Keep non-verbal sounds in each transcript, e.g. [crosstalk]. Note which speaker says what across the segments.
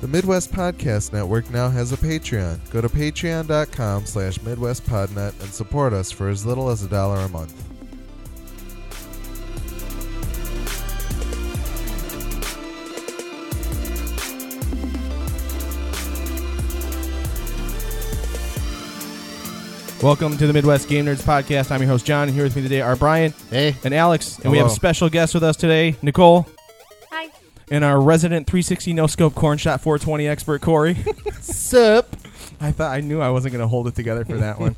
Speaker 1: The Midwest Podcast Network now has a Patreon. Go to patreon.com slash midwestpodnet and support us for as little as a dollar a month.
Speaker 2: Welcome to the Midwest Game Nerds Podcast. I'm your host, John, and here with me today are Brian
Speaker 3: Hey.
Speaker 2: and Alex. And we
Speaker 1: Hello.
Speaker 2: have a special guest with us today, Nicole,
Speaker 4: Hi.
Speaker 2: and our resident 360 no scope corn shot 420 expert, Corey.
Speaker 3: Sup?
Speaker 2: I thought I knew I wasn't going to hold it together for that one.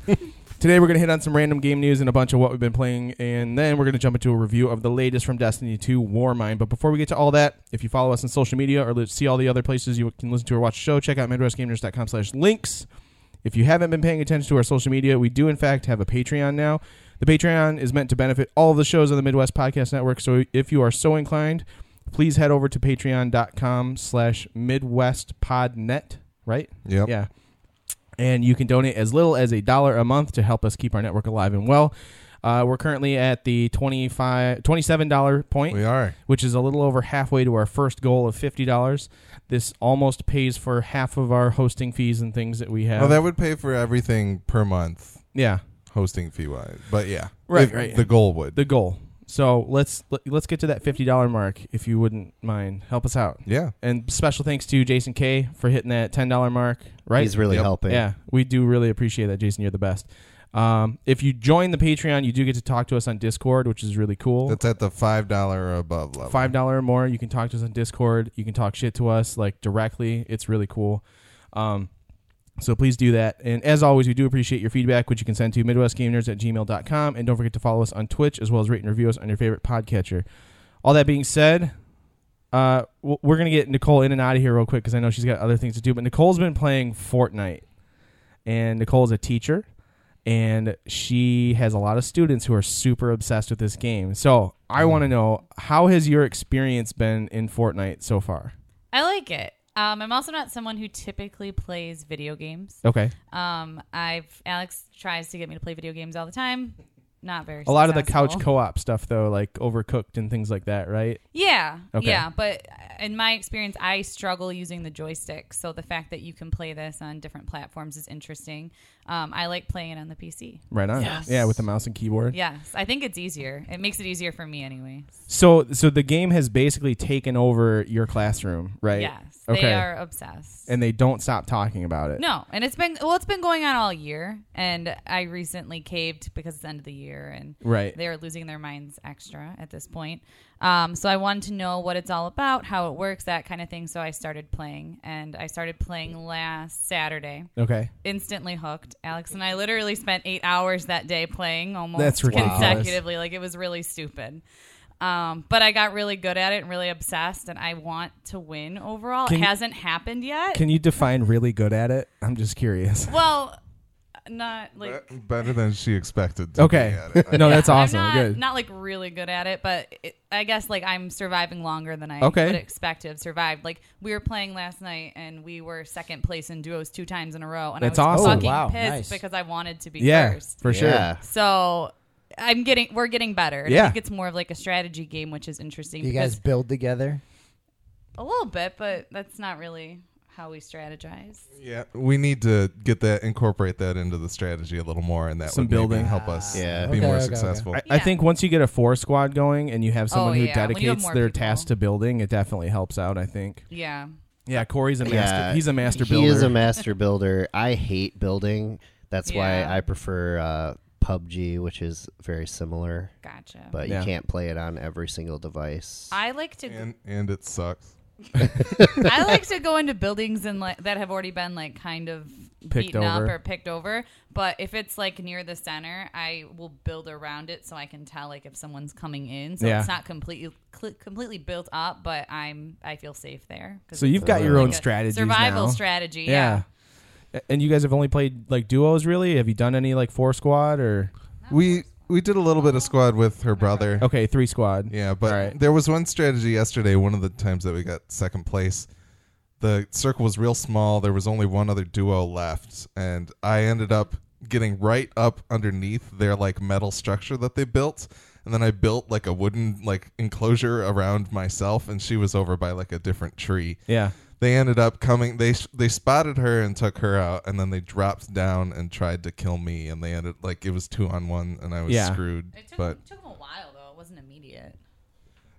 Speaker 2: Today, we're going to hit on some random game news and a bunch of what we've been playing, and then we're going to jump into a review of the latest from Destiny 2 Warmind. But before we get to all that, if you follow us on social media or li- see all the other places you can listen to or watch the show, check out MidwestGamers.com slash links. If you haven't been paying attention to our social media, we do, in fact, have a Patreon now. The Patreon is meant to benefit all of the shows on the Midwest Podcast Network, so if you are so inclined, please head over to patreon.com slash midwestpodnet, right?
Speaker 1: Yep.
Speaker 2: Yeah. And you can donate as little as a dollar a month to help us keep our network alive and well. Uh, we're currently at the 25 $27 point,
Speaker 1: We are.
Speaker 2: which is a little over halfway to our first goal of $50. This almost pays for half of our hosting fees and things that we have.
Speaker 1: Well, Oh, that would pay for everything per month,
Speaker 2: yeah,
Speaker 1: hosting fee wise. But yeah,
Speaker 2: Right,
Speaker 1: If-
Speaker 2: right.
Speaker 1: The goal would.
Speaker 2: the goal. So let's let, let's get to that $50 mark if you wouldn't mind. Help us out.
Speaker 1: yeah,
Speaker 2: And special thanks to Jason K for hitting that $10 mark, right?
Speaker 3: He's really
Speaker 1: Yep.
Speaker 3: helping.
Speaker 2: Yeah, we do really appreciate that, Jason. You're the best. Um, if you join the Patreon, you do get to talk to us on Discord, which is really cool.
Speaker 1: that's at the five dollar or above level.
Speaker 2: Five dollar or more, you can talk to us on Discord. You can talk shit to us like directly. It's really cool. Um, so please do that. And as always, we do appreciate your feedback, which you can send to midwestgamenerds at gmail.com. And don't forget to follow us on Twitch as well as rate and review us on your favorite podcatcher. All that being said, uh, w- we're going to get Nicole in and out of here real quick because I know she's got other things to do. But Nicole's been playing Fortnite, and Nicole's a teacher, and she has a lot of students who are super obsessed with this game. So I want to know how has your experience been in Fortnite so far?
Speaker 4: I like it. Um, I'm also not someone who typically plays video games.
Speaker 2: Okay,
Speaker 4: Um, I've Alex tries to get me to play video games all the time. Not very.
Speaker 2: a lot of the couch
Speaker 4: successful.
Speaker 2: co-op stuff though, like Overcooked and things like that, right?
Speaker 4: yeah,
Speaker 2: Okay.
Speaker 4: yeah. But in my experience, I struggle using the joystick. So the fact that you can play this on different platforms is interesting. Um, I like playing it on the PC.
Speaker 2: Right on.
Speaker 3: Yes.
Speaker 2: Yeah, with the mouse and keyboard.
Speaker 4: Yes, I think it's easier. It makes it easier for me anyway.
Speaker 2: So, so the game has basically taken over your classroom, right?
Speaker 4: Yes,
Speaker 2: Okay.
Speaker 4: they are obsessed.
Speaker 2: and they don't stop talking about it.
Speaker 4: No, and it's been well, it's been going on all year, and I recently caved because it's the end of the year, and
Speaker 2: Right.
Speaker 4: they are losing their minds extra at this point. Um, so I wanted to know what it's all about, how it works, that kind of thing. So I started playing, and I started playing last Saturday.
Speaker 2: Okay.
Speaker 4: Instantly hooked. Alex and I literally spent eight hours that day playing almost
Speaker 2: That's ridiculous.
Speaker 4: consecutively. Like it was really stupid. Um, but I got really good at it and really obsessed, and I want to win overall.
Speaker 2: Can
Speaker 4: it
Speaker 2: you-
Speaker 4: hasn't happened yet.
Speaker 2: Can you define really good at it? I'm just curious.
Speaker 4: Well, not like
Speaker 1: Be- better than she expected. To
Speaker 2: Okay.
Speaker 1: be at it. [laughs]
Speaker 2: no, Oh, that's awesome.
Speaker 4: I'm not,
Speaker 2: Good.
Speaker 4: not like really good at it, but it, I guess like I'm surviving longer than I
Speaker 2: Okay.
Speaker 4: would expect to have survived. Like we were playing last night and we were second place in duos two times in a row, and
Speaker 2: That's
Speaker 4: I was
Speaker 2: awesome.
Speaker 4: fucking
Speaker 5: Oh, wow.
Speaker 4: pissed
Speaker 5: Nice.
Speaker 4: because I wanted to be
Speaker 2: yeah,
Speaker 4: first.
Speaker 2: for sure.
Speaker 3: Yeah.
Speaker 4: So I'm getting we're getting better. And
Speaker 2: Yeah.
Speaker 4: I think it's more of like a strategy game, which is interesting.
Speaker 5: You
Speaker 4: because
Speaker 5: guys build together?
Speaker 4: a little bit, but that's not really how we strategize.
Speaker 1: yeah, we need to get that, incorporate that into the strategy a little more, and that
Speaker 2: Some
Speaker 1: would maybe
Speaker 2: building.
Speaker 1: help us
Speaker 3: Yeah.
Speaker 1: be
Speaker 5: Okay,
Speaker 1: more
Speaker 5: okay, okay.
Speaker 1: successful.
Speaker 2: I, I
Speaker 4: Yeah. Oh,
Speaker 2: think once you get a four squad going and you have someone who
Speaker 4: yeah. When you have
Speaker 2: dedicates
Speaker 4: more
Speaker 2: their
Speaker 4: people.
Speaker 2: task to building, it definitely helps out. I think.
Speaker 4: Yeah.
Speaker 2: Yeah, Corey's a master.
Speaker 3: Yeah.
Speaker 2: He's a master
Speaker 3: he
Speaker 2: builder.
Speaker 3: is a master builder. I hate building. That's
Speaker 4: Yeah.
Speaker 3: why I prefer uh, PUBG, which is very similar,
Speaker 4: Gotcha.
Speaker 3: but
Speaker 2: Yeah.
Speaker 3: you can't play it on every single device.
Speaker 4: I like to
Speaker 1: and and it sucks.
Speaker 4: I like to go into buildings and like that have already been like kind of
Speaker 2: Picked
Speaker 4: beaten
Speaker 2: over.
Speaker 4: up or picked over. But if it's like near the center, I will build around it so I can tell like if someone's coming in. So
Speaker 2: Yeah.
Speaker 4: it's not completely cl- completely built up, but I'm I feel safe there. 'Cause
Speaker 2: so you've got your
Speaker 3: Like
Speaker 2: own
Speaker 4: a
Speaker 2: strategies
Speaker 4: survival
Speaker 2: now.
Speaker 4: strategy. Yeah.
Speaker 2: Yeah. A- And you guys have only played like duos, really? Have you done any like four squad or
Speaker 1: We we did a little bit of squad with her brother.
Speaker 2: okay three squad?
Speaker 1: Yeah, but
Speaker 2: Alright.
Speaker 1: there was one strategy yesterday, one of the times that we got second place. The circle was real small. There was only one other duo left, and I ended up getting right up underneath their like metal structure that they built. And then I built like a wooden like enclosure around myself and she was over by like a different tree.
Speaker 2: Yeah.
Speaker 1: they ended up coming. They sh- they spotted her and took her out, and then they dropped down and tried to kill me. And they ended like it was two on one, and I was
Speaker 2: Yeah.
Speaker 1: screwed.
Speaker 4: It took,
Speaker 1: But
Speaker 4: took 'em a while though. It wasn't immediate.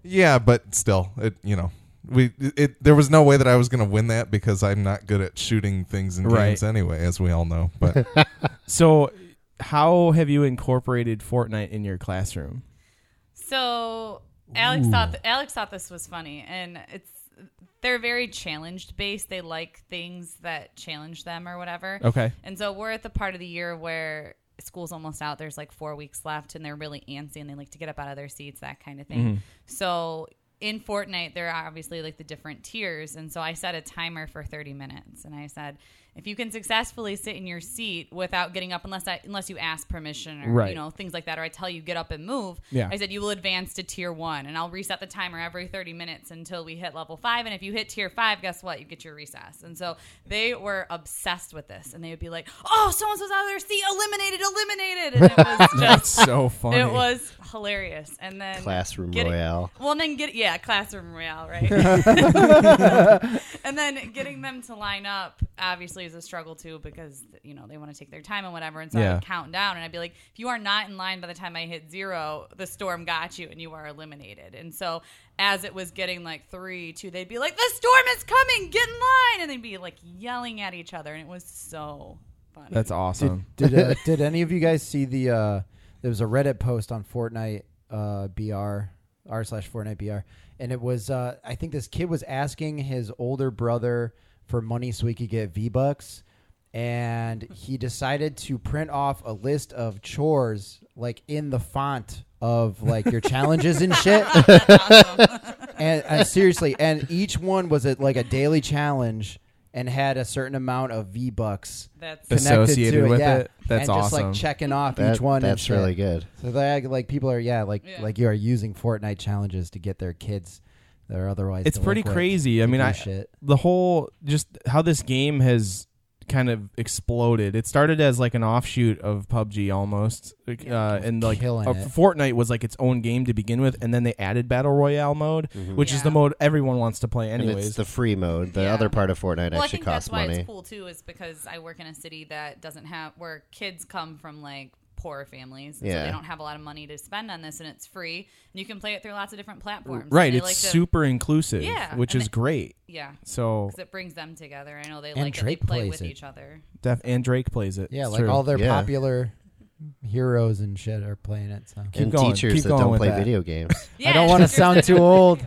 Speaker 1: yeah, but still, it you know. We it there was no way that I was gonna win that because I'm not good at shooting things in
Speaker 2: Right.
Speaker 1: games anyway, as we all know.
Speaker 2: [laughs]
Speaker 1: But
Speaker 2: So, how have you incorporated Fortnite in your
Speaker 4: [laughs]
Speaker 2: classroom?
Speaker 4: So Alex thought Alex thought this was funny, and it's they're very challenged based. They like things that challenge them or whatever.
Speaker 2: Okay.
Speaker 4: And so we're at the part of the year where school's almost out. There's like four weeks left, and they're really antsy and they like to get up out of their seats, that kind of thing.
Speaker 2: Mm-hmm.
Speaker 4: So in Fortnite, there are obviously like the different tiers. And so I set a timer for 30 minutes, and I said, if you can successfully sit in your seat without getting up, unless I, unless you ask permission or
Speaker 2: Right.
Speaker 4: you know things like that, or I tell you get up and move,
Speaker 2: Yeah.
Speaker 4: I said you will advance to tier one, and I'll reset the timer every 30 minutes until we hit level five. And if you hit tier five, guess what? You get your recess. And so they were obsessed with this, and they would be like, "Oh, so and so's out of their seat, eliminated, eliminated," and it was
Speaker 2: That's
Speaker 4: just.
Speaker 2: so funny.
Speaker 4: It was hilarious, and then
Speaker 3: Classroom
Speaker 4: getting-
Speaker 3: Royale.
Speaker 4: Well, and then get yeah, classroom royale, right? [laughs] and then getting them to line up obviously is a struggle too because you know they want to take their time and whatever. And so I
Speaker 2: Yeah.
Speaker 4: would count down, and I'd be like, if you are not in line by the time I hit zero, the storm got you, and you are eliminated. And so as it was getting like three, two, they'd be like, the storm is coming, get in line, and they'd be like yelling at each other, and it was so funny.
Speaker 2: That's awesome.
Speaker 5: Did uh, did any of you guys see the? Uh, there was a Reddit post on Fortnite uh, BR r slash Fortnite BR, and it was uh, I think this kid was asking his older brother for money so he could get V bucks, and he decided to print off a list of chores like in the font of like your challenges and shit. and, and seriously, and each one was a, like a daily challenge and had a certain amount of V bucks
Speaker 4: That's
Speaker 5: connected
Speaker 2: associated
Speaker 5: to it,
Speaker 2: with
Speaker 5: yeah.
Speaker 2: it. That's
Speaker 5: and just
Speaker 2: awesome.
Speaker 5: like checking off
Speaker 3: That-
Speaker 5: each one. and
Speaker 3: That's
Speaker 5: shit.
Speaker 3: really good.
Speaker 5: So they like people are yeah like
Speaker 4: Yeah.
Speaker 5: like you are using Fortnite challenges to get their kids that are otherwise.
Speaker 2: it's pretty
Speaker 5: delinquent
Speaker 2: crazy. I
Speaker 5: to
Speaker 2: mean,
Speaker 5: do
Speaker 2: I
Speaker 5: shit.
Speaker 2: the whole just how this game has kind of exploded. It started as like an offshoot of PUBG almost, like, uh, and like
Speaker 5: Killing
Speaker 2: uh,
Speaker 5: it.
Speaker 2: Fortnite was like its own game to begin with, and then they added battle royale mode, which is
Speaker 4: Yeah.
Speaker 2: the mode everyone wants to play
Speaker 3: Mm-hmm. And it's
Speaker 2: anyways.
Speaker 3: the free mode. The
Speaker 4: Yeah.
Speaker 3: other part of Fortnite
Speaker 4: Well, I
Speaker 3: actually
Speaker 4: think that's
Speaker 3: costs
Speaker 4: why
Speaker 3: money.
Speaker 4: it's cool too, is because I work in a city that doesn't have where kids come from like poor families, and so
Speaker 3: Yeah.
Speaker 4: they don't have a lot of money to spend on this, and it's free, and you can play it through lots of different platforms. And
Speaker 2: right,
Speaker 4: they
Speaker 2: it's
Speaker 4: like to-
Speaker 2: super inclusive,
Speaker 4: Yeah,
Speaker 2: which
Speaker 4: and
Speaker 2: is
Speaker 4: it-
Speaker 2: great.
Speaker 4: yeah,
Speaker 2: So,
Speaker 4: because it brings them together. I know they
Speaker 5: And
Speaker 4: like
Speaker 5: Drake
Speaker 4: that they play
Speaker 5: plays
Speaker 4: with
Speaker 5: it.
Speaker 4: each other.
Speaker 2: def- and Drake plays it.
Speaker 5: Yeah,
Speaker 2: It's
Speaker 5: like
Speaker 2: true.
Speaker 5: all their
Speaker 3: Yeah.
Speaker 5: popular heroes and shit are playing it. So
Speaker 2: Keep
Speaker 3: and
Speaker 2: going,
Speaker 3: teachers
Speaker 2: keep
Speaker 3: that
Speaker 2: going
Speaker 3: don't
Speaker 2: with
Speaker 3: play
Speaker 2: that.
Speaker 3: video
Speaker 4: [laughs]
Speaker 3: games.
Speaker 5: I don't want to sound
Speaker 2: [laughs]
Speaker 5: too old.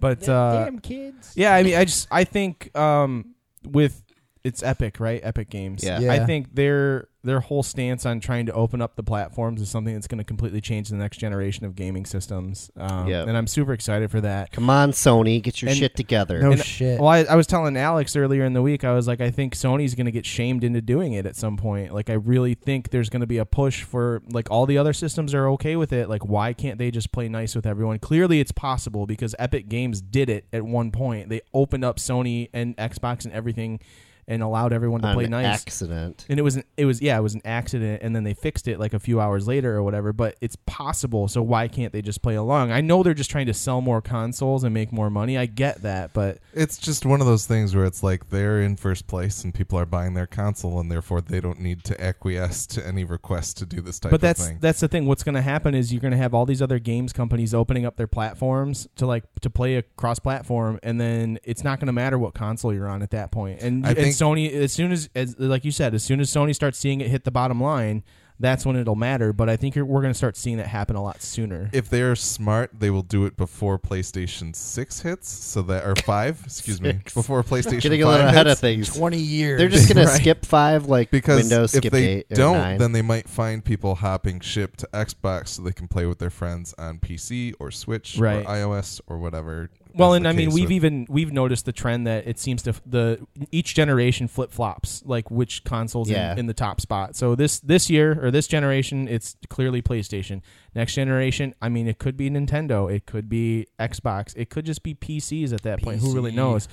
Speaker 2: but uh,
Speaker 5: Damn kids.
Speaker 2: Yeah, I mean, I just I think um, with it's Epic, right? Epic Games.
Speaker 3: Yeah.
Speaker 5: Yeah.
Speaker 2: I think their their whole stance on trying to open up the platforms is something that's going to completely change the next generation of gaming systems. Um,
Speaker 3: Yep.
Speaker 2: and I'm super excited for that.
Speaker 3: Come on, Sony, get your
Speaker 2: And-
Speaker 3: shit together.
Speaker 5: No
Speaker 2: And-
Speaker 5: Oh, shit.
Speaker 2: Well, I, I was telling Alex earlier in the week, I was like, I think Sony's going to get shamed into doing it at some point. Like, I really think there's going to be a push for, like, all the other systems are okay with it. Like, why can't they just play nice with everyone? Clearly, it's possible because Epic Games did it at one point. They opened up Sony and Xbox and everything and allowed everyone to
Speaker 3: on
Speaker 2: play nice.
Speaker 3: accident.
Speaker 2: and it was an, it was yeah it was an accident and then they fixed it like a few hours later or whatever but it's possible so why can't they just play along i know they're just trying to sell more consoles and make more money i get that but
Speaker 1: It's just one of those things where it's like they're in first place and people are buying their console and therefore they don't need to acquiesce to any request to do this type
Speaker 2: but that's
Speaker 1: of thing.
Speaker 2: that's the thing what's going to happen is you're going to have all these other games companies opening up their platforms to like to play a cross platform and then it's not going to matter what console you're on at that point and,
Speaker 1: I
Speaker 2: and
Speaker 1: think-
Speaker 2: sony as soon as, as like you said as soon as sony starts seeing it hit the bottom line that's when it'll matter but i think you're, we're going to start seeing that happen a lot sooner
Speaker 1: if they're smart, they will do it before PlayStation 6 hits, so that or
Speaker 2: [laughs]
Speaker 1: 5, excuse me,
Speaker 3: Six.
Speaker 1: before PlayStation
Speaker 3: Getting a
Speaker 1: 5
Speaker 3: little ahead
Speaker 1: hits,
Speaker 3: of things.
Speaker 5: Twenty years.
Speaker 3: They're [laughs] just gonna
Speaker 1: Right.
Speaker 3: skip five, like
Speaker 1: because
Speaker 3: Windows
Speaker 1: if
Speaker 3: skip
Speaker 1: they
Speaker 3: eight or
Speaker 1: don't,
Speaker 3: nine.
Speaker 1: then they might find people hopping ship to Xbox so they can play with their friends on PC or Switch
Speaker 2: Right.
Speaker 1: or iOS or whatever.
Speaker 2: Well,
Speaker 1: is
Speaker 2: and
Speaker 1: the
Speaker 2: I mean,
Speaker 1: case
Speaker 2: we've
Speaker 1: with-
Speaker 2: even we've noticed the trend that it seems to f- the each generation flip flops like which consoles
Speaker 3: Yeah.
Speaker 2: in, in the top spot. So this this year or this generation, it's clearly PlayStation. Next generation, I mean, it could be Nintendo, it could be Xbox, it could just be PCs at that point. Who really
Speaker 5: PC.
Speaker 2: knows?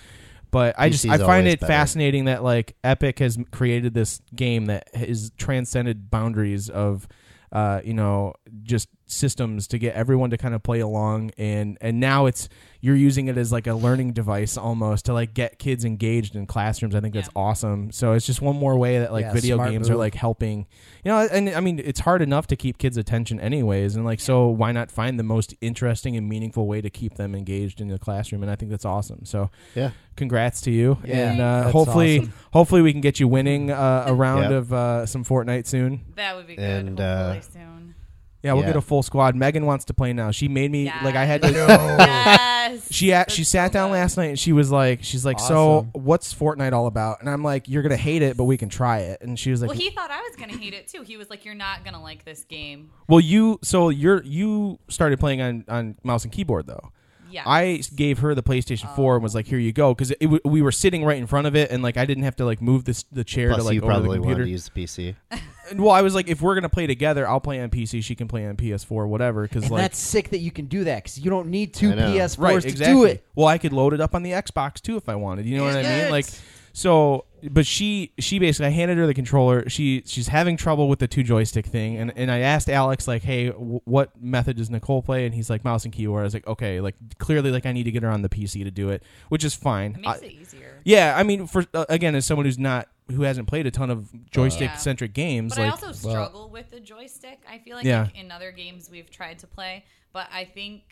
Speaker 2: But I just
Speaker 3: PC
Speaker 2: I
Speaker 3: is
Speaker 2: find
Speaker 3: always
Speaker 2: it
Speaker 3: better.
Speaker 2: fascinating that like Epic has m- created this game that has transcended boundaries of, uh, you know, just systems to get everyone to kind of play along and and now it's you're using it as like a learning device almost to like get kids engaged in classrooms i think that's
Speaker 4: Yeah.
Speaker 2: awesome so it's just one more way that like
Speaker 5: Yeah,
Speaker 2: video
Speaker 5: smart
Speaker 2: games are
Speaker 5: move.
Speaker 2: like helping you know and i mean it's hard enough to keep kids attention anyways and like so why not find the most interesting and meaningful way to keep them engaged in the classroom and i think that's awesome so
Speaker 3: Yeah.
Speaker 2: congrats to you
Speaker 5: Yeah,
Speaker 2: and uh,
Speaker 5: that's
Speaker 2: hopefully
Speaker 5: awesome.
Speaker 2: hopefully we can get you winning uh, a round
Speaker 3: Yeah.
Speaker 2: of uh, some fortnite soon
Speaker 4: [laughs] That would be good.
Speaker 3: And, uh,
Speaker 4: hopefully soon.
Speaker 2: yeah, we'll
Speaker 3: Yeah.
Speaker 2: get a full squad. Megan wants to play now. She made me like I had to.
Speaker 4: [laughs] yes.
Speaker 2: She a, she
Speaker 4: That's
Speaker 2: sat
Speaker 4: so
Speaker 2: down
Speaker 4: good.
Speaker 2: last night and she was like, she's like,
Speaker 5: Awesome.
Speaker 2: so what's Fortnite all about? And I'm like, you're gonna hate it, but we can try it. And she was like,
Speaker 4: Well, he thought I was gonna hate it too. He was like, "You're not gonna like this game."
Speaker 2: well, you so you're you started playing on on mouse and keyboard though.
Speaker 4: Yeah. Oh.
Speaker 2: I gave her the PlayStation 4 and was like, "Here you go," because it, w- we were sitting right in front of it, and like I didn't have to like move this the chair
Speaker 3: Plus,
Speaker 2: to like
Speaker 3: you
Speaker 2: over the
Speaker 3: probably wanted
Speaker 2: computer.
Speaker 3: to use the
Speaker 2: [laughs]
Speaker 3: PC.
Speaker 2: And, well, I was like, if we're gonna play together, I'll play on PC, she can play on PS4, whatever. Because
Speaker 5: And
Speaker 2: like
Speaker 5: that's sick that you can do that because you don't need two
Speaker 3: I know.
Speaker 5: PS4s
Speaker 2: right,
Speaker 5: to
Speaker 2: exactly.
Speaker 5: do it.
Speaker 2: Well, I could load it up on the Xbox too if I wanted. You know what I mean? Like so but she she basically I handed her the controller. She she's having trouble with the two joystick thing and and I asked Alex like, "Hey, w- what method does Nicole play?" and he's like mouse and keyboard. I was like, "Okay, like clearly like I need to get her on the PC to do it," which is fine.
Speaker 4: It makes
Speaker 2: I-
Speaker 4: it easier.
Speaker 2: yeah, I mean for uh, again as someone who's not who hasn't played a ton of joystick
Speaker 4: Yeah.
Speaker 2: centric games
Speaker 4: But
Speaker 2: like
Speaker 4: I also struggle with the joystick. I feel like,
Speaker 2: Yeah.
Speaker 4: like, in other games we've tried to play, but I think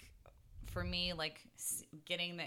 Speaker 4: for me, like s- getting the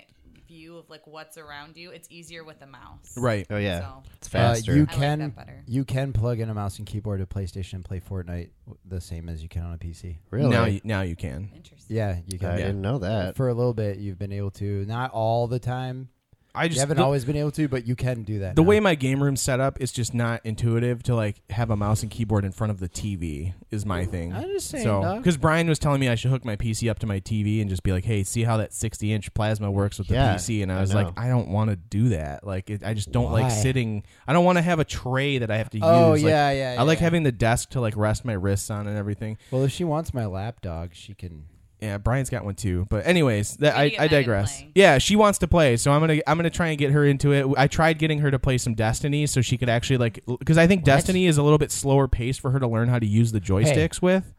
Speaker 4: view of like what's around you, it's easier with the mouse.
Speaker 2: right.
Speaker 3: Oh yeah,
Speaker 4: So-
Speaker 3: it's
Speaker 5: Uh,
Speaker 3: faster.
Speaker 5: you
Speaker 4: like
Speaker 5: can
Speaker 4: that better.
Speaker 5: you can plug in a mouse and keyboard to PlayStation and play Fortnite w- the same as you can on a PC.
Speaker 3: really?
Speaker 2: Now you, now you can.
Speaker 4: Interesting.
Speaker 5: Yeah, you
Speaker 3: I
Speaker 5: can.
Speaker 3: didn't know that.
Speaker 5: For a little bit, you've been able to. Not all the time.
Speaker 2: I
Speaker 5: You
Speaker 2: just
Speaker 5: haven't
Speaker 2: the-
Speaker 5: always been able to, but you can do that.
Speaker 2: the
Speaker 5: now.
Speaker 2: way my game room's set up is just not intuitive to like have a mouse and keyboard in front of the TV is my thing.
Speaker 5: Mm, I understand,
Speaker 2: So
Speaker 5: dog.
Speaker 2: because Brian was telling me I should hook my PC up to my TV and just be like, hey, see how that 60 inch plasma works with
Speaker 3: Yeah,
Speaker 2: the PC, and I
Speaker 3: I
Speaker 2: was like,
Speaker 3: know.
Speaker 2: I don't want to do that. Like it, I just don't
Speaker 5: Why?
Speaker 2: like sitting. I don't want to have a tray that I have to
Speaker 5: Oh,
Speaker 2: use. Like,
Speaker 5: yeah, yeah,
Speaker 2: I like
Speaker 5: yeah.
Speaker 2: having the desk to like rest my wrists on and everything.
Speaker 5: well, if she wants my lap dog, she can.
Speaker 2: Yeah, Brian's got one too. But anyways, that I,
Speaker 4: Maybe get
Speaker 2: I
Speaker 4: Megan
Speaker 2: digress.
Speaker 4: playing.
Speaker 2: Yeah, she wants to play, so I'm gonna I'm gonna try and get her into it. I tried getting her to play some Destiny, so she could actually like because I think Destiny is a little bit slower paced for her to learn how to use the joysticks with.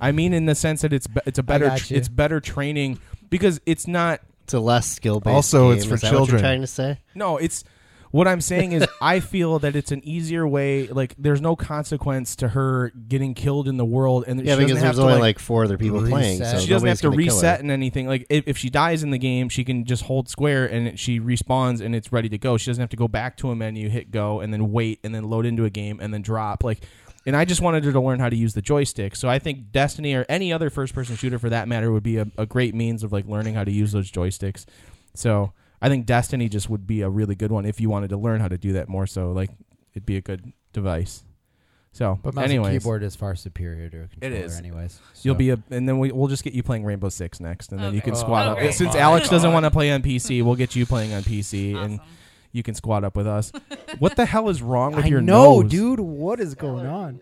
Speaker 2: I mean, in the sense that it's be, it's a better
Speaker 5: got
Speaker 2: tr-
Speaker 5: you.
Speaker 2: it's better training because it's not
Speaker 3: It's a less skill based.
Speaker 1: Also, it's for
Speaker 3: Is that what you're
Speaker 1: children.
Speaker 3: trying to say?
Speaker 2: no, it's what I'm saying
Speaker 3: [laughs]
Speaker 2: is I feel that it's an easier way. Like there's no consequence to her getting killed in the world, and
Speaker 3: Yeah,
Speaker 2: she
Speaker 3: because
Speaker 2: doesn't have
Speaker 3: there's
Speaker 2: to
Speaker 3: only like,
Speaker 2: like
Speaker 3: four other people
Speaker 5: reset.
Speaker 3: playing, so
Speaker 5: She
Speaker 2: she doesn't have
Speaker 3: nobody's
Speaker 2: to
Speaker 3: gonna kill her.
Speaker 2: reset and anything. Like if, if she dies in the game, she can just hold square and it- she respawns and it's ready to go. She doesn't have to go back to a menu, hit go, and then wait, and then load into a game, and then drop. Like, and I just wanted her to learn how to use the joystick. So I think Destiny or any other first-person shooter for that matter would be a, a great means of like learning how to use those joysticks. So I think Destiny just would be a really good one if you wanted to learn how to do that more. So like it'd be a good device. So,
Speaker 5: But
Speaker 2: but
Speaker 5: mouse
Speaker 2: anyways,
Speaker 5: and keyboard is far superior to a controller,
Speaker 2: is.
Speaker 5: anyways.
Speaker 2: You'll be a, and then we, we'll just get you playing Rainbow Six next, and then you
Speaker 4: Okay.
Speaker 2: can
Speaker 4: Oh,
Speaker 2: squad
Speaker 4: okay.
Speaker 2: up. Since
Speaker 1: my
Speaker 2: Alex doesn't want to
Speaker 4: [laughs]
Speaker 2: play on PC, we'll get you playing on PC, and
Speaker 4: Awesome.
Speaker 2: you can squad up with us. what the hell is wrong with
Speaker 5: I
Speaker 2: your
Speaker 5: know,
Speaker 2: nose?
Speaker 5: dude. What is going on?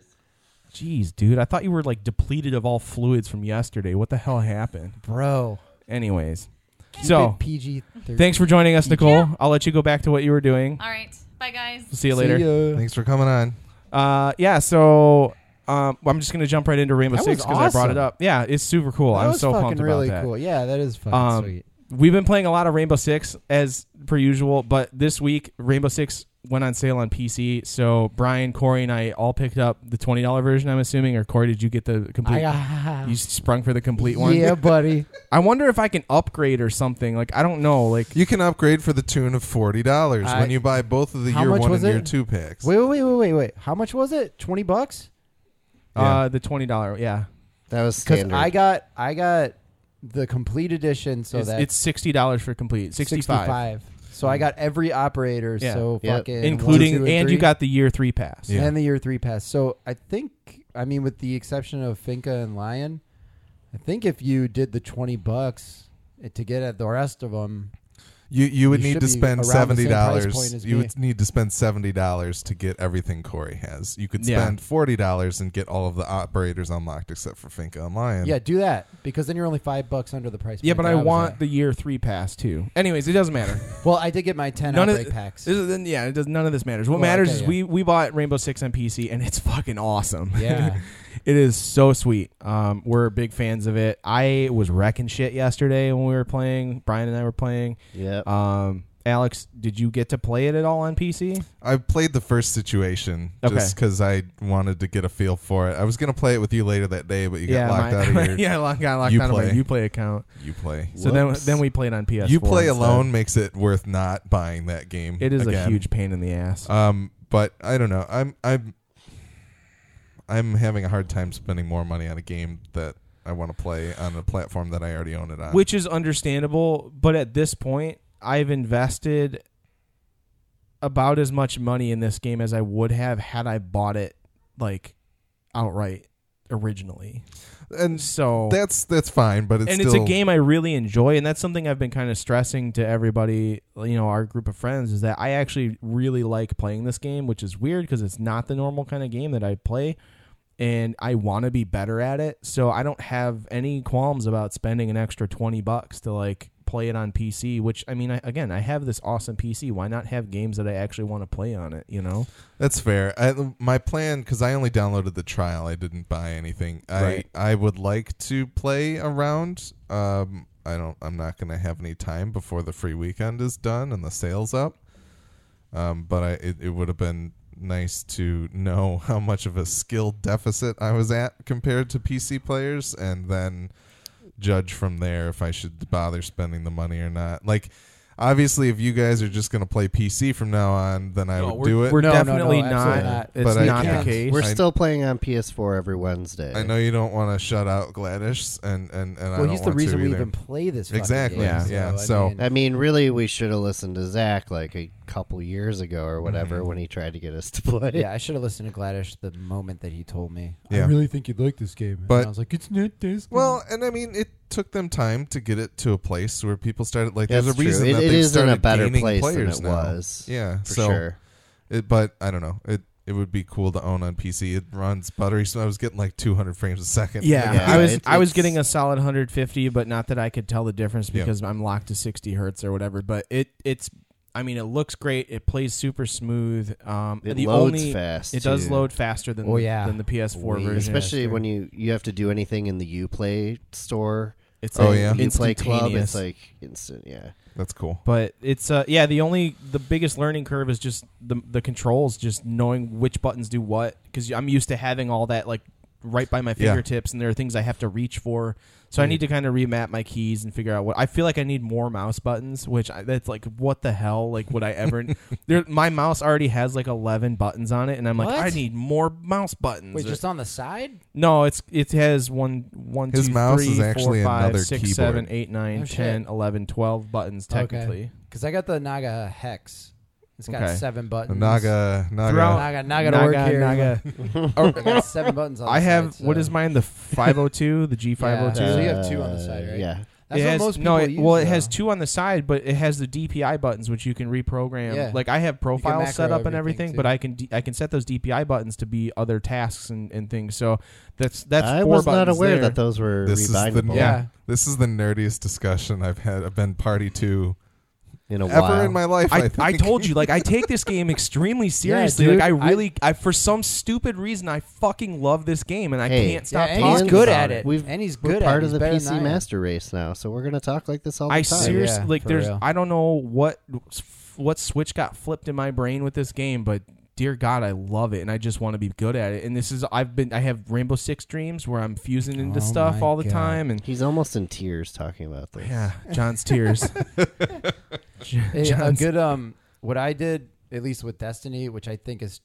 Speaker 2: Jeez, dude, I thought you were like depleted of all fluids from yesterday. What the hell happened?
Speaker 5: Bro.
Speaker 2: Anyways,
Speaker 5: Keep
Speaker 2: so
Speaker 5: it PG. 13.
Speaker 2: thanks for joining us, Nicole. I'll let you go back to what you were doing.
Speaker 4: All right. Bye, guys.
Speaker 2: We'll see you later.
Speaker 5: ya.
Speaker 1: Thanks for coming on.
Speaker 2: Uh, yeah, so. Um, I'm just gonna jump right into Rainbow
Speaker 5: That
Speaker 2: Six
Speaker 5: was
Speaker 2: because I brought it
Speaker 5: awesome.
Speaker 2: up. Yeah, it's super cool.
Speaker 5: That
Speaker 2: I'm
Speaker 5: was
Speaker 2: so
Speaker 5: fucking
Speaker 2: pumped about
Speaker 5: really
Speaker 2: that.
Speaker 5: cool. Yeah, that is fucking
Speaker 2: Um,
Speaker 5: sweet.
Speaker 2: We've been playing a lot of Rainbow Six as per usual, but this week Rainbow Six went on sale on PC. So Brian, Corey, and I all picked up the twenty dollar version. I'm assuming, or Corey, did you get the complete?
Speaker 5: I, [laughs]
Speaker 2: you sprung for the complete one.
Speaker 5: Yeah, buddy.
Speaker 2: I wonder if I can upgrade or something. Like I don't know. Like
Speaker 1: You can upgrade for the tune of forty dollars
Speaker 5: I-
Speaker 1: when you buy both of the
Speaker 5: How
Speaker 1: year
Speaker 5: much
Speaker 1: one
Speaker 5: was
Speaker 1: and year
Speaker 5: it?
Speaker 1: two packs.
Speaker 5: Wait, wait, wait, wait, wait, wait. How much was it? Twenty bucks?
Speaker 2: uh, the twenty dollar. Yeah,
Speaker 3: That was
Speaker 5: Because
Speaker 3: standard.
Speaker 5: I got I got the complete edition, so
Speaker 2: it's,
Speaker 5: that's
Speaker 2: it's sixty dollars for complete. Sixty five,
Speaker 5: 65. So I got every operator.
Speaker 2: Yeah.
Speaker 5: So
Speaker 3: Yep.
Speaker 5: fucking one,
Speaker 2: including
Speaker 5: two,
Speaker 2: and, you
Speaker 5: three,
Speaker 2: got the year three pass.
Speaker 1: Yeah.
Speaker 5: and the year three pass. So I think I mean with the exception of Finca and Lion, eh, I think if you did the twenty bucks to get at the rest of them,
Speaker 1: You you would
Speaker 5: You
Speaker 1: need
Speaker 5: should
Speaker 1: to
Speaker 5: be
Speaker 1: spend
Speaker 5: around the
Speaker 1: seventy
Speaker 5: same price point
Speaker 1: dollars.
Speaker 5: as
Speaker 1: You
Speaker 5: me.
Speaker 1: would need to spend seventy dollars to get everything Corey has. You could
Speaker 2: Yeah.
Speaker 1: spend forty dollars and get all of the operators unlocked except for Finca and Lion.
Speaker 5: Yeah, do that because then you're only five bucks under the price.
Speaker 2: Yeah,
Speaker 5: point
Speaker 2: but
Speaker 5: that
Speaker 2: I
Speaker 5: was
Speaker 2: want
Speaker 5: at.
Speaker 2: the year three pass too. Anyways, it doesn't matter.
Speaker 5: Well, I did get my ten
Speaker 2: None of
Speaker 5: outbreak
Speaker 2: th-
Speaker 5: packs.
Speaker 2: This is, then, yeah, it does, none of this matters. What
Speaker 5: Well,
Speaker 2: matters
Speaker 5: okay,
Speaker 2: is
Speaker 5: yeah.
Speaker 2: we we bought Rainbow Six on PC and it's [laughs] fucking awesome.
Speaker 5: Yeah.
Speaker 2: [laughs] it is so sweet. Um, we're big fans of it. I was wrecking shit yesterday when we were playing. Brian and I were playing.
Speaker 3: Yep.
Speaker 2: Um, Alex, did you get to play it at all on PC?
Speaker 1: I played the first situation
Speaker 2: Okay.
Speaker 1: just because I wanted to get a feel for it. I was gonna play it with you later that day, but you got locked
Speaker 2: my-
Speaker 1: out
Speaker 2: [laughs]
Speaker 1: of your
Speaker 2: yeah, I locked- got locked
Speaker 1: You
Speaker 2: out of my
Speaker 1: play.
Speaker 2: you play account.
Speaker 1: you play.
Speaker 2: So then
Speaker 3: Whoops.
Speaker 2: then we played on PS.
Speaker 1: you play alone makes it worth not buying that game.
Speaker 2: It is
Speaker 1: again.
Speaker 2: a huge pain in the ass.
Speaker 1: Um, but I don't know. I'm I'm I'm having a hard time spending more money on a game that I want to play on a platform that I already own it on.
Speaker 2: which is understandable. But at this point, I've invested about as much money in this game as I would have had I bought it like outright originally.
Speaker 1: and
Speaker 2: So
Speaker 1: that's that's fine, but it's
Speaker 2: and
Speaker 1: still,
Speaker 2: it's a game I really enjoy, and that's something I've been kind of stressing to everybody, you know, our group of friends, is that I actually really like playing this game, which is weird because it's not the normal kind of game that I play, and I want to be better at it. So I don't have any qualms about spending an extra twenty bucks to like play it on PC. Which I mean, I, again, I have this awesome PC. Why not have games that I actually want to play on it? You know,
Speaker 1: That's fair. I, my plan, because I only downloaded the trial, I didn't buy anything.
Speaker 2: Right.
Speaker 1: I I would like to play around. Um, I don't. I'm not going to have any time before the free weekend is done and the sales up. Um, but I it, it would have been nice to know [laughs] how much of a skill deficit I was at compared to PC players, and then judge from there if I should bother spending the money or not. Like. Obviously, if you guys are just going to play PC from now on, then I would do it.
Speaker 2: We're
Speaker 5: No, no, no,
Speaker 2: definitely
Speaker 5: absolutely
Speaker 2: not.
Speaker 5: not.
Speaker 2: It's
Speaker 1: But I
Speaker 2: not the
Speaker 1: can't.
Speaker 2: case.
Speaker 3: We're
Speaker 1: I-
Speaker 3: still playing on PS4 every Wednesday.
Speaker 1: I know you don't want to shut out Gladish, and and and I
Speaker 5: well,
Speaker 1: don't
Speaker 5: he's
Speaker 1: want
Speaker 5: the reason
Speaker 1: to
Speaker 5: we
Speaker 1: either.
Speaker 5: even play this. fucking
Speaker 1: Exactly,
Speaker 5: game,
Speaker 2: yeah,
Speaker 1: yeah,
Speaker 5: I
Speaker 1: so-
Speaker 5: mean-
Speaker 3: I mean, really, we should have listened to Zach like a couple years ago or whatever when he tried to get us [laughs] to play.
Speaker 5: yeah, I should have listened to Gladish the moment that he told me.
Speaker 1: Yeah.
Speaker 5: I really think you'd like this game.
Speaker 1: But-
Speaker 5: and I was like, it's not this. good."
Speaker 1: Well, and I mean, it took them time to get it to a place where people started like.
Speaker 3: That's
Speaker 1: there's a
Speaker 3: true.
Speaker 1: reason
Speaker 3: It-
Speaker 1: that
Speaker 3: it
Speaker 1: they
Speaker 3: is in
Speaker 1: started
Speaker 3: a better
Speaker 1: gaining
Speaker 3: place than
Speaker 1: players
Speaker 3: it
Speaker 1: now.
Speaker 3: was,
Speaker 1: Yeah,
Speaker 3: for
Speaker 1: so
Speaker 3: sure.
Speaker 1: it, but I don't know. It it would be cool to own on PC. It runs buttery, so I was getting like 200 frames a second.
Speaker 2: Yeah,
Speaker 3: Yeah,
Speaker 2: I was
Speaker 3: it's-
Speaker 2: I was
Speaker 3: it's-
Speaker 2: getting a solid 150, but not that I could tell the difference
Speaker 1: Yeah.
Speaker 2: because I'm locked to 60 hertz or whatever. But it it's I mean it looks great. It plays super smooth. Um,
Speaker 3: It
Speaker 2: the
Speaker 3: loads
Speaker 2: only,
Speaker 3: fast.
Speaker 2: It does
Speaker 3: too.
Speaker 2: load faster than
Speaker 5: Oh, yeah.
Speaker 2: than the PS4
Speaker 5: Way
Speaker 2: version,
Speaker 3: especially when you you have to do anything in the UPlay store.
Speaker 2: it's
Speaker 1: Oh,
Speaker 2: like
Speaker 1: yeah.
Speaker 3: You play club.
Speaker 2: instantaneous.
Speaker 3: It's like instant. Yeah,
Speaker 1: that's cool.
Speaker 2: but it's uh yeah the only the biggest learning curve is just the the controls just knowing which buttons do what because i'm used to having all that like right by my
Speaker 1: Yeah. Mm-hmm.
Speaker 2: fingertips and there are things i have to reach for so i need to kind of remap my keys and figure out what i feel like i need more mouse buttons which I, that's like what the hell like would
Speaker 1: [laughs]
Speaker 2: i ever there my mouse already has like 11 buttons on it and i'm like
Speaker 5: What?
Speaker 2: i need more mouse buttons
Speaker 5: Wait,
Speaker 2: Or-
Speaker 5: just on the side?
Speaker 2: no, it's it has one one
Speaker 1: His
Speaker 2: two,
Speaker 1: mouse
Speaker 2: three,
Speaker 1: is
Speaker 2: four,
Speaker 1: actually
Speaker 2: five,
Speaker 1: another
Speaker 2: six,
Speaker 1: keyboard.
Speaker 2: seven, eight, nine,
Speaker 5: Oh,
Speaker 2: 10,
Speaker 5: shit.
Speaker 2: 11, 12 buttons
Speaker 5: Okay.
Speaker 2: technically.
Speaker 5: Because I got the Naga Hex. It's got
Speaker 2: Okay.
Speaker 5: seven buttons.
Speaker 1: Naga, Naga.
Speaker 2: Throughout-
Speaker 5: Naga, Naga, to work here. [laughs]
Speaker 2: Or- [laughs]
Speaker 5: I got seven buttons on the
Speaker 2: I have
Speaker 5: side,
Speaker 2: what
Speaker 5: so-
Speaker 2: is mine? The 502, the G502.
Speaker 5: [laughs] Yeah. So you have two on the side, right?
Speaker 3: Uh, Yeah,
Speaker 5: That's
Speaker 2: it
Speaker 5: what
Speaker 2: has,
Speaker 5: most
Speaker 2: no,
Speaker 5: people
Speaker 2: it,
Speaker 5: use,
Speaker 2: well, it
Speaker 5: though.
Speaker 2: has two on the side, but it has the DPI buttons which you can reprogram.
Speaker 5: Yeah.
Speaker 2: Like I have profiles set
Speaker 5: macro
Speaker 2: up and
Speaker 5: everything,
Speaker 2: everything,
Speaker 5: too.
Speaker 2: but I can d- I can set those DPI buttons to be other tasks and, and things. So that's that's
Speaker 3: I
Speaker 2: four
Speaker 3: was not
Speaker 2: buttons
Speaker 3: aware
Speaker 2: there.
Speaker 3: that those were
Speaker 1: This is the
Speaker 3: rebindable
Speaker 2: Yeah.
Speaker 1: This is the nerdiest discussion I've had. I've been party to
Speaker 3: in a
Speaker 1: ever
Speaker 3: while.
Speaker 1: in my life. I,
Speaker 2: I, I
Speaker 1: think. [laughs]
Speaker 2: told you, like, I take this game
Speaker 3: [laughs]
Speaker 2: extremely seriously.
Speaker 5: dude,
Speaker 2: like, I
Speaker 5: I-
Speaker 2: really, I, for some stupid reason, I fucking love this game, and I
Speaker 3: Hey.
Speaker 2: can't
Speaker 5: Yeah,
Speaker 2: stop
Speaker 5: and
Speaker 2: talking
Speaker 5: he's good
Speaker 2: about
Speaker 5: at it.
Speaker 3: We've-
Speaker 5: and he's
Speaker 3: We're
Speaker 5: good
Speaker 3: part
Speaker 5: at it.
Speaker 3: of
Speaker 5: He's
Speaker 3: the
Speaker 5: better than I
Speaker 3: PC
Speaker 5: am.
Speaker 3: master race now, so we're gonna talk like this all the
Speaker 2: I
Speaker 3: time.
Speaker 2: seriously
Speaker 5: Yeah,
Speaker 2: like
Speaker 5: for
Speaker 2: there's
Speaker 5: real.
Speaker 2: I don't know what what switch got flipped in my brain with this game, but dear God, I love it and I just want to be good at it. And this is I've been I have Rainbow Six dreams where I'm fusing into
Speaker 5: Oh
Speaker 2: stuff
Speaker 5: my
Speaker 2: all the
Speaker 5: God.
Speaker 2: time and
Speaker 3: He's almost in tears talking about this.
Speaker 2: yeah,
Speaker 5: [laughs]
Speaker 2: John's tears. [laughs] Jo-
Speaker 5: Hey, a
Speaker 2: John's-
Speaker 5: good um what I did at least with Destiny, which I think is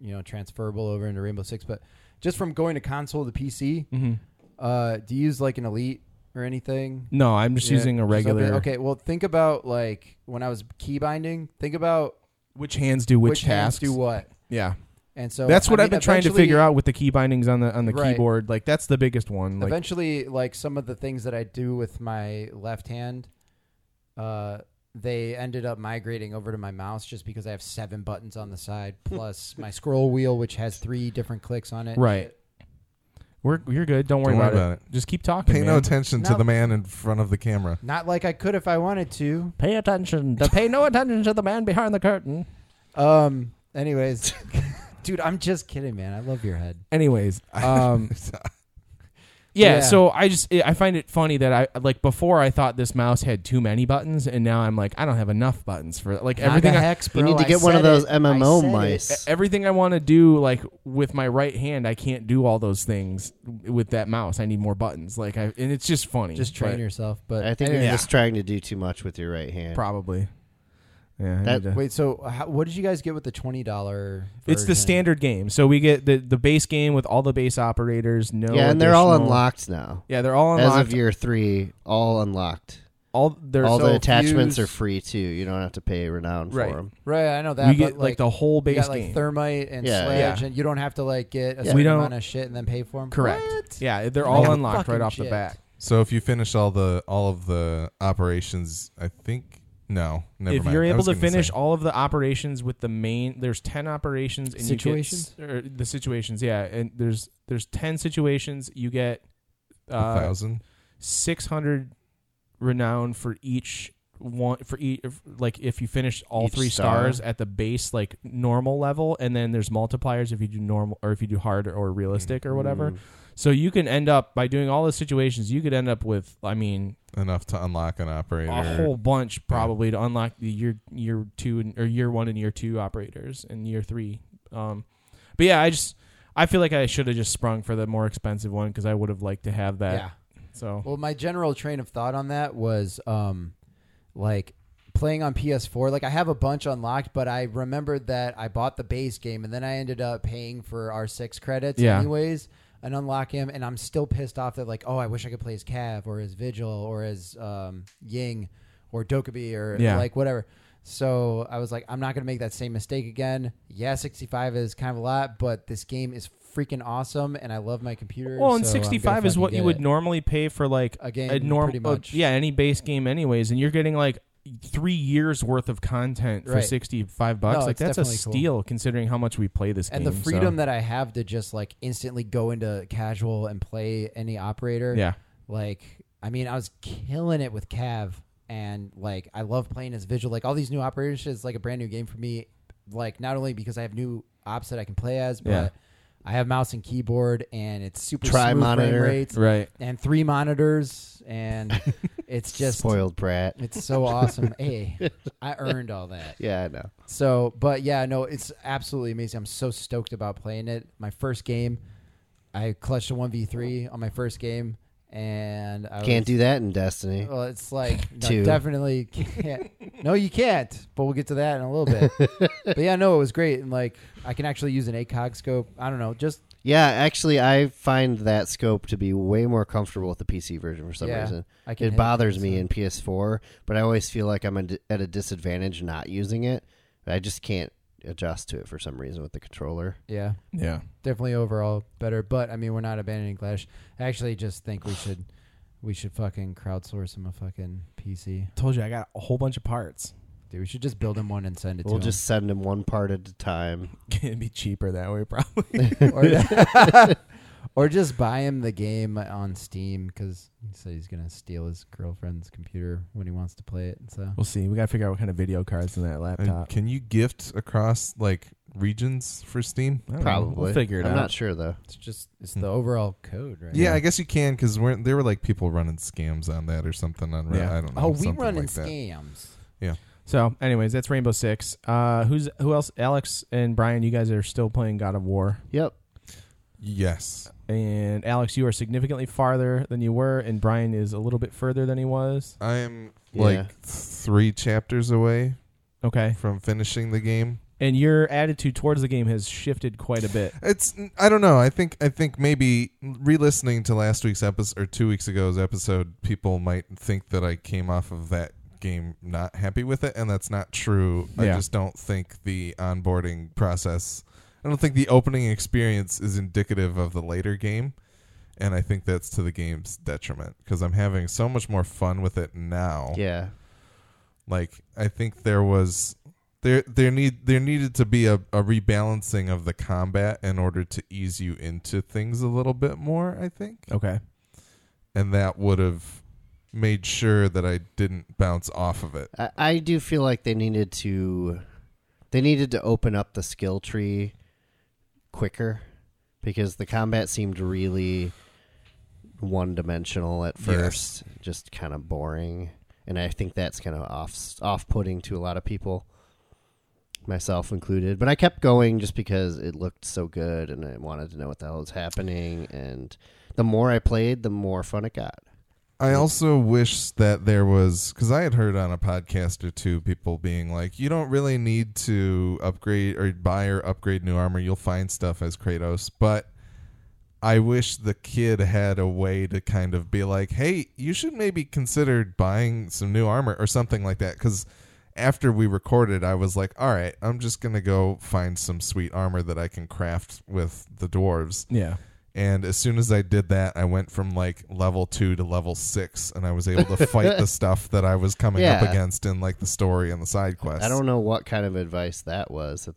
Speaker 5: you know transferable over into Rainbow Six, but just from going to console to PC,
Speaker 2: Mhm.
Speaker 5: uh, do you use like an elite or anything?
Speaker 2: No, I'm just
Speaker 5: Yeah,
Speaker 2: using a
Speaker 5: just
Speaker 2: regular.
Speaker 5: open- okay, well think about like when I was key binding, think about
Speaker 2: Which hands do which,
Speaker 5: which hands
Speaker 2: tasks?
Speaker 5: do what.
Speaker 2: yeah,
Speaker 5: And so
Speaker 2: that's what
Speaker 5: I
Speaker 2: I've been trying to figure out with the key bindings on the on the
Speaker 5: Right.
Speaker 2: keyboard. Like that's the biggest one. Like
Speaker 5: eventually like some of the things that I do with my left hand uh they ended up migrating over to my mouse just because I have seven buttons on the side
Speaker 2: Hmm.
Speaker 5: plus my scroll wheel, which has three different clicks on it.
Speaker 2: Right. We're you're good. Don't worry,
Speaker 1: Don't worry
Speaker 2: about, it.
Speaker 1: about
Speaker 2: Just keep talking.
Speaker 1: Pay no
Speaker 2: man.
Speaker 1: attention to
Speaker 5: No.
Speaker 1: the man in front of the camera. [laughs]
Speaker 5: Not like I could if I wanted to.
Speaker 2: pay attention. To pay no attention to the man behind the curtain.
Speaker 5: Um. Anyways, [laughs] dude, I'm just kidding, man. I love your head.
Speaker 2: [laughs] Anyways, um, yeah,
Speaker 5: Yeah.
Speaker 2: So I just I find it funny that I like before I thought this mouse had too many buttons, and now I'm like I don't have enough buttons for like everything.
Speaker 5: Not a
Speaker 2: I, e,
Speaker 5: hex,
Speaker 3: You
Speaker 5: bro.
Speaker 3: need to
Speaker 5: I
Speaker 3: get one of
Speaker 5: said
Speaker 3: those
Speaker 5: it. I
Speaker 3: MMO
Speaker 5: said it.
Speaker 3: mice.
Speaker 2: everything I want to do like with my right hand, I can't do all those things with that mouse. I need more buttons. Like I and it's just funny.
Speaker 5: Just train
Speaker 2: but
Speaker 5: yourself. But
Speaker 3: I think you're
Speaker 2: Yeah.
Speaker 3: just trying to do too much with your right
Speaker 2: [laughs]
Speaker 3: hand.
Speaker 2: probably. Yeah. I
Speaker 3: That-
Speaker 2: need to-
Speaker 5: Wait, so how, what did you guys get with the twenty dollar?
Speaker 2: It's the standard game. So we get the the base game with all the base operators. No.
Speaker 3: yeah, and they're all
Speaker 2: additional-
Speaker 3: unlocked now.
Speaker 2: Yeah, they're all
Speaker 3: As
Speaker 2: unlocked.
Speaker 3: of year three, all unlocked.
Speaker 2: all they're
Speaker 3: all
Speaker 2: so
Speaker 3: the attachments
Speaker 2: fused-
Speaker 3: are free too. You don't have to pay renown
Speaker 2: Right.
Speaker 3: for them.
Speaker 5: Right, I know that.
Speaker 2: We
Speaker 5: but
Speaker 2: get like,
Speaker 5: like
Speaker 2: the whole
Speaker 5: you
Speaker 2: base
Speaker 5: got, like
Speaker 2: game.
Speaker 5: thermite and
Speaker 3: Yeah.
Speaker 5: sledge,
Speaker 2: Yeah.
Speaker 5: and you don't have to like
Speaker 2: Yeah.
Speaker 5: get a certain
Speaker 2: We don't-
Speaker 5: amount of shit and then pay for them.
Speaker 2: Correct. Yeah, they're all
Speaker 5: No
Speaker 2: unlocked right
Speaker 5: fucking
Speaker 2: off the
Speaker 5: shit.
Speaker 2: bat.
Speaker 1: So if you finish all the all of the operations, I think no, never
Speaker 2: if
Speaker 1: mind.
Speaker 2: you're
Speaker 1: I
Speaker 2: able
Speaker 1: was
Speaker 2: to
Speaker 1: gonna
Speaker 2: finish
Speaker 1: say.
Speaker 2: all of the operations with the main, there's ten operations and
Speaker 5: Situations?
Speaker 2: you get s- or the situations. Yeah, and there's there's ten situations. You get
Speaker 1: a
Speaker 2: uh,
Speaker 1: thousand,
Speaker 2: six hundred renown for each one for each like if you finish all
Speaker 3: Each
Speaker 2: three
Speaker 3: star.
Speaker 2: stars at the base like normal level and then there's multipliers if you do normal or if you do hard or, realistic
Speaker 1: Mm-hmm.
Speaker 2: or whatever
Speaker 3: Mm.
Speaker 2: so you can end up by doing all the situations you could end up with i mean
Speaker 1: enough to unlock an operator.
Speaker 2: a whole bunch probably to unlock the year year two and, or year one and year two operators and year three. Um, but yeah, I just I feel like I should have just sprung for the more expensive one because I would have liked to have that.
Speaker 5: Yeah.
Speaker 2: So
Speaker 5: Well, my general train of thought on that was um, like playing on PS4. Like I have a bunch unlocked, but I remembered that I bought the base game and then I ended up paying for R6 credits
Speaker 2: Yeah.
Speaker 5: anyways and unlock him. And I'm still pissed off that like, oh, I wish I could play as Cav or as Vigil or as um, Ying or Dokubi or
Speaker 2: Yeah.
Speaker 5: like whatever. So I was like, I'm not going to make that same mistake again. Yeah, 65 is kind of a lot, but this game is freaking awesome and I love my computer.
Speaker 2: well, and
Speaker 5: so I'm gonna
Speaker 2: sixty five is
Speaker 5: fucking
Speaker 2: what you
Speaker 5: get
Speaker 2: would
Speaker 5: it.
Speaker 2: normally pay for like
Speaker 5: A game,
Speaker 2: a normal
Speaker 5: pretty much.
Speaker 2: yeah any base game anyways, and you're getting like three years worth of content for
Speaker 5: Right.
Speaker 2: sixty five bucks.
Speaker 5: No,
Speaker 2: like
Speaker 5: it's
Speaker 2: that's a
Speaker 5: definitely cool.
Speaker 2: steal considering how much we play this
Speaker 5: and
Speaker 2: game.
Speaker 5: the freedom
Speaker 2: so-
Speaker 5: that I have to just like instantly go into casual and play any operator.
Speaker 2: yeah.
Speaker 5: Like, I mean, I was killing it with Cav, and like, I love playing as Vigil. Like, all these new operators is like a brand new game for me. Like, not only because I have new ops that I can play as, but
Speaker 2: Yeah.
Speaker 5: I have mouse and keyboard, and it's super smooth
Speaker 3: Tri-monitor.
Speaker 5: frame rates
Speaker 2: Right.
Speaker 5: and three monitors,
Speaker 2: [laughs]
Speaker 5: and it's just
Speaker 3: spoiled brat.
Speaker 5: it's so awesome. hey, I earned all that.
Speaker 3: Yeah, I know.
Speaker 5: So, but yeah, no, it's absolutely amazing. I'm so stoked about playing it. My first game, I clutched a one v three on my first game, and I
Speaker 3: Can't
Speaker 5: was,
Speaker 3: do that in Destiny.
Speaker 5: Well, it's like no,
Speaker 3: Two.
Speaker 5: definitely can't. no, you can't. But we'll get to that in a little
Speaker 3: [laughs]
Speaker 5: bit. but yeah, no, it was great, and like I can actually use an ACOG scope. I don't know, just
Speaker 3: Yeah, actually, I find that scope to be way more comfortable with the PC version for some
Speaker 5: Yeah,
Speaker 3: reason.
Speaker 5: I can. hit
Speaker 3: It bothers
Speaker 5: so.
Speaker 3: me in PS4, but I always feel like I'm a- at a disadvantage not using it. I just can't adjust to it for some reason with the controller.
Speaker 5: Yeah,
Speaker 2: Yeah.
Speaker 5: definitely overall better. But I mean, we're not abandoning Clash. I actually just think we should. We should fucking crowdsource him a fucking PC.
Speaker 2: Told you I got a whole bunch of parts. [laughs]
Speaker 5: Dude, we should just build him one and send it
Speaker 3: We'll
Speaker 5: to him.
Speaker 3: just send him one part at a time.
Speaker 2: It'd be cheaper that way probably.
Speaker 5: or, [laughs] or just buy him the game on Steam because he said he's gonna steal his girlfriend's computer when he wants to play it. So
Speaker 2: [laughs] We'll see. We got to figure out what kind of video cards in that
Speaker 1: And
Speaker 2: laptop.
Speaker 1: can you gift across like regions for Steam?
Speaker 2: I don't know.
Speaker 3: Probably.
Speaker 2: We'll figure it
Speaker 3: I'm
Speaker 2: out.
Speaker 3: not sure, though.
Speaker 5: it's just it's
Speaker 1: Hmm.
Speaker 5: the overall code, right?
Speaker 1: Yeah, I guess you can because there were like people running scams on that or something on. Re-
Speaker 2: Yeah.
Speaker 1: I don't know.
Speaker 5: Oh, we
Speaker 1: something
Speaker 5: run in
Speaker 1: like that.
Speaker 5: scams.
Speaker 2: So, anyways, that's Rainbow Six. Uh, who's who else? Alex and Brian, you guys are still playing God of War,
Speaker 3: Yep.
Speaker 1: Yes,
Speaker 2: and Alex, you are significantly farther than you were, and Brian is a little bit further than he was.
Speaker 1: I am
Speaker 3: Yeah.
Speaker 1: like three chapters away
Speaker 2: Okay,
Speaker 1: from finishing the game.
Speaker 2: and your attitude towards the game has shifted quite a bit.
Speaker 1: It's I don't know. I think I think maybe re-listening to last week's episode or two weeks ago's episode, people might think that I came off of that game not happy with it, and that's not true.
Speaker 2: Yeah.
Speaker 1: I just don't think the onboarding process. I don't think the opening experience is indicative of the later game, and I think that's
Speaker 2: Oh.
Speaker 1: to the game's detriment because I'm having so much more fun with it now.
Speaker 3: Yeah.
Speaker 1: Like I think there was there there need there needed to be a, a rebalancing of the combat in order to ease you into things a little bit more, I think.
Speaker 2: Okay.
Speaker 1: And that would have made sure that I didn't bounce off of it.
Speaker 3: I, I do feel like they needed to they needed to open up the skill tree quicker because the combat seemed really one dimensional at first, just kind of boring, and I think that's kind of off off putting to a lot of people, myself included. But I kept going just because it looked so good, and I wanted to know what the hell was happening. And the more I played, the more fun it got.
Speaker 1: I also wish that there was because I had heard on a podcast or two people being like, "You don't really need to upgrade or buy or upgrade new armor. You'll find stuff as Kratos." But I wish the kid had a way to kind of be like, "Hey, you should maybe consider buying some new armor or something like that." Because after we recorded, I was like, "All right, I'm just gonna go find some sweet armor that I can craft with the dwarves."
Speaker 2: Yeah.
Speaker 1: And as soon as I did that, I went from like level two to level six, and I was able to fight
Speaker 3: [laughs]
Speaker 1: the stuff that I was coming up
Speaker 3: Yeah.
Speaker 1: against in like the story and the side quests.
Speaker 3: I don't know what kind of advice that was that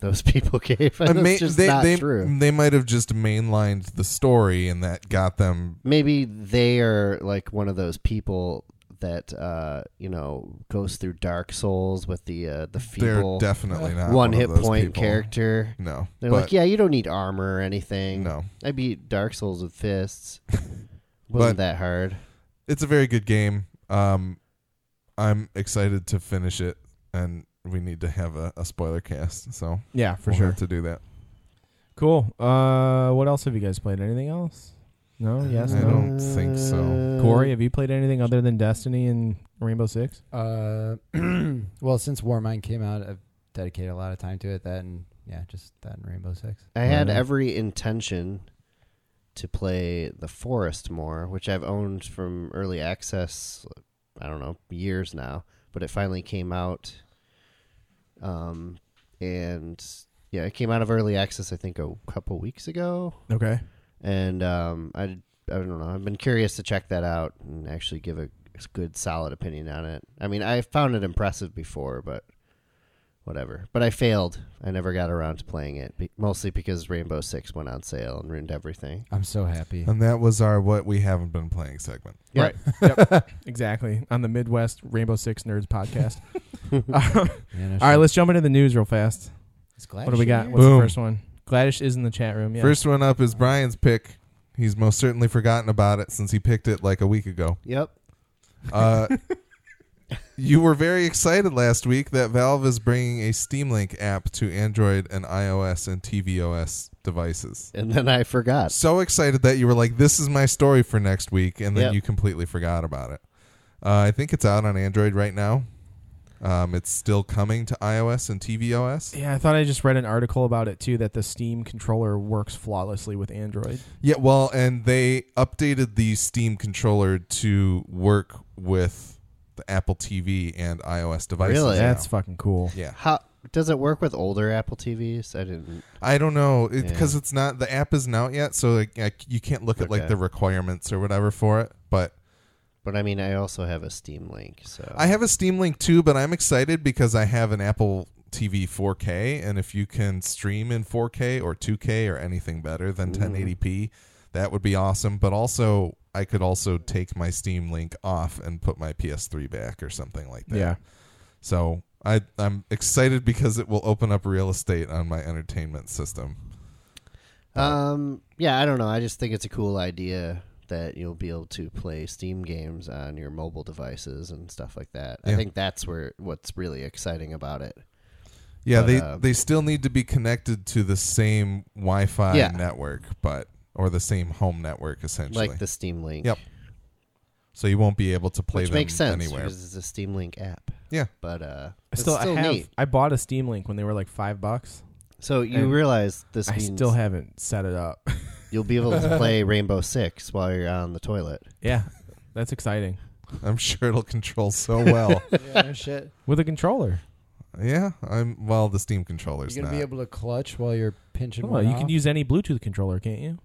Speaker 3: those [laughs] people gave.
Speaker 1: I
Speaker 3: That's
Speaker 1: may-
Speaker 3: just
Speaker 1: they,
Speaker 3: not
Speaker 1: they,
Speaker 3: true.
Speaker 1: they might have just mainlined the story, and that got them.
Speaker 3: Maybe they are like one of those people that uh, you know goes through Dark Souls with the uh, the feeble
Speaker 1: They're definitely not
Speaker 3: one,
Speaker 1: one, of
Speaker 3: hit
Speaker 1: those
Speaker 3: point
Speaker 1: people.
Speaker 3: character.
Speaker 1: No,
Speaker 3: They're
Speaker 1: but
Speaker 3: like, yeah, you don't need armor or anything.
Speaker 1: no.
Speaker 3: I beat Dark Souls with
Speaker 1: [laughs]
Speaker 3: fists.
Speaker 1: But-
Speaker 3: Wasn't that hard?
Speaker 1: It's a very good game. Um, I'm excited to finish it, and we need to have a, a spoiler cast, so
Speaker 2: Yeah, for
Speaker 1: we'll
Speaker 2: sure.
Speaker 1: have to do that.
Speaker 2: Cool. Uh, what else have you guys played? Anything else?
Speaker 3: Uh,
Speaker 2: No. Oh, Yes.
Speaker 1: I
Speaker 2: No.
Speaker 1: don't think so.
Speaker 2: Corey, have you played anything other than Destiny and Rainbow Six?
Speaker 5: Uh, [clears throat] well, since Warmind came out, I've dedicated a lot of time to it. That and yeah, just that and Rainbow Six.
Speaker 3: I had
Speaker 2: Yeah.
Speaker 3: every intention to play The Forest more, which I've owned from early access, I don't know, years now, but it finally came out. Um, and yeah, it came out of early access, I think, a couple weeks ago.
Speaker 2: Okay.
Speaker 3: And um, I, I don't know, I've been curious to check that out and actually give a good, solid opinion on it. I mean, I found it impressive before, but whatever. But I failed. I never got around to playing it, be- mostly because Rainbow Six went on sale and ruined everything.
Speaker 5: I'm so happy.
Speaker 1: And that was our what we haven't been playing segment.
Speaker 2: Right. yep. Exactly. On the Midwest Rainbow Six Nerds
Speaker 3: [laughs]
Speaker 2: podcast. All
Speaker 5: Man, I
Speaker 2: right,
Speaker 5: should-
Speaker 2: let's jump into the news real fast.
Speaker 5: it's glad
Speaker 2: What do we
Speaker 5: you're
Speaker 2: got?
Speaker 5: here.
Speaker 2: What's
Speaker 1: Boom.
Speaker 2: the first one? Gladish is in the chat room. Yeah.
Speaker 1: First one up is Brian's pick. He's most certainly forgotten about it since he picked it like a week ago.
Speaker 3: Yep.
Speaker 1: Uh, you were very excited last week that Valve is bringing a Steam Link app to Android and iOS and tvOS devices.
Speaker 3: And then I forgot.
Speaker 1: So excited that you were like, "This is my story for next week," and then
Speaker 3: Yep.
Speaker 1: you completely forgot about it. Uh, I think it's out on Android right now. Um, it's still coming to iOS and tvOS.
Speaker 2: Yeah, I thought I just read an article about it too that the Steam controller works flawlessly with Android.
Speaker 1: Yeah, well, and they updated the Steam controller to work with the Apple TV and iOS devices.
Speaker 3: Really?
Speaker 1: now.
Speaker 2: That's fucking cool.
Speaker 1: yeah.
Speaker 3: How does it work with older Apple TVs? I didn't.
Speaker 1: I don't know
Speaker 3: Yeah.
Speaker 1: because it's not the app isn't out yet, so like, I- you can't look at like
Speaker 3: Okay.
Speaker 1: the requirements or whatever for it. But
Speaker 3: But I mean, I also have a Steam Link, so
Speaker 1: I have a Steam Link too, but I'm excited because I have an Apple TV 4K, and if you can stream in 4K or 2K or anything better than 1080p, that would be awesome. But also, I could also take my Steam Link off and put my PS3 back or something like that. So I I'm excited because it will open up real estate on my entertainment system.
Speaker 3: Um. Yeah, I don't know. I just think it's a cool idea that you'll be able to play Steam games on your mobile devices and stuff like that.
Speaker 1: Yeah.
Speaker 3: I think that's where what's really exciting about it.
Speaker 1: Yeah,
Speaker 3: But,
Speaker 1: they
Speaker 3: uh,
Speaker 1: they still need to be connected to the same Wi-Fi
Speaker 3: Yeah.
Speaker 1: network, but or the same home network essentially.
Speaker 3: Like the Steam Link.
Speaker 1: Yep. so you won't be able to play
Speaker 3: Which
Speaker 1: them
Speaker 3: makes sense
Speaker 1: anywhere.
Speaker 3: because it's a Steam Link app.
Speaker 1: Yeah.
Speaker 3: But uh
Speaker 2: I
Speaker 3: it's
Speaker 2: still,
Speaker 3: still,
Speaker 2: I have
Speaker 3: neat.
Speaker 2: I bought a Steam Link when they were like five bucks.
Speaker 3: So you
Speaker 2: and
Speaker 3: realize this
Speaker 2: I
Speaker 3: means
Speaker 2: still haven't set it up. [laughs]
Speaker 3: you'll be able [laughs] to play Rainbow Six while you're on the toilet.
Speaker 2: yeah, that's exciting
Speaker 1: [laughs] I'm sure it'll control so
Speaker 3: [laughs]
Speaker 1: well.
Speaker 5: Yeah, no shit.
Speaker 2: with a controller.
Speaker 1: yeah, I'm well the Steam controller's
Speaker 5: You're gonna
Speaker 1: not.
Speaker 5: be able to clutch while you're pinching.
Speaker 2: Oh,
Speaker 5: one
Speaker 2: you
Speaker 5: off?
Speaker 2: can use any Bluetooth controller, can't you?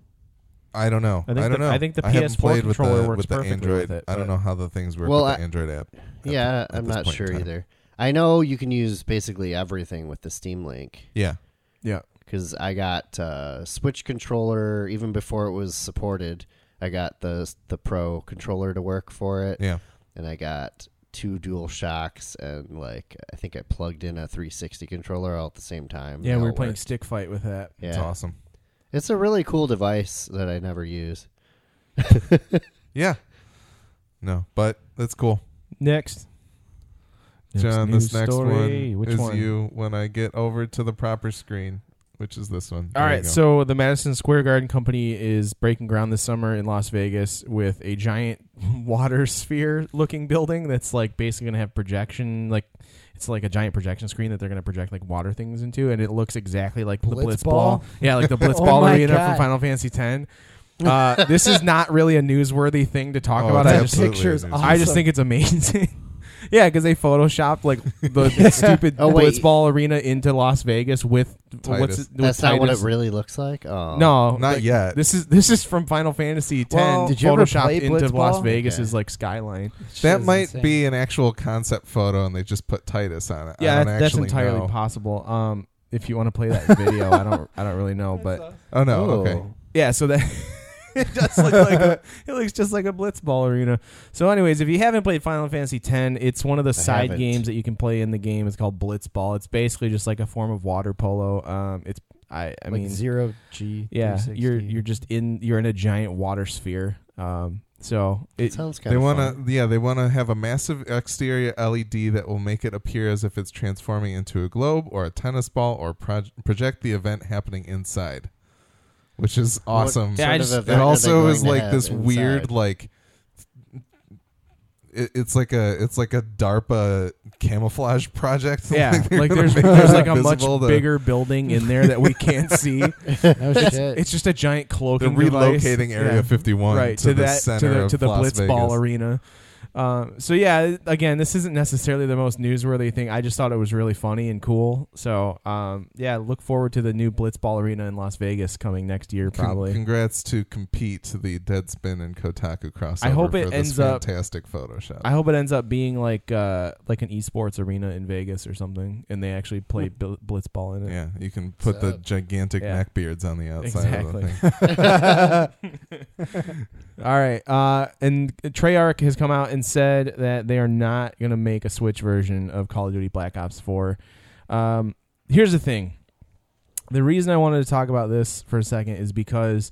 Speaker 1: I don't know.
Speaker 2: I
Speaker 1: I,
Speaker 2: think
Speaker 1: don't
Speaker 2: the-
Speaker 1: know.
Speaker 2: I think the
Speaker 1: haven't
Speaker 2: PS4
Speaker 1: played with
Speaker 2: controller
Speaker 1: the,
Speaker 2: works
Speaker 1: with the
Speaker 2: perfectly
Speaker 1: Android.
Speaker 2: with it,
Speaker 1: I don't
Speaker 2: but-
Speaker 1: know how the things work
Speaker 3: Well,
Speaker 1: with
Speaker 3: I-
Speaker 1: the Android app. at
Speaker 3: yeah,
Speaker 1: the- at
Speaker 3: I'm
Speaker 1: this
Speaker 3: not
Speaker 1: point in
Speaker 3: sure
Speaker 1: time.
Speaker 3: either. I know you can use basically everything with the Steam Link
Speaker 1: Yeah.
Speaker 2: Yeah.
Speaker 3: because I got uh, Switch controller even before it was supported. I got the the Pro controller to work for it,
Speaker 1: Yeah.
Speaker 3: and I got two Dual Shocks and like I think I plugged in a 360 controller all at the same time.
Speaker 2: Yeah,
Speaker 3: They
Speaker 2: we were
Speaker 3: all
Speaker 2: playing
Speaker 3: worked.
Speaker 2: stick fight with that.
Speaker 1: It's
Speaker 3: Yeah.
Speaker 1: awesome.
Speaker 3: It's a really cool device that I never use.
Speaker 1: Yeah. No, but that's cool.
Speaker 2: Next.
Speaker 1: John, this
Speaker 2: news
Speaker 1: next
Speaker 2: story.
Speaker 1: one
Speaker 2: Which
Speaker 1: is
Speaker 2: one?
Speaker 1: you when I get over to the proper screen, which is this one.
Speaker 2: All
Speaker 1: There you
Speaker 2: right,
Speaker 1: go.
Speaker 2: so the Madison Square Garden Company is breaking ground this summer in Las Vegas with a giant [laughs] water sphere looking building that's like basically going to have projection like it's like a giant projection screen that they're going to project like water things into and it looks exactly like the
Speaker 5: Blitz
Speaker 2: Blitz ball.
Speaker 5: ball?
Speaker 2: Yeah, like the Blitz
Speaker 5: Oh
Speaker 2: ball
Speaker 5: my
Speaker 2: arena from
Speaker 5: God.
Speaker 2: Final Fantasy 10. Uh, this is not really a newsworthy thing to talk
Speaker 1: Oh,
Speaker 2: about.
Speaker 1: it's
Speaker 2: I
Speaker 5: That
Speaker 2: just
Speaker 1: absolutely
Speaker 5: picture is
Speaker 1: amazing.
Speaker 2: I just
Speaker 5: awesome.
Speaker 2: think it's amazing. [laughs] yeah, because they photoshopped like
Speaker 1: [laughs]
Speaker 2: the stupid
Speaker 3: Oh, wait.
Speaker 2: blitzball arena into Las Vegas with what's
Speaker 1: Titus.
Speaker 2: it, with
Speaker 3: That's not what it
Speaker 2: Titus.
Speaker 3: really looks like. Oh
Speaker 2: No,
Speaker 1: Not
Speaker 2: like,
Speaker 1: yet.
Speaker 2: This is this is from Final Fantasy X.
Speaker 5: Well, did you ever
Speaker 2: photoshopped
Speaker 5: play
Speaker 2: into
Speaker 5: Blitzball?
Speaker 2: Las Vegas
Speaker 3: Okay.
Speaker 2: is like skyline.
Speaker 1: that might be an actual concept photo, and they just put Titus on it. I
Speaker 2: Yeah,
Speaker 1: don't
Speaker 2: that's, that's
Speaker 1: actually
Speaker 2: entirely
Speaker 1: know.
Speaker 2: possible. Um, if you want to play that video, I don't I don't really know,
Speaker 1: [laughs]
Speaker 2: but
Speaker 1: Oh no,
Speaker 3: Oh.
Speaker 1: okay.
Speaker 2: yeah, so that [laughs] it does look
Speaker 1: [laughs]
Speaker 2: like a, it looks just like a blitzball arena. So, anyways, if you haven't played Final Fantasy X, it's one of the side
Speaker 3: haven't.
Speaker 2: games that you can play in the game. It's called Blitzball. It's basically just like a form of water polo. Um, it's I I
Speaker 5: like
Speaker 2: mean
Speaker 5: zero G.
Speaker 2: yeah, you're
Speaker 5: 360.
Speaker 2: you're just in you're in a giant water sphere. Um, so
Speaker 3: It
Speaker 1: [laughs]
Speaker 2: it,
Speaker 3: sounds kind
Speaker 1: They
Speaker 3: of
Speaker 1: want to, yeah, they want to have a massive exterior LED that will make it appear as if it's transforming into a globe or a tennis ball, or proj- project the event happening inside, which is awesome.
Speaker 2: Yeah, I just-
Speaker 1: it also is like this weird, like it, it's like a it's like a DARPA camouflage project. [laughs]
Speaker 2: Yeah,
Speaker 1: Like, they're
Speaker 2: like
Speaker 1: gonna
Speaker 2: there's
Speaker 1: make
Speaker 2: there's
Speaker 1: it [laughs]
Speaker 2: like a much
Speaker 1: visible to-
Speaker 2: bigger building in there that
Speaker 1: [laughs]
Speaker 2: we can't see.
Speaker 5: [laughs] no
Speaker 2: [laughs]
Speaker 5: shit.
Speaker 2: It's just a giant
Speaker 1: They're
Speaker 2: cloaking. device.
Speaker 1: relocating Area
Speaker 2: Yeah.
Speaker 1: 51
Speaker 2: right
Speaker 1: to, the
Speaker 2: that
Speaker 1: center
Speaker 2: to the,
Speaker 1: of
Speaker 2: to the
Speaker 1: Las
Speaker 2: Blitz
Speaker 1: Vegas.
Speaker 2: Ball Arena. Um, so yeah, again, this isn't necessarily the most newsworthy thing. I just thought it was really funny and cool. So um, yeah, look forward to the new Blitz Ball Arena in Las Vegas coming next year,
Speaker 1: Con-
Speaker 2: probably.
Speaker 1: congrats to compete to the Deadspin and Kotaku crossover.
Speaker 2: I hope it
Speaker 1: for this
Speaker 2: ends up-
Speaker 1: fantastic Photoshop.
Speaker 2: I hope it ends up being like uh, like an esports arena in Vegas or something, and they actually play bl- blitzball in it.
Speaker 1: yeah, you can put the
Speaker 5: up?
Speaker 1: gigantic
Speaker 2: Yeah.
Speaker 1: neck beards on the outside of the
Speaker 2: Exactly.
Speaker 1: thing.
Speaker 2: [laughs] All right. Uh, and Treyarch has come out and said that they are not going to make a Switch version of Call of Duty Black Ops 4. Um, here's the thing the reason I wanted to talk about this for a second is because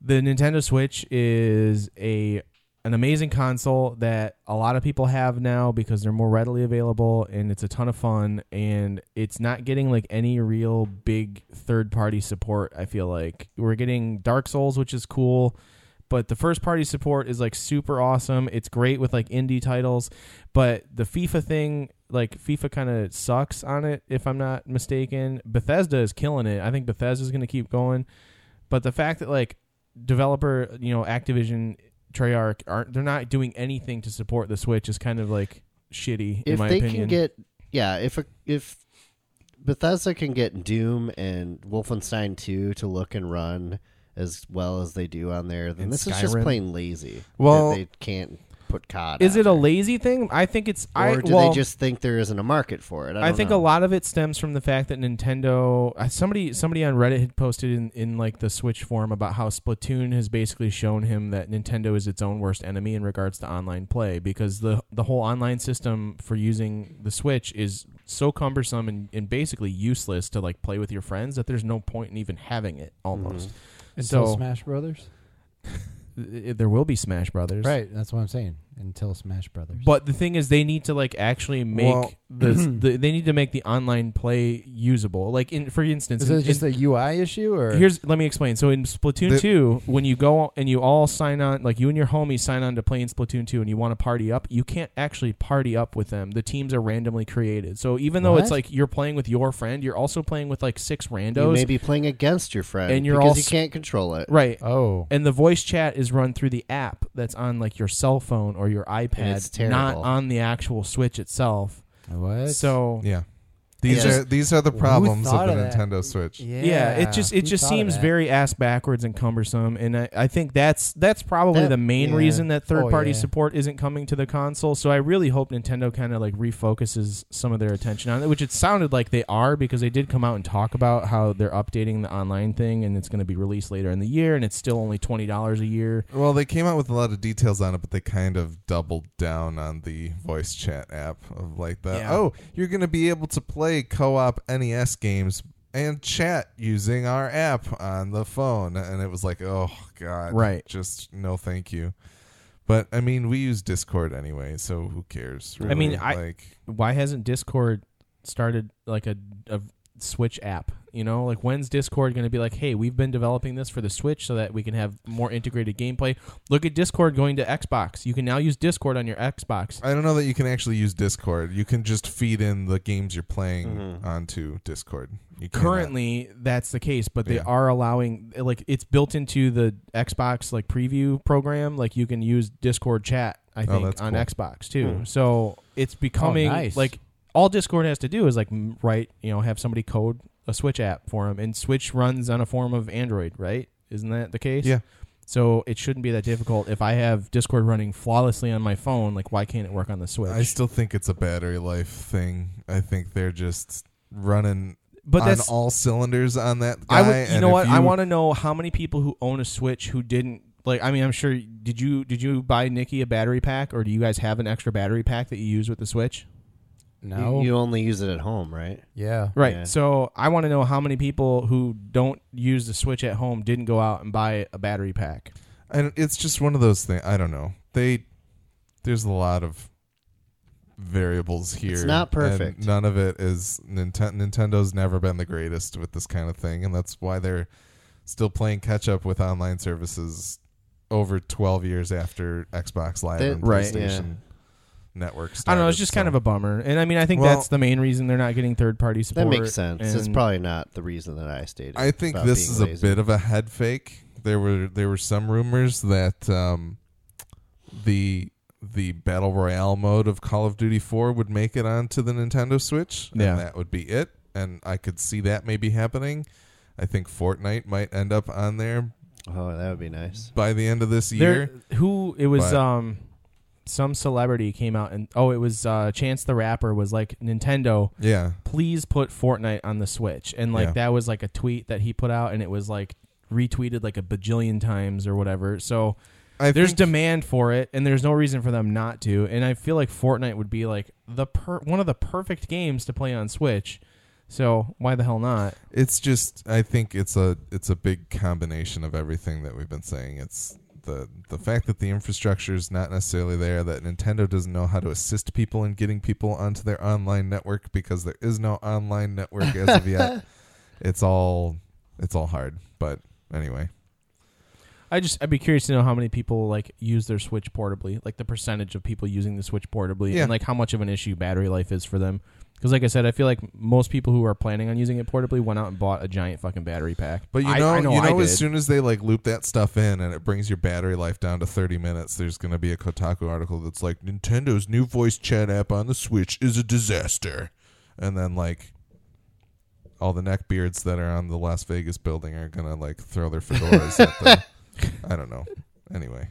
Speaker 2: the Nintendo Switch is a an amazing console that a lot of people have now because they're more readily available and it's a ton of fun and it's not getting like any real big third party support I feel like we're getting Dark Souls which is cool but the first party support is like super awesome it's great with like indie titles but the FIFA thing like FIFA kind of sucks on it if I'm not mistaken Bethesda is killing it I think Bethesda's going to keep going but the fact that like developer, you know, Activision, Treyarch aren't they're not doing anything to support the Switch is kind of like shitty in
Speaker 3: if
Speaker 2: my
Speaker 3: they
Speaker 2: opinion.
Speaker 3: can get yeah if a, if bethesda can get doom and wolfenstein 2 to look and run as well as they do on there then
Speaker 2: And
Speaker 3: this is just
Speaker 2: Skyrim.
Speaker 3: plain lazy that
Speaker 1: Well-
Speaker 3: they can't put cod
Speaker 2: is it
Speaker 3: on
Speaker 2: a
Speaker 3: there.
Speaker 2: lazy thing? I think it's
Speaker 3: or
Speaker 2: I
Speaker 3: do
Speaker 2: well,
Speaker 3: they just think there isn't a market for it i,
Speaker 2: I,
Speaker 3: don't
Speaker 2: think
Speaker 3: know.
Speaker 2: a lot of it stems from the fact that Nintendo. uh, Somebody, somebody on Reddit had posted in, in like the Switch forum about how Splatoon has basically shown him that Nintendo is its own worst enemy in regards to online play because the the whole online system for using the Switch is so cumbersome and, and basically useless to like play with your friends that there's no point in even having it almost.
Speaker 5: until
Speaker 2: so-
Speaker 5: Smash Brothers.
Speaker 2: Th- There will be Smash Brothers,
Speaker 5: Right, that's what I'm saying. Until Smash Brothers.
Speaker 2: But the thing is, they need to like actually make
Speaker 1: Well-
Speaker 2: the, the they need to make the online play usable. Like in for instance,
Speaker 5: is
Speaker 2: in-
Speaker 5: it
Speaker 2: in-
Speaker 5: just a UI issue or
Speaker 2: Here's let me explain. So in Splatoon
Speaker 1: The-
Speaker 2: 2, when you go and you all sign on, like you and your homies sign on to play in Splatoon 2 and you want to party up, you can't actually party up with them. The teams are randomly created. So even though it's
Speaker 5: What?
Speaker 2: like you're playing with your friend, you're also playing with like six
Speaker 3: you
Speaker 2: randos.
Speaker 3: may be playing against your friend
Speaker 2: And you're
Speaker 3: because
Speaker 2: all
Speaker 3: you
Speaker 2: s-
Speaker 3: can't control it
Speaker 2: right.
Speaker 5: oh
Speaker 2: And the voice chat is run through the app that's on like your cell phone or your iPad,
Speaker 3: it's terrible.
Speaker 2: not on the actual Switch itself.
Speaker 5: what
Speaker 2: So
Speaker 1: Yeah, These
Speaker 3: Yeah.
Speaker 1: are these are the
Speaker 5: Who
Speaker 1: problems of
Speaker 5: thought
Speaker 1: the
Speaker 5: of that?
Speaker 1: Nintendo Switch.
Speaker 5: yeah.
Speaker 2: yeah, it just
Speaker 5: Who
Speaker 2: it just
Speaker 5: thought of
Speaker 2: seems
Speaker 5: that?
Speaker 2: very ass backwards and cumbersome, and I, I think that's that's probably
Speaker 3: That-
Speaker 2: the main
Speaker 3: yeah.
Speaker 2: reason that third party
Speaker 5: Oh, yeah.
Speaker 2: support isn't coming to the console. So I really hope Nintendo kind of like refocuses some of their attention on it, which it sounded like they are because they did come out and talk about how they're updating the online thing and it's going to be released later in the year, and it's still only twenty dollars a year.
Speaker 1: Well, they came out with a lot of details on it, but they kind of doubled down on the voice chat app of like the
Speaker 2: Yeah.
Speaker 1: oh, you're going to be able to play co-op NES games and chat using our app on the phone, and it was like, oh god,
Speaker 2: Right.
Speaker 1: Just no, thank you. But I mean, we use Discord anyway, so who cares? Really?
Speaker 2: I mean, I-
Speaker 1: like
Speaker 2: Why hasn't Discord started like a, a Switch app? You know, like when's Discord going to be like, hey, we've been developing this for the Switch so that we can have more integrated gameplay. Look at Discord going to Xbox. You can now use Discord on your Xbox.
Speaker 1: I don't know that you can actually use Discord. You can just feed in the games you're playing
Speaker 3: Mhm.
Speaker 1: onto Discord. You cannot-
Speaker 2: Mm-hmm. Currently, that's the case, but they
Speaker 1: Yeah.
Speaker 2: are allowing like it's built into the Xbox like preview program. Like you can use Discord chat, I think,
Speaker 1: Oh, that's
Speaker 2: on
Speaker 1: cool.
Speaker 2: Xbox too.
Speaker 3: Hmm.
Speaker 2: So it's becoming
Speaker 5: nice.
Speaker 2: like all Discord has to do is like m- write, you know, have somebody code a Switch app for them, and Switch runs on a form of Android, right? Isn't that the case?
Speaker 1: Yeah.
Speaker 2: So it shouldn't be that difficult. If I have Discord running flawlessly on my phone, like why can't it work on the Switch?
Speaker 1: I still think it's a battery life thing. I think they're just running
Speaker 2: but
Speaker 1: on
Speaker 2: that's
Speaker 1: all cylinders on that guy.
Speaker 2: I would, you
Speaker 1: and
Speaker 2: know
Speaker 1: if
Speaker 2: what? I
Speaker 1: you-
Speaker 2: want to know how many people who own a Switch who didn't like. I mean, I'm sure. Did you did you buy Nikki a battery pack, or do you guys have an extra battery pack that you use with the Switch? [laughs]
Speaker 5: No.
Speaker 3: You, you only use it at home, right?
Speaker 5: [laughs] yeah.
Speaker 2: Right.
Speaker 3: Yeah.
Speaker 2: So I want to know how many people who don't use the Switch at home didn't go out and buy a battery pack.
Speaker 1: I don't- it's just one of those things. I don't know. They there's a lot of variables here. and
Speaker 3: not perfect.
Speaker 1: none of it is Ninten- Nintendo's never been the greatest with this kind of thing, and that's why they're still playing catch up with online services over 12 years after Xbox Live
Speaker 3: They-
Speaker 1: and
Speaker 2: Right.
Speaker 1: PlayStation Network.
Speaker 2: I don't know.
Speaker 1: started,
Speaker 2: It's just
Speaker 1: so.
Speaker 2: kind of a bummer, and I mean, I think
Speaker 1: Well-
Speaker 2: that's the main reason they're not getting third party
Speaker 3: That
Speaker 2: support.
Speaker 3: makes sense. It's
Speaker 2: and-
Speaker 3: probably not the reason that I stated.
Speaker 1: I think
Speaker 3: about
Speaker 1: this
Speaker 3: being
Speaker 1: is a
Speaker 3: lazy.
Speaker 1: bit of a head fake. There were there were some rumors that um, the the battle royale mode of Call of Duty 4 would make it onto the Nintendo Switch,
Speaker 2: Yeah.
Speaker 1: and that would be it. And I could see that maybe happening. I think Fortnite might end up on there
Speaker 3: Oh, that would be nice.
Speaker 1: by the end of this
Speaker 2: There,
Speaker 1: year.
Speaker 2: who it was
Speaker 1: But-
Speaker 2: um some celebrity came out and oh it was uh Chance the Rapper was like Nintendo
Speaker 1: yeah,
Speaker 2: please put Fortnite on the Switch. And like
Speaker 1: Yeah.
Speaker 2: that was like a tweet that he put out and it was like retweeted like a bajillion times or whatever. So
Speaker 1: I
Speaker 2: there's
Speaker 1: think-
Speaker 2: demand for it and there's no reason for them not to. And I feel like Fortnite would be like the per- one of the perfect games to play on Switch. So why the hell not?
Speaker 1: It's just I think it's a it's a big combination of everything that we've been saying. It's the the fact that the infrastructure is not necessarily there, that Nintendo doesn't know how to assist people in getting people onto their online network because there is no online network as of yet. It's all it's all hard. But anyway.
Speaker 2: I just I'd be curious to know how many people like use their Switch portably, like the percentage of people using the Switch portably,
Speaker 1: Yeah.
Speaker 2: and like how much of an issue battery life is for them. Because like I said, I feel like most people who are planning on using it portably went out and bought a giant fucking battery pack.
Speaker 1: But you
Speaker 2: I-
Speaker 1: know,
Speaker 2: I know
Speaker 1: you
Speaker 2: I
Speaker 1: know as
Speaker 2: did.
Speaker 1: soon as they like loop that stuff in and it brings your battery life down to 30 minutes, there's going to be a Kotaku article that's like Nintendo's new voice chat app on the Switch is a disaster. And then like all the neckbeards that are on the Las Vegas building are going to like throw their fedoras at the
Speaker 2: [laughs]
Speaker 1: I don't know. Anyway,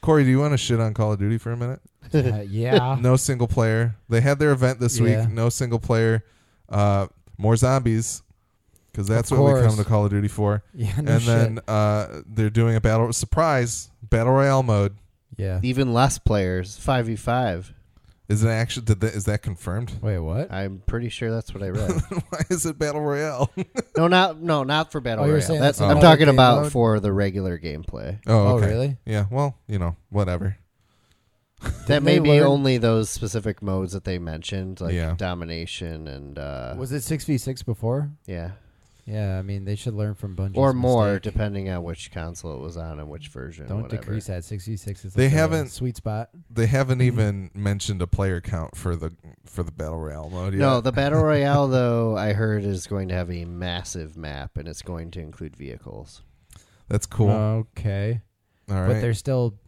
Speaker 1: Corey, do you want to shit on Call of Duty for a minute?
Speaker 5: Uh,
Speaker 2: Ah. [laughs]
Speaker 5: yeah.
Speaker 1: No single player. They had their event this
Speaker 5: Yeah.
Speaker 1: week. No single player. Uh, more zombies, because that's
Speaker 5: Of
Speaker 1: what we come
Speaker 5: course.
Speaker 1: to Call of Duty for.
Speaker 5: Yeah. No
Speaker 1: and
Speaker 5: shit.
Speaker 1: then uh, they're doing a battle surprise battle royale mode.
Speaker 5: yeah.
Speaker 3: Even less players, five v five.
Speaker 1: Is it actually? Did that, is that confirmed? [laughs]
Speaker 5: Wait, what?
Speaker 3: I'm pretty sure that's what I read.
Speaker 1: Why is it battle royale?
Speaker 3: no, not no, not for battle
Speaker 5: Oh, you're
Speaker 3: royale.
Speaker 5: saying
Speaker 3: That's,
Speaker 5: that's
Speaker 3: I'm
Speaker 1: not
Speaker 3: talking
Speaker 5: game
Speaker 3: about
Speaker 5: mode?
Speaker 3: for the regular gameplay.
Speaker 1: Oh,
Speaker 5: Oh,
Speaker 1: okay.
Speaker 5: really?
Speaker 1: Yeah. Well, you know, whatever.
Speaker 3: That may
Speaker 5: they
Speaker 3: be
Speaker 5: learn-
Speaker 3: only those specific modes that they mentioned, like
Speaker 1: Yeah.
Speaker 3: domination and uh,
Speaker 5: Was it six v six before?
Speaker 3: yeah,
Speaker 5: Yeah. I mean, they should learn from Bungie
Speaker 3: or more depending on which console it was on and which version.
Speaker 5: Don't
Speaker 3: whatever.
Speaker 5: decrease that six v six. Is
Speaker 1: They
Speaker 5: like the
Speaker 1: haven't-
Speaker 5: sweet spot.
Speaker 1: They haven't even mentioned a player count for the for the battle royale mode. Yet.
Speaker 3: No, the battle royale though I heard is going to have a massive map and it's going to include vehicles.
Speaker 1: that's cool.
Speaker 5: Okay.
Speaker 1: All
Speaker 5: But
Speaker 1: right.
Speaker 5: they're still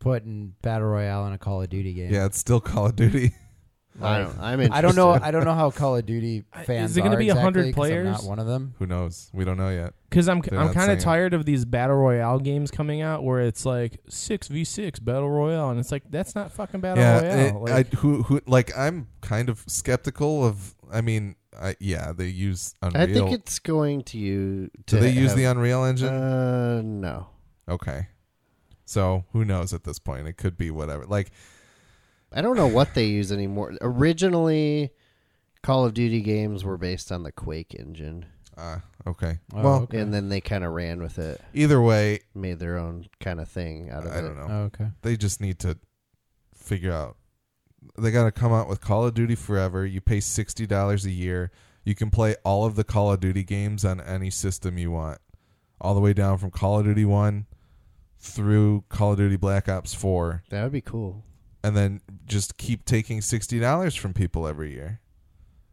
Speaker 5: putting battle royale in a Call of Duty game.
Speaker 1: yeah, it's still Call of Duty. [laughs]
Speaker 3: I
Speaker 5: Like,
Speaker 3: don't. I'm interested.
Speaker 5: I don't know. I don't know how Call of Duty
Speaker 2: I- [laughs]
Speaker 5: fans
Speaker 2: is it gonna
Speaker 5: are
Speaker 2: be 100
Speaker 5: exactly, 'cause I'm
Speaker 2: players?
Speaker 5: not one of them.
Speaker 1: Who knows? We don't know yet.
Speaker 2: Because I'm
Speaker 1: They're
Speaker 2: I'm
Speaker 1: not
Speaker 2: kind of
Speaker 1: saying.
Speaker 2: tired of these battle royale games coming out where it's like six v six battle royale, and it's like that's not fucking battle royale.
Speaker 1: it-
Speaker 2: like,
Speaker 1: I, who, who, like I'm kind of skeptical of. I mean, I, yeah, they use Unreal.
Speaker 3: I think it's going to you.
Speaker 1: Do they use the
Speaker 3: have-
Speaker 1: Unreal Engine?
Speaker 3: Uh, no.
Speaker 1: okay, so who knows at this point? It could be whatever. Like,
Speaker 3: I don't know what they use anymore. Originally, Call of Duty games were based on the Quake engine,
Speaker 1: uh, okay.
Speaker 5: Oh,
Speaker 1: well,
Speaker 5: okay.
Speaker 3: and then they kind of ran with it,
Speaker 1: either way,
Speaker 3: made their own kind of thing out of
Speaker 1: I
Speaker 3: it.
Speaker 1: don't know.
Speaker 5: Oh, okay.
Speaker 1: They just need to figure out. They got to come out with Call of Duty Forever. You pay sixty dollars a year. You can play all of the Call of Duty games on any system you want, all the way down from Call of Duty One through Call of Duty Black Ops Four.
Speaker 3: That would be cool.
Speaker 1: and then just keep taking sixty dollars from people every year,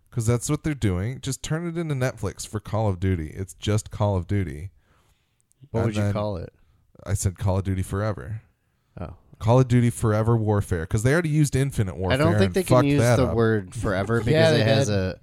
Speaker 1: because that's what they're doing. Just turn it into Netflix for Call of Duty. It's just Call of Duty.
Speaker 3: What
Speaker 1: And
Speaker 3: would you
Speaker 1: then-
Speaker 3: call it?
Speaker 1: I said Call of Duty Forever.
Speaker 3: Oh,
Speaker 1: Call of Duty Forever Warfare, because they already used Infinite Warfare.
Speaker 3: I don't think
Speaker 1: and
Speaker 3: they can
Speaker 1: fucked
Speaker 3: use
Speaker 1: that
Speaker 3: the
Speaker 1: up.
Speaker 3: word forever because
Speaker 5: Yeah,
Speaker 3: it
Speaker 5: they
Speaker 3: has
Speaker 5: did.
Speaker 3: a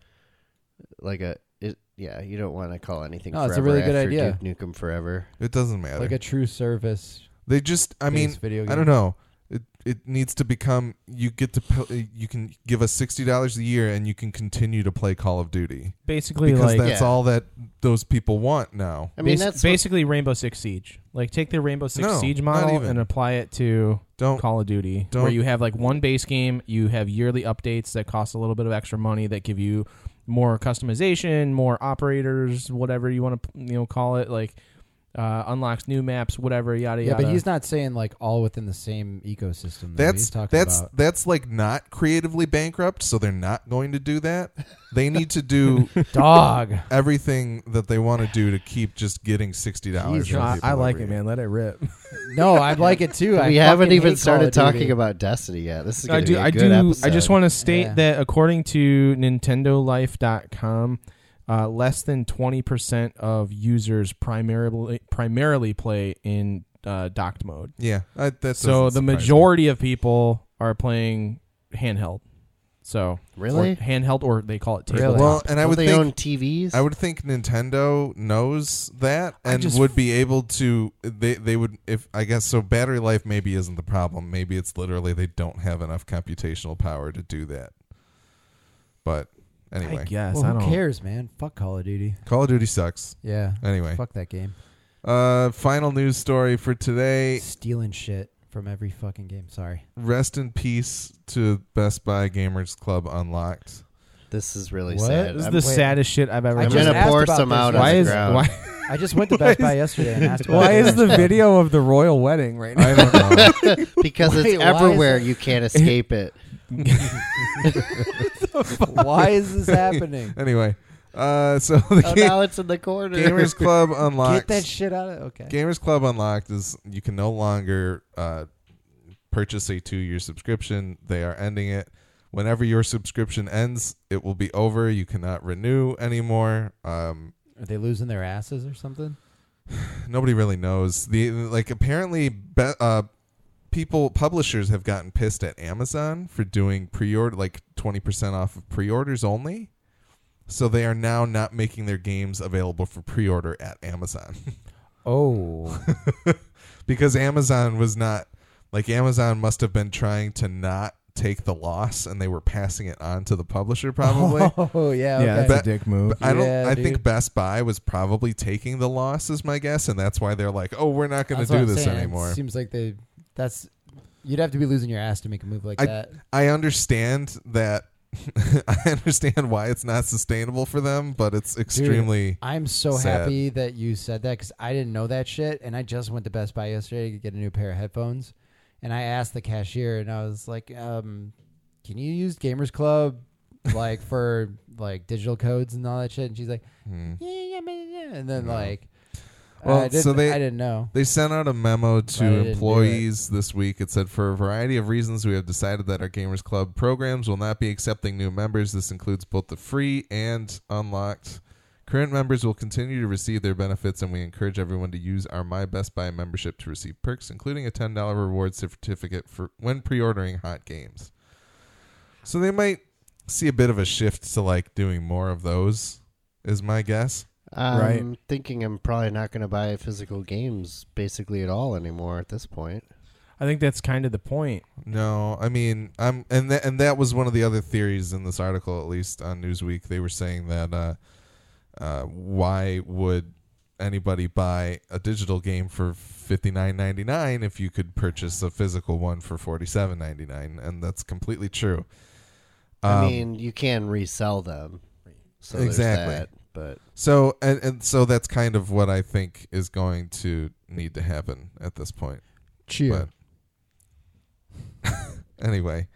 Speaker 3: like a it, yeah. You don't want to call anything.
Speaker 5: No,
Speaker 3: forever
Speaker 5: it's a really good
Speaker 3: after
Speaker 5: idea.
Speaker 3: Duke Nukem Forever.
Speaker 1: It doesn't matter.
Speaker 5: Like a true service.
Speaker 1: they just, I mean,
Speaker 5: video game.
Speaker 1: I don't know. It it needs to become. You get to. p- You can give us sixty dollars a year, and you can continue to play Call of Duty
Speaker 2: basically,
Speaker 1: because
Speaker 2: like
Speaker 1: that's
Speaker 3: Yeah.
Speaker 1: all that those people want now.
Speaker 3: I mean,
Speaker 2: basi-
Speaker 3: that's what-
Speaker 2: basically Rainbow Six Siege. Like take the Rainbow Six
Speaker 1: No,
Speaker 2: Siege
Speaker 1: not
Speaker 2: model
Speaker 1: even.
Speaker 2: and apply it to
Speaker 1: Don't
Speaker 2: Call of Duty, where
Speaker 1: don't-
Speaker 2: you have like one base game, you have yearly updates that cost a little bit of extra money that give you more customization, more operators, whatever you want to you know call it, like uh, unlocks new maps, whatever, yada
Speaker 5: Yeah,
Speaker 2: yada.
Speaker 5: but he's not saying like all within the same ecosystem. though.
Speaker 1: That's
Speaker 5: he's talking
Speaker 1: that's
Speaker 5: about.
Speaker 1: that's like not creatively bankrupt, so they're not going to do that. They need to do
Speaker 5: dog.
Speaker 1: everything that they want to do to keep just getting sixty dollars.
Speaker 2: No, I, I like it, man. Let it rip.
Speaker 5: [laughs] No, I like it
Speaker 2: [laughs]
Speaker 5: too. I
Speaker 3: we haven't
Speaker 5: fucking
Speaker 3: even
Speaker 5: hate
Speaker 3: started
Speaker 5: Call of
Speaker 3: talking
Speaker 5: Duty.
Speaker 3: about Destiny yet. This is
Speaker 2: I
Speaker 3: going to be
Speaker 2: do.
Speaker 3: a
Speaker 2: I
Speaker 3: good
Speaker 2: do.
Speaker 3: episode.
Speaker 2: I just want to state
Speaker 5: Yeah.
Speaker 2: that according to NintendoLife.com, uh, less than twenty percent of users primarily primarily play in uh, docked mode.
Speaker 1: Yeah, I, that
Speaker 2: so
Speaker 1: doesn't
Speaker 2: the
Speaker 1: surprise
Speaker 2: majority of people are playing handheld. So or
Speaker 3: really.
Speaker 2: handheld, or they call it
Speaker 1: me.
Speaker 2: tabletop.
Speaker 1: Well, and I
Speaker 3: Don't
Speaker 1: would
Speaker 3: they
Speaker 1: think
Speaker 3: own TVs.
Speaker 1: I would think Nintendo knows that
Speaker 2: I
Speaker 1: and
Speaker 2: just-
Speaker 1: would be able to. They they would if I guess so. Battery life maybe isn't the problem. Maybe it's literally they don't have enough computational power to do that. But
Speaker 2: I
Speaker 1: anyway,
Speaker 2: guess
Speaker 5: Well,
Speaker 2: I
Speaker 5: who
Speaker 2: don't.
Speaker 5: cares, man? Fuck Call of Duty.
Speaker 1: Call of Duty sucks.
Speaker 5: Yeah.
Speaker 1: Anyway,
Speaker 5: Fuck that game.
Speaker 1: Uh, final news story for today.
Speaker 5: Stealing shit from every fucking game. Sorry.
Speaker 1: Rest in peace to Best Buy Gamers Club Unlocked.
Speaker 3: this is really
Speaker 5: What?
Speaker 3: sad.
Speaker 2: This is
Speaker 3: I'm,
Speaker 2: the
Speaker 5: wait.
Speaker 2: saddest shit I've ever.
Speaker 5: I
Speaker 3: I'm
Speaker 5: just
Speaker 2: heard.
Speaker 3: gonna
Speaker 5: asked
Speaker 3: pour
Speaker 5: about
Speaker 3: some
Speaker 5: this
Speaker 3: out
Speaker 5: one.
Speaker 3: on
Speaker 2: Why
Speaker 3: the
Speaker 2: is
Speaker 3: ground. [laughs]
Speaker 2: why,
Speaker 5: I just [laughs] went to
Speaker 1: Why
Speaker 5: Best
Speaker 1: is-
Speaker 5: Buy yesterday and asked.
Speaker 6: Why
Speaker 5: about
Speaker 6: is the
Speaker 5: Gamers Club.
Speaker 6: video of the royal wedding right now?
Speaker 1: [laughs] I don't know.
Speaker 3: [laughs] Because
Speaker 5: Wait,
Speaker 3: it's
Speaker 5: why is
Speaker 3: everywhere. You can't escape it.
Speaker 5: [laughs] Why is this happening?
Speaker 1: anyway, uh, [laughs] so the
Speaker 3: [laughs] Oh,
Speaker 1: Ga-
Speaker 3: now it's in the corner. [laughs]
Speaker 1: Gamers Club
Speaker 5: [laughs] Get
Speaker 1: Unlocked.
Speaker 5: that shit out of. Okay.
Speaker 1: Gamers Club Unlocked is you can no longer uh, purchase a two-year subscription. They are ending it. Whenever your subscription ends, it will be over. You cannot renew anymore. Um,
Speaker 5: Are they losing their asses or something?
Speaker 1: nobody really knows the like apparently be, uh people publishers have gotten pissed at amazon for doing pre-order like 20% off of pre-orders only so they are now not making their games available for pre-order at amazon [laughs]
Speaker 5: Oh.
Speaker 1: because amazon was not like amazon must have been trying to not take the loss and they were passing it on to the publisher probably
Speaker 5: [laughs] [laughs] Oh yeah.
Speaker 2: yeah,
Speaker 5: Okay.
Speaker 2: that's a dick move.
Speaker 1: I don't.
Speaker 5: Yeah,
Speaker 1: I
Speaker 5: dude.
Speaker 1: think Best Buy was probably taking the loss, is my guess, and that's why they're like, "Oh, we're not going
Speaker 5: That's
Speaker 1: to
Speaker 5: what
Speaker 1: do
Speaker 5: I'm
Speaker 1: this
Speaker 5: saying. It
Speaker 1: anymore."
Speaker 5: seems like they. That's. You'd have to be losing your ass to make a move like
Speaker 1: I-
Speaker 5: that.
Speaker 1: I understand that. [laughs] I understand why it's not sustainable for them, but it's extremely.
Speaker 5: I'm so
Speaker 1: Sad.
Speaker 5: happy that you said that because I didn't know that shit, and I just went to Best Buy yesterday to get a new pair of headphones, and I asked the cashier, and I was like, um, "Can you use Gamers Club like for [laughs] like digital codes and all that shit?" And she's like,
Speaker 2: Mm.
Speaker 1: Hmm.
Speaker 5: "Yeah, yeah, yeah, yeah," and then
Speaker 1: No.
Speaker 5: like,
Speaker 1: Well,
Speaker 5: I didn't,
Speaker 1: so they-
Speaker 5: I didn't know.
Speaker 1: They sent out a memo to
Speaker 5: Why they didn't do
Speaker 1: employees this week. It said, for a variety of reasons, we have decided that our Gamers Club programs will not be accepting new members. This includes both the free and unlocked. Current members will continue to receive their benefits, and we encourage everyone to use our My Best Buy membership to receive perks, including a $10 reward certificate for when pre ordering hot games. So they might see a bit of a shift to like doing more of those. Is my guess.
Speaker 3: I'm
Speaker 6: Right.
Speaker 3: thinking I'm probably not going to buy physical games basically at all anymore at this point.
Speaker 2: I think that's kind of the point.
Speaker 1: No, I mean, I'm and tha- and that was one of the other theories in this article, at least on Newsweek. They were saying that uh, uh, why would anybody buy a digital game for fifty nine ninety nine if you could purchase a physical one for forty seven ninety nine? And that's completely true.
Speaker 3: I
Speaker 1: Um,
Speaker 3: mean, you can resell them. So
Speaker 1: Exactly.
Speaker 3: There's that, but
Speaker 1: so and and so that's kind of what I think is going to need to happen at this point.
Speaker 6: Cheer.
Speaker 1: But [laughs] anyway,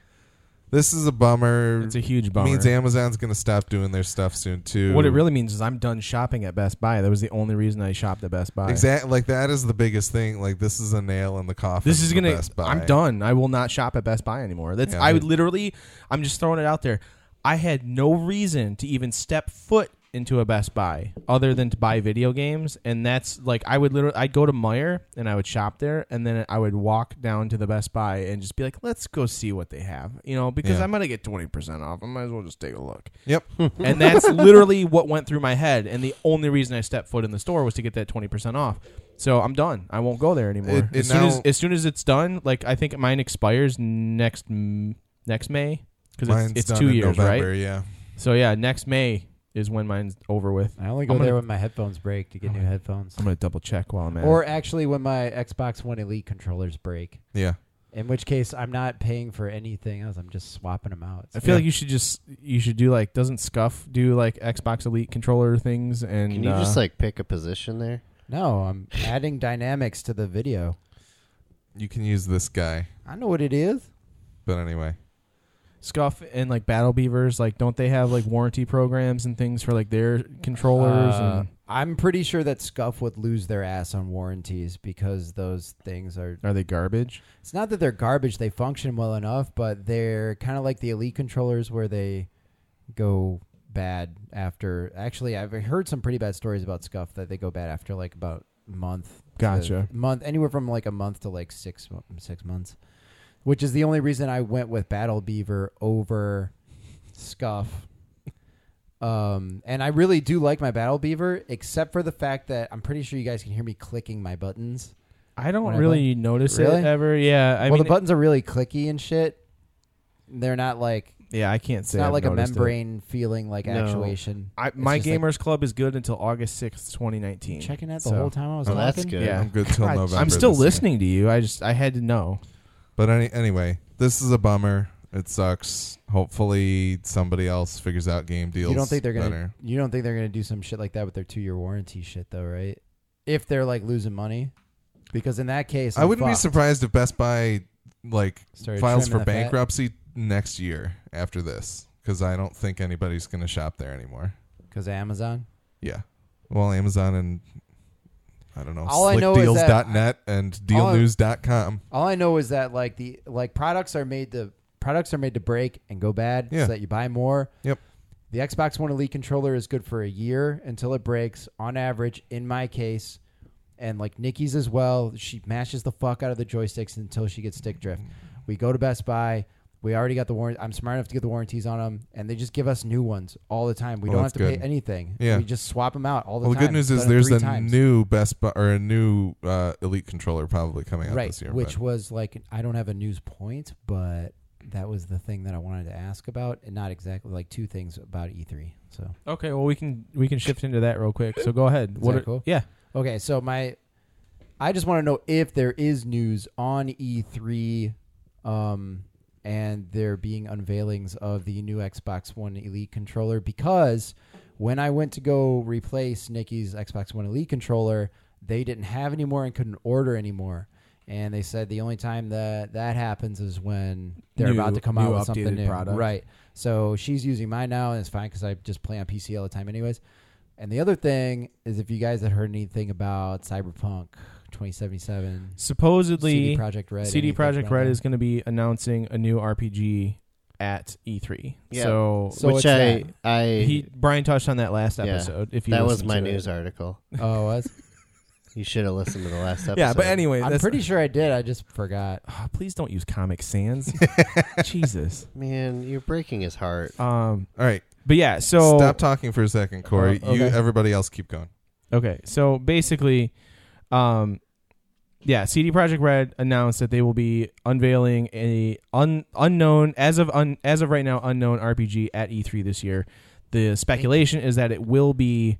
Speaker 1: this is a bummer.
Speaker 2: It's a huge bummer.
Speaker 1: Means Amazon's going to stop doing their stuff soon too.
Speaker 2: what it really means is I'm done shopping at Best Buy. That was the only reason I shopped at Best Buy.
Speaker 1: Exactly. Like that is the biggest thing. Like this is a nail in the coffin.
Speaker 2: This is
Speaker 1: for
Speaker 2: gonna.
Speaker 1: Best Buy.
Speaker 2: I'm done. I will not shop at Best Buy anymore. That's.
Speaker 1: Yeah,
Speaker 2: I would
Speaker 1: dude.
Speaker 2: literally. I'm just throwing it out there. I had no reason to even step foot into a Best Buy other than to buy video games, and that's like I would literally. I'd go to Meyer and I would shop there, and then I would walk down to the Best Buy and just be like, "Let's go see what they have," you know, because
Speaker 1: Yeah.
Speaker 2: I'm gonna get twenty percent off. I might as well just take a look.
Speaker 1: Yep.
Speaker 2: and
Speaker 1: [laughs]
Speaker 2: that's literally what went through my head. And the only reason I stepped foot in the store was to get that twenty percent off. So I'm done. I won't go there anymore.
Speaker 1: It- it
Speaker 2: as soon as
Speaker 1: now-
Speaker 2: as soon as it's done, like I think mine expires next m- next May because
Speaker 1: Mine's
Speaker 2: it's,
Speaker 1: done
Speaker 2: two
Speaker 1: in
Speaker 2: years,
Speaker 1: November,
Speaker 2: right?
Speaker 1: Yeah.
Speaker 2: So yeah, next May is when mine's over with.
Speaker 5: I only go
Speaker 2: I'm gonna-
Speaker 5: there when my headphones break to get
Speaker 2: I'm
Speaker 5: new
Speaker 2: gonna-
Speaker 5: headphones,
Speaker 2: I'm gonna double check while I'm at.
Speaker 5: or
Speaker 2: it.
Speaker 5: actually when my Xbox One Elite controllers break.
Speaker 1: Yeah.
Speaker 5: In which case, I'm not paying for anything else. I'm just swapping them out.
Speaker 2: I feel
Speaker 1: yeah.
Speaker 2: like you should just you should do like doesn't Scuff do like Xbox Elite controller things and
Speaker 3: can you
Speaker 2: uh,
Speaker 3: just like pick a position there?
Speaker 5: no, I'm adding dynamics to the video.
Speaker 1: You can use this guy,
Speaker 5: I know what it is.
Speaker 1: but anyway.
Speaker 2: Scuff and like Battle Beavers like don't they have like warranty programs and things for like their controllers
Speaker 5: Uh,
Speaker 2: and
Speaker 5: I'm pretty sure that Scuff would lose their ass on warranties because those things are.
Speaker 2: Are they garbage?
Speaker 5: It's not that they're garbage; they function well enough, but they're kind of like the Elite controllers where they go bad after. Actually, I've heard some pretty bad stories about Scuff that they go bad after like about a month. to-
Speaker 2: Gotcha.
Speaker 5: month anywhere from like a month to like six mo- six months, which is the only reason I went with Battle Beaver over Scuff. Um, and I really do like my Battle Beaver, except for the fact that I'm pretty sure you guys can hear me clicking my buttons.
Speaker 2: I don't
Speaker 5: When I
Speaker 2: really notice
Speaker 5: Really?
Speaker 2: it ever. Yeah, I
Speaker 5: well,
Speaker 2: mean,
Speaker 5: the buttons are really clicky and shit. They're not like
Speaker 2: yeah, I can't
Speaker 5: it's
Speaker 2: say.
Speaker 5: not
Speaker 2: I've
Speaker 5: like a
Speaker 2: noticed it.
Speaker 5: membrane feeling like
Speaker 3: No.
Speaker 5: actuation.
Speaker 2: I, my
Speaker 5: just like-
Speaker 2: gamers club is good until August sixth, twenty nineteen.
Speaker 5: Checking that the
Speaker 2: So-
Speaker 5: whole time I was
Speaker 3: Oh, that's
Speaker 5: talking?
Speaker 3: good.
Speaker 2: Yeah.
Speaker 1: I'm good till
Speaker 2: God,
Speaker 1: November.
Speaker 2: I'm still
Speaker 1: this year.
Speaker 2: listening to you. I just I had to know.
Speaker 1: But any, anyway, this is a bummer. It sucks. Hopefully, somebody else figures out game deals.
Speaker 5: You don't think they're gonna?
Speaker 1: better.
Speaker 5: You don't think they're gonna do some shit like that with their two-year warranty shit, though, right? If they're like losing money, because in that case,
Speaker 1: I
Speaker 5: I'm
Speaker 1: wouldn't be
Speaker 5: fucked.
Speaker 1: surprised if Best Buy like
Speaker 5: Started
Speaker 1: files for
Speaker 5: trimming the fat.
Speaker 1: bankruptcy next year after this, because I don't think anybody's going to shop there anymore.
Speaker 5: Because Amazon.
Speaker 1: Yeah. Well, Amazon and I don't know,
Speaker 5: All I know is that-
Speaker 1: slickdeals.net and
Speaker 5: all I-
Speaker 1: dealnews.com.
Speaker 5: All I know is that like the like products are made to products are made to break and go bad,
Speaker 1: Yeah.
Speaker 5: so that you buy more.
Speaker 1: Yep.
Speaker 5: The Xbox One Elite controller is good for a year until it breaks, on average. In my case, and like Nikki's as well, she mashes the fuck out of the joysticks until she gets stick drift. We go to Best Buy. We already got the warranty. I'm smart enough to get the warranties on them, and they just give us new ones all the time. We
Speaker 1: Well,
Speaker 5: don't have
Speaker 1: Oh, that's
Speaker 5: to
Speaker 1: good.
Speaker 5: pay anything.
Speaker 1: Yeah.
Speaker 5: We just swap them out all the
Speaker 1: Well, the
Speaker 5: time.
Speaker 1: good news
Speaker 5: Done
Speaker 1: is
Speaker 5: it
Speaker 1: there's
Speaker 5: three
Speaker 1: a
Speaker 5: times.
Speaker 1: new Best Buy or a new uh, Elite controller probably coming out
Speaker 5: right,
Speaker 1: this year.
Speaker 5: which
Speaker 1: but
Speaker 5: was like I don't have a news point, but that was the thing that I wanted to ask about, and not exactly like two things about E3. So
Speaker 2: Okay, well we can we can shift into that real quick. So go ahead.
Speaker 5: Is
Speaker 2: what
Speaker 5: that
Speaker 2: are-
Speaker 5: cool?
Speaker 2: Yeah,
Speaker 5: okay, so my I just want to know if there is news on E3, um, and there being unveilings of the new Xbox One Elite controller because when I went to go replace Nikki's Xbox One Elite controller, they didn't have any more and couldn't order anymore. And they said the only time that that happens is when they're
Speaker 2: New-
Speaker 5: about to come
Speaker 2: new
Speaker 5: out with something
Speaker 2: updated
Speaker 5: new,
Speaker 2: product.
Speaker 5: right? So she's using mine now, and it's fine because I just play on PC all the time, anyways. And the other thing is, if you guys had heard anything about Cyberpunk 2077,
Speaker 2: supposedly
Speaker 5: CD Project Red,
Speaker 2: CD
Speaker 5: anything
Speaker 2: Project
Speaker 5: about
Speaker 2: Red
Speaker 5: that?
Speaker 2: is going to be announcing a new RPG at E3.
Speaker 3: Yeah.
Speaker 2: So,
Speaker 5: So
Speaker 3: Which
Speaker 5: it's
Speaker 3: I, I
Speaker 2: he Brian touched on that last
Speaker 3: Yeah.
Speaker 2: episode. if you
Speaker 3: that was
Speaker 2: listened
Speaker 3: my
Speaker 2: to it.
Speaker 3: news article.
Speaker 5: Oh, it was
Speaker 3: You should have listened to the [laughs] last episode.
Speaker 2: Yeah, but anyway,
Speaker 5: I'm
Speaker 2: that's-
Speaker 5: pretty sure I did. I just forgot.
Speaker 2: Ah, please don't use Comic Sans. [laughs] Jesus.
Speaker 3: Man, you're breaking his heart.
Speaker 2: Um,
Speaker 1: All right,
Speaker 2: but yeah, so
Speaker 1: stop talking for a second, Corey.
Speaker 2: Oh,
Speaker 1: You,
Speaker 2: okay.
Speaker 1: everybody else, keep going.
Speaker 2: Okay, so basically, um, yeah, CD Project Red announced that they will be unveiling a un- unknown as of un- as of right now unknown RPG at E3 this year. The speculation is that it will be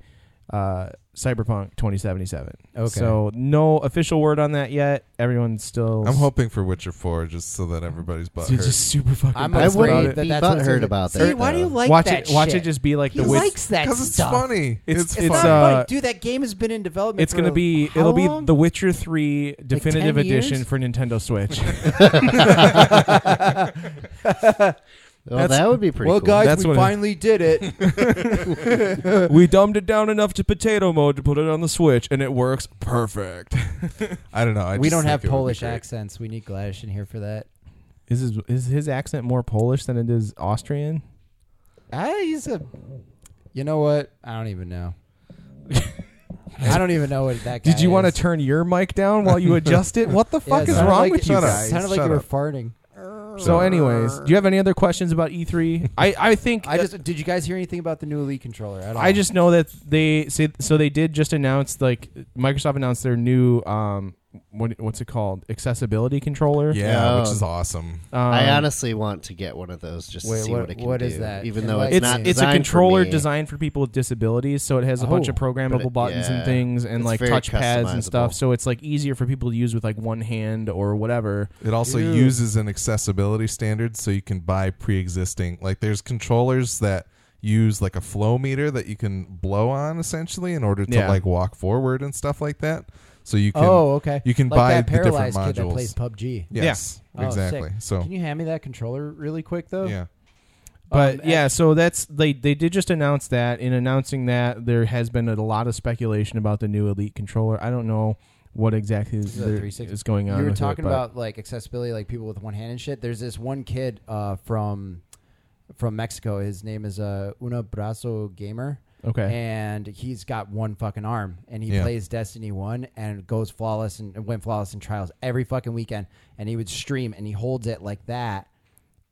Speaker 2: uh, Cyberpunk 2077.
Speaker 5: Okay.
Speaker 2: So no official word on that yet. Everyone's still.
Speaker 1: I'm hoping for Witcher Four, just so that everybody's butt
Speaker 2: Dude,
Speaker 1: hurts.
Speaker 2: just super fucking.
Speaker 5: I'm
Speaker 2: pissed
Speaker 3: I
Speaker 2: about
Speaker 3: worry
Speaker 2: it.
Speaker 5: that
Speaker 3: be
Speaker 5: that's what's in
Speaker 3: butthurt
Speaker 5: it.
Speaker 3: about
Speaker 5: See,
Speaker 3: that.
Speaker 5: why do you
Speaker 3: though.
Speaker 5: like
Speaker 2: watch
Speaker 5: that
Speaker 2: it. Watch it
Speaker 5: shit?
Speaker 2: just be like
Speaker 5: He
Speaker 2: the Witch.
Speaker 5: likes that
Speaker 1: it's
Speaker 5: stuff.
Speaker 1: funny.
Speaker 2: It's-
Speaker 1: It's,
Speaker 2: it's,
Speaker 1: funny.
Speaker 5: Not
Speaker 2: uh,
Speaker 5: funny. dude. That game has been in development.
Speaker 2: It's gonna
Speaker 5: for
Speaker 2: be.
Speaker 5: how
Speaker 2: It'll be
Speaker 5: long?
Speaker 2: The Witcher 3 definitive
Speaker 5: 10 years?
Speaker 2: edition for Nintendo
Speaker 5: [laughs]
Speaker 2: Switch.
Speaker 3: Well, that would be pretty
Speaker 5: well,
Speaker 3: cool.
Speaker 5: guys,
Speaker 2: That's
Speaker 5: we
Speaker 2: what it-
Speaker 5: finally did it.
Speaker 2: we dumbed it down enough to potato mode to put it on the Switch, and it works perfect.
Speaker 1: I don't know. I
Speaker 5: we
Speaker 1: just
Speaker 5: don't
Speaker 1: think
Speaker 5: have
Speaker 1: it would be
Speaker 5: Polish
Speaker 1: great.
Speaker 5: accents. We need Gladish in here for that.
Speaker 2: Is his, is his accent more Polish than it is Austrian?
Speaker 5: Ah, he's a. You know what? I don't even know. I don't even know what that. Guy
Speaker 2: Did you want to
Speaker 5: is.
Speaker 2: turn your mic down while you adjust it? What
Speaker 5: [laughs]
Speaker 2: the
Speaker 5: Yeah,
Speaker 2: fuck
Speaker 5: it
Speaker 2: is
Speaker 5: sounded
Speaker 2: wrong
Speaker 5: like-
Speaker 2: with you
Speaker 5: it
Speaker 1: Shut up.
Speaker 2: guys?
Speaker 5: Sounded like
Speaker 1: Shut
Speaker 5: you were
Speaker 1: up.
Speaker 5: farting.
Speaker 2: So, anyways, do you have any other questions about E E3? [laughs] I I think
Speaker 5: I just did. You guys hear anything about the new Elite controller? I, don't
Speaker 2: I just know that they say so. They did just announce like Microsoft announced their new um what what's it called accessibility controller.
Speaker 1: Yeah,
Speaker 3: Oh.
Speaker 1: which is awesome.
Speaker 2: Um,
Speaker 3: I honestly want to get one of those just
Speaker 5: Wait,
Speaker 3: to see
Speaker 5: what-
Speaker 3: what, it can
Speaker 5: what
Speaker 3: do.
Speaker 5: is that?
Speaker 3: Even
Speaker 5: It
Speaker 3: though it's,
Speaker 5: might be-
Speaker 2: it's
Speaker 3: not
Speaker 2: it's a
Speaker 3: designed for
Speaker 2: controller
Speaker 3: me.
Speaker 2: designed for people with disabilities so it has a bunch of
Speaker 5: Oh,
Speaker 2: programmable
Speaker 3: but it-
Speaker 2: buttons and
Speaker 3: yeah.
Speaker 2: things and
Speaker 3: It's
Speaker 2: like
Speaker 3: very
Speaker 2: touch pads and stuff
Speaker 3: customizable.
Speaker 2: so it's like easier for people to use with like one hand or whatever
Speaker 1: It also
Speaker 5: Ew.
Speaker 1: uses an accessibility standard so you can buy pre-existing like there's controllers that use like a flow meter that you can blow on essentially in order to
Speaker 2: Yeah.
Speaker 1: like walk forward and stuff like that. So you can
Speaker 5: oh, okay.
Speaker 1: you can
Speaker 5: like
Speaker 1: buy
Speaker 5: that
Speaker 1: the different
Speaker 5: paralyzed
Speaker 1: modules.
Speaker 5: kid that plays PUBG.
Speaker 1: yes,
Speaker 5: Yeah. Oh,
Speaker 1: exactly. So
Speaker 5: Can you hand me that controller really quick though?
Speaker 1: yeah.
Speaker 2: but
Speaker 5: Um,
Speaker 2: yeah so that's they they did just announce that in announcing that there has been a lot of speculation about the new elite controller i don't know what exactly is,
Speaker 5: Is that
Speaker 2: there-
Speaker 5: 360?
Speaker 2: is going on
Speaker 5: You were
Speaker 2: with it,
Speaker 5: talking
Speaker 2: but-
Speaker 5: about like accessibility, like people with one hand and shit. There's this one kid uh, from from Mexico. His name is uh, Una Brazo Gamer,
Speaker 2: okay
Speaker 5: and he's got one fucking arm, and he
Speaker 1: Yeah.
Speaker 5: plays Destiny One and goes flawless and and went flawless in trials every fucking weekend. And he would stream, and he holds it like that,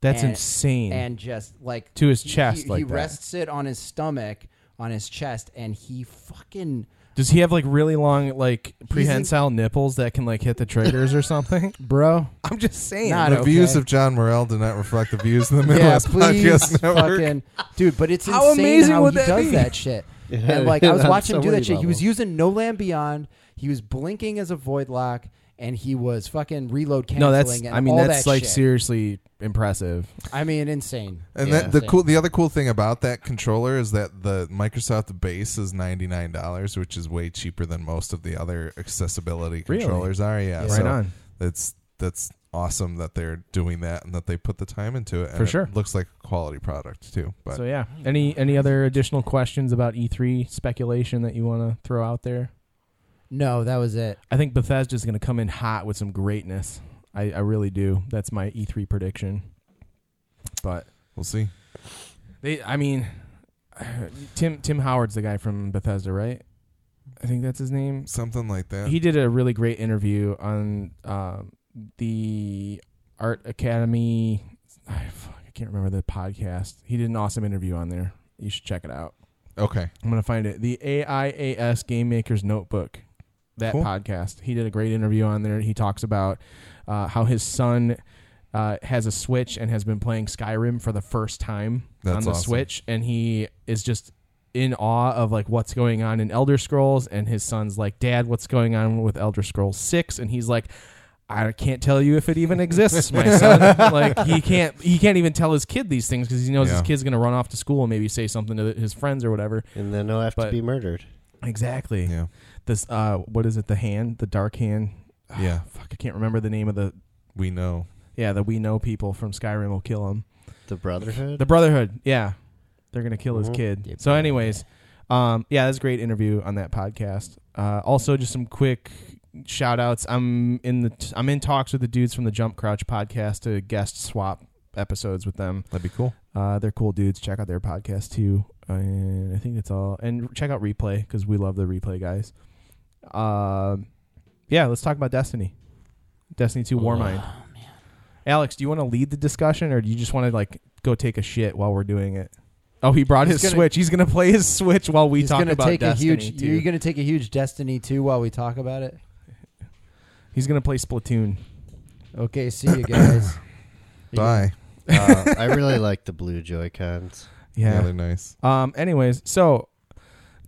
Speaker 2: that's
Speaker 5: and-
Speaker 2: insane
Speaker 5: and just like
Speaker 2: To his
Speaker 5: he-
Speaker 2: chest
Speaker 5: He,
Speaker 2: like
Speaker 5: he
Speaker 2: that.
Speaker 5: rests it on his stomach, on his chest, and he fucking.
Speaker 2: does he have like really long like
Speaker 5: He's in-
Speaker 2: prehensile nipples that can like hit the triggers or something
Speaker 5: [laughs] Bro,
Speaker 2: i'm just saying
Speaker 5: Not
Speaker 1: The
Speaker 5: okay.
Speaker 1: views of John Morrell do not reflect the views of
Speaker 5: [laughs]
Speaker 1: the Middle
Speaker 2: [laughs]
Speaker 5: yeah,
Speaker 1: East
Speaker 5: please,
Speaker 1: Podcast Network.
Speaker 5: fucking dude. But it's
Speaker 2: How
Speaker 5: insane
Speaker 2: amazing
Speaker 5: how
Speaker 2: would
Speaker 5: he
Speaker 2: that
Speaker 5: does
Speaker 2: be?
Speaker 3: [laughs]
Speaker 5: that shit. and like I was
Speaker 3: on
Speaker 5: watching him
Speaker 3: so
Speaker 5: do that
Speaker 3: many
Speaker 5: shit. He was
Speaker 3: levels.
Speaker 5: using No Land Beyond. He was blinking as a void lock, and he was fucking reload canceling.
Speaker 2: no that's
Speaker 5: and
Speaker 2: i mean
Speaker 5: all
Speaker 2: that's
Speaker 5: that
Speaker 2: like
Speaker 5: shit.
Speaker 2: seriously impressive
Speaker 5: I mean, insane.
Speaker 1: And
Speaker 3: Yeah.
Speaker 1: that, the cool, the other cool thing about that controller is that the Microsoft base is ninety nine dollars, which is way cheaper than most of the other accessibility
Speaker 2: Really?
Speaker 1: controllers are. Yeah,
Speaker 5: Right
Speaker 2: right
Speaker 1: so
Speaker 2: on
Speaker 1: That's that's awesome that they're doing that and that they put the time into it. And
Speaker 2: For
Speaker 1: it
Speaker 2: sure.
Speaker 1: looks like a quality product too. But
Speaker 2: so yeah any any other additional questions about e3 speculation that you want to throw out there
Speaker 5: No, that was it.
Speaker 2: i think bethesda's going to come in hot with some greatness I, I really do that's my e3 prediction but
Speaker 1: we'll see.
Speaker 2: they i mean [sighs] tim tim howard's the guy from bethesda right i think that's his name
Speaker 1: Something like that.
Speaker 2: he did a really great interview on um, the art academy [sighs] I, fuck, I can't remember the podcast he did an awesome interview on there you should check it out
Speaker 1: okay.
Speaker 2: I'm gonna find it. The AIAS Game Maker's Notebook. That
Speaker 1: Cool.
Speaker 2: podcast. He did a great interview on there. He talks about uh, how his son uh, has a Switch and has been playing Skyrim for the first time
Speaker 1: That's
Speaker 2: on the
Speaker 1: awesome.
Speaker 2: Switch, and he is just in awe of like what's going on in Elder Scrolls. And his son's like, "Dad, what's going on with Elder Scrolls 6? And he's like, I can't tell you if it even
Speaker 1: [laughs]
Speaker 2: exists, my son. like he can't he can't even tell his kid these things because he knows his
Speaker 1: Yeah.
Speaker 2: kid's gonna run off to school and maybe say something to his friends or whatever.
Speaker 3: And then they'll have
Speaker 2: But-
Speaker 3: to be murdered.
Speaker 2: Exactly.
Speaker 1: Yeah.
Speaker 2: This uh what is it? The hand, the dark hand.
Speaker 1: Yeah.
Speaker 2: Fuck, I can't remember the name of the
Speaker 1: We know.
Speaker 2: yeah, the we know people from Skyrim will kill him.
Speaker 3: The Brotherhood? [laughs]
Speaker 2: The Brotherhood. Yeah. They're going to kill his
Speaker 3: Mhm.
Speaker 2: kid.
Speaker 5: Yep.
Speaker 2: So anyways, um yeah, that's a great interview on that podcast. Uh also just some quick shout outs. I'm in the t- I'm in talks with the dudes from the Jump Crouch podcast to guest swap episodes with them.
Speaker 1: That'd be
Speaker 2: [sighs]
Speaker 1: cool.
Speaker 2: Uh, they're cool dudes. Check out their podcast too. And I think that's all. And check out Replay because we love the Replay guys. Um, yeah, let's talk about Destiny. Destiny 2 Warmind. Alex, do you want to lead the discussion or do you just want to like go take a shit while we're doing it? Oh, he brought
Speaker 5: He's
Speaker 2: his
Speaker 5: gonna-
Speaker 2: Switch. He's going to play his Switch while we
Speaker 5: He's
Speaker 2: talk
Speaker 5: gonna
Speaker 2: about
Speaker 5: take
Speaker 2: Destiny
Speaker 5: a huge.
Speaker 2: 2.
Speaker 5: You're gonna take a huge Destiny two while we talk about it.
Speaker 2: He's going to play Splatoon.
Speaker 5: Okay, see
Speaker 2: [laughs]
Speaker 5: you guys. You
Speaker 1: Bye.
Speaker 5: [laughs]
Speaker 3: Uh, I really like the blue Joy Cons.
Speaker 1: Yeah,
Speaker 2: Yeah.
Speaker 1: they're nice.
Speaker 2: Um. Anyways, so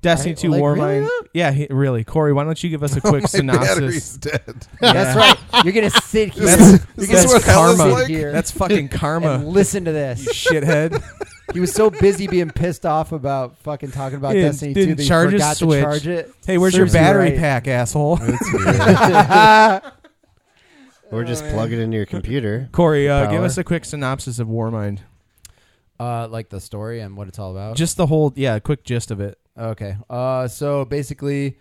Speaker 2: Destiny
Speaker 5: I-
Speaker 2: 2
Speaker 5: like,
Speaker 2: Warmind.
Speaker 5: really, Oh
Speaker 2: yeah, he, really. Corey, why don't you
Speaker 5: [laughs]
Speaker 2: give us a
Speaker 1: [laughs]
Speaker 2: quick
Speaker 1: My battery's
Speaker 2: synopsis?
Speaker 1: dead. [laughs]
Speaker 5: can- That's right. You're
Speaker 2: [laughs]
Speaker 5: gonna sit here.
Speaker 1: That's-
Speaker 5: You're
Speaker 1: is
Speaker 5: gonna
Speaker 1: this what
Speaker 5: sit
Speaker 1: hell is
Speaker 5: here
Speaker 1: like?
Speaker 5: here
Speaker 2: That's fucking
Speaker 5: and
Speaker 2: karma,
Speaker 5: listen to
Speaker 2: you
Speaker 5: this.
Speaker 2: [laughs] shithead.
Speaker 5: He was so busy being pissed off about fucking talking about
Speaker 2: Didn't-
Speaker 5: Destiny
Speaker 2: didn't
Speaker 5: two that he
Speaker 2: charge his
Speaker 5: forgot to
Speaker 2: Switch.
Speaker 5: charge it.
Speaker 2: Hey, where's
Speaker 5: Serves
Speaker 2: your
Speaker 5: you
Speaker 2: battery
Speaker 5: right.
Speaker 2: pack, asshole?
Speaker 3: [laughs]
Speaker 1: That's weird.
Speaker 5: Oh,
Speaker 3: Or just plug it into your computer.
Speaker 2: Corey, uh, give
Speaker 5: Power.
Speaker 2: us a quick synopsis of Warmind.
Speaker 5: Uh, like the story and what it's all about.
Speaker 2: Just the whole, yeah, quick gist of it.
Speaker 5: Okay. Uh, so basically,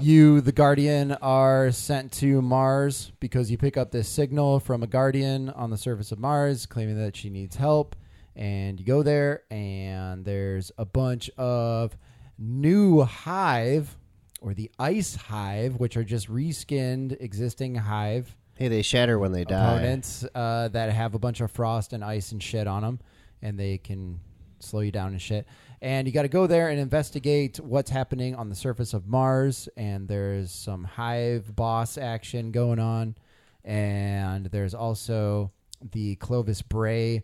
Speaker 5: you, the Guardian, are sent to Mars because you pick up this signal from a Guardian on the surface of Mars claiming that she needs help. And you go there, and there's a bunch of new hive or the ice hive, which are just reskinned existing hive
Speaker 3: Hey, they shatter when they die.
Speaker 5: opponents uh, that have a bunch of frost and ice and shit on them, and they can slow you down and shit. And you got to go there and investigate what's happening on the surface of Mars. And there's some hive boss action going on, and there's also the Clovis Bray.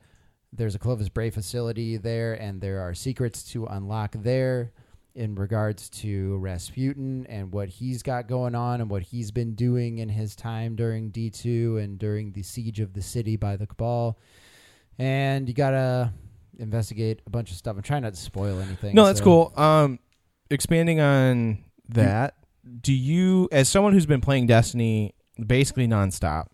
Speaker 5: There's a Clovis Bray facility there, and there are secrets to unlock there in regards to Rasputin and what he's got going on and what he's been doing in his time during D2 and during the siege of the city by the Cabal. And you got to investigate a bunch of stuff. I'm trying not to spoil anything.
Speaker 2: No, that's
Speaker 5: so-
Speaker 2: cool. Um, expanding on that, do you, as someone who's been playing Destiny basically nonstop,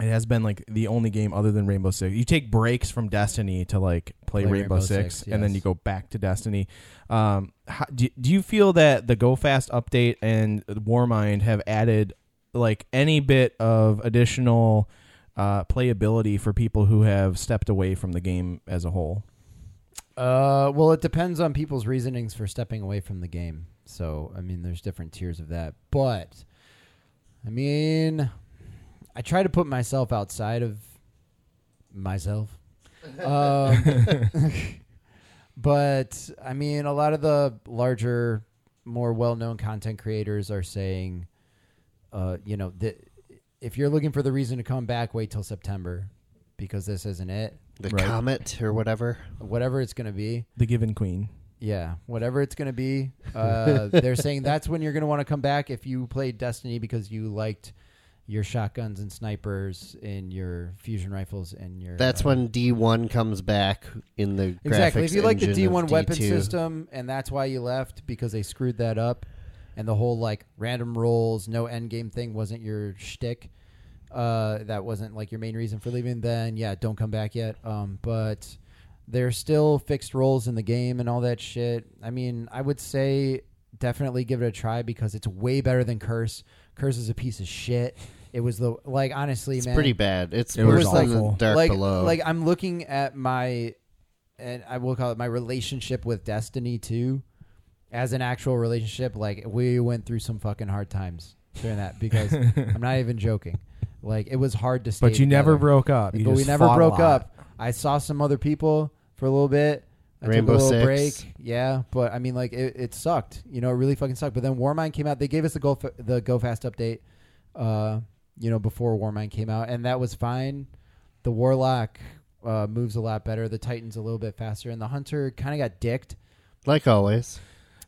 Speaker 2: it has been like the only game other than Rainbow Six. You take breaks from Destiny to like play, Rainbow, Six, and then
Speaker 5: yes.
Speaker 2: you go back to Destiny. Um, how, do, do you feel that the Go Fast update and Warmind have added like any bit of additional uh, playability for people who have stepped away from the game as a whole?
Speaker 5: Uh, well, it depends on people's reasonings for stepping away from the game. So, I mean, there's different tiers of that. But, I mean, I try to put myself outside of myself. Um, but, I mean, a lot of the larger, more well known content creators are saying, uh, you know, that if you're looking for the reason to come back, wait till September because this isn't it.
Speaker 3: The
Speaker 2: Right.
Speaker 3: comet or whatever.
Speaker 5: Whatever it's going to be.
Speaker 2: The Given Queen.
Speaker 5: Yeah, whatever it's going to be. Uh, they're saying that's when you're going to want to come back if you played Destiny because you liked your shotguns and snipers and your fusion rifles and your.
Speaker 3: That's
Speaker 5: uh,
Speaker 3: when D1 comes back in the
Speaker 5: Exactly.
Speaker 3: Graphics
Speaker 5: If you like the
Speaker 3: engine of
Speaker 5: D1 weapon
Speaker 3: D2.
Speaker 5: system and that's why you left because they screwed that up and the whole like random rolls, no end game thing wasn't your shtick. Uh, that wasn't like your main reason for leaving, then yeah, don't come back yet. Um, but there's still fixed roles in the game and all that shit. I mean, I would say definitely give it a try because it's way better than Curse. Curse is a piece of shit. It was the like honestly,
Speaker 3: It's
Speaker 5: man,
Speaker 3: pretty bad. It's
Speaker 2: It
Speaker 3: worse
Speaker 2: was
Speaker 3: than the
Speaker 2: awful.
Speaker 3: Dark
Speaker 5: like,
Speaker 3: Below.
Speaker 5: Like I'm looking at my, and I will call it my relationship with Destiny too, as an actual relationship. Like we went through some fucking hard times during
Speaker 2: [laughs]
Speaker 5: that because I'm not even joking. Like it was hard to stay.
Speaker 2: But you never
Speaker 5: together.
Speaker 2: broke up. You
Speaker 5: But we
Speaker 2: just
Speaker 5: never
Speaker 2: fought a
Speaker 5: broke
Speaker 2: lot.
Speaker 5: up. I saw some other people for a little bit. I
Speaker 3: Rainbow
Speaker 5: took a little
Speaker 3: Six.
Speaker 5: break. Yeah, but I mean, like it, it sucked. You know, it really fucking sucked. But then Warmind came out. They gave us the go fa- the Go Fast update. Uh, you know, before Warmind came out, and that was fine. The Warlock uh, moves a lot better. The Titan's a little bit faster, and the Hunter kind of got dicked,
Speaker 3: like always.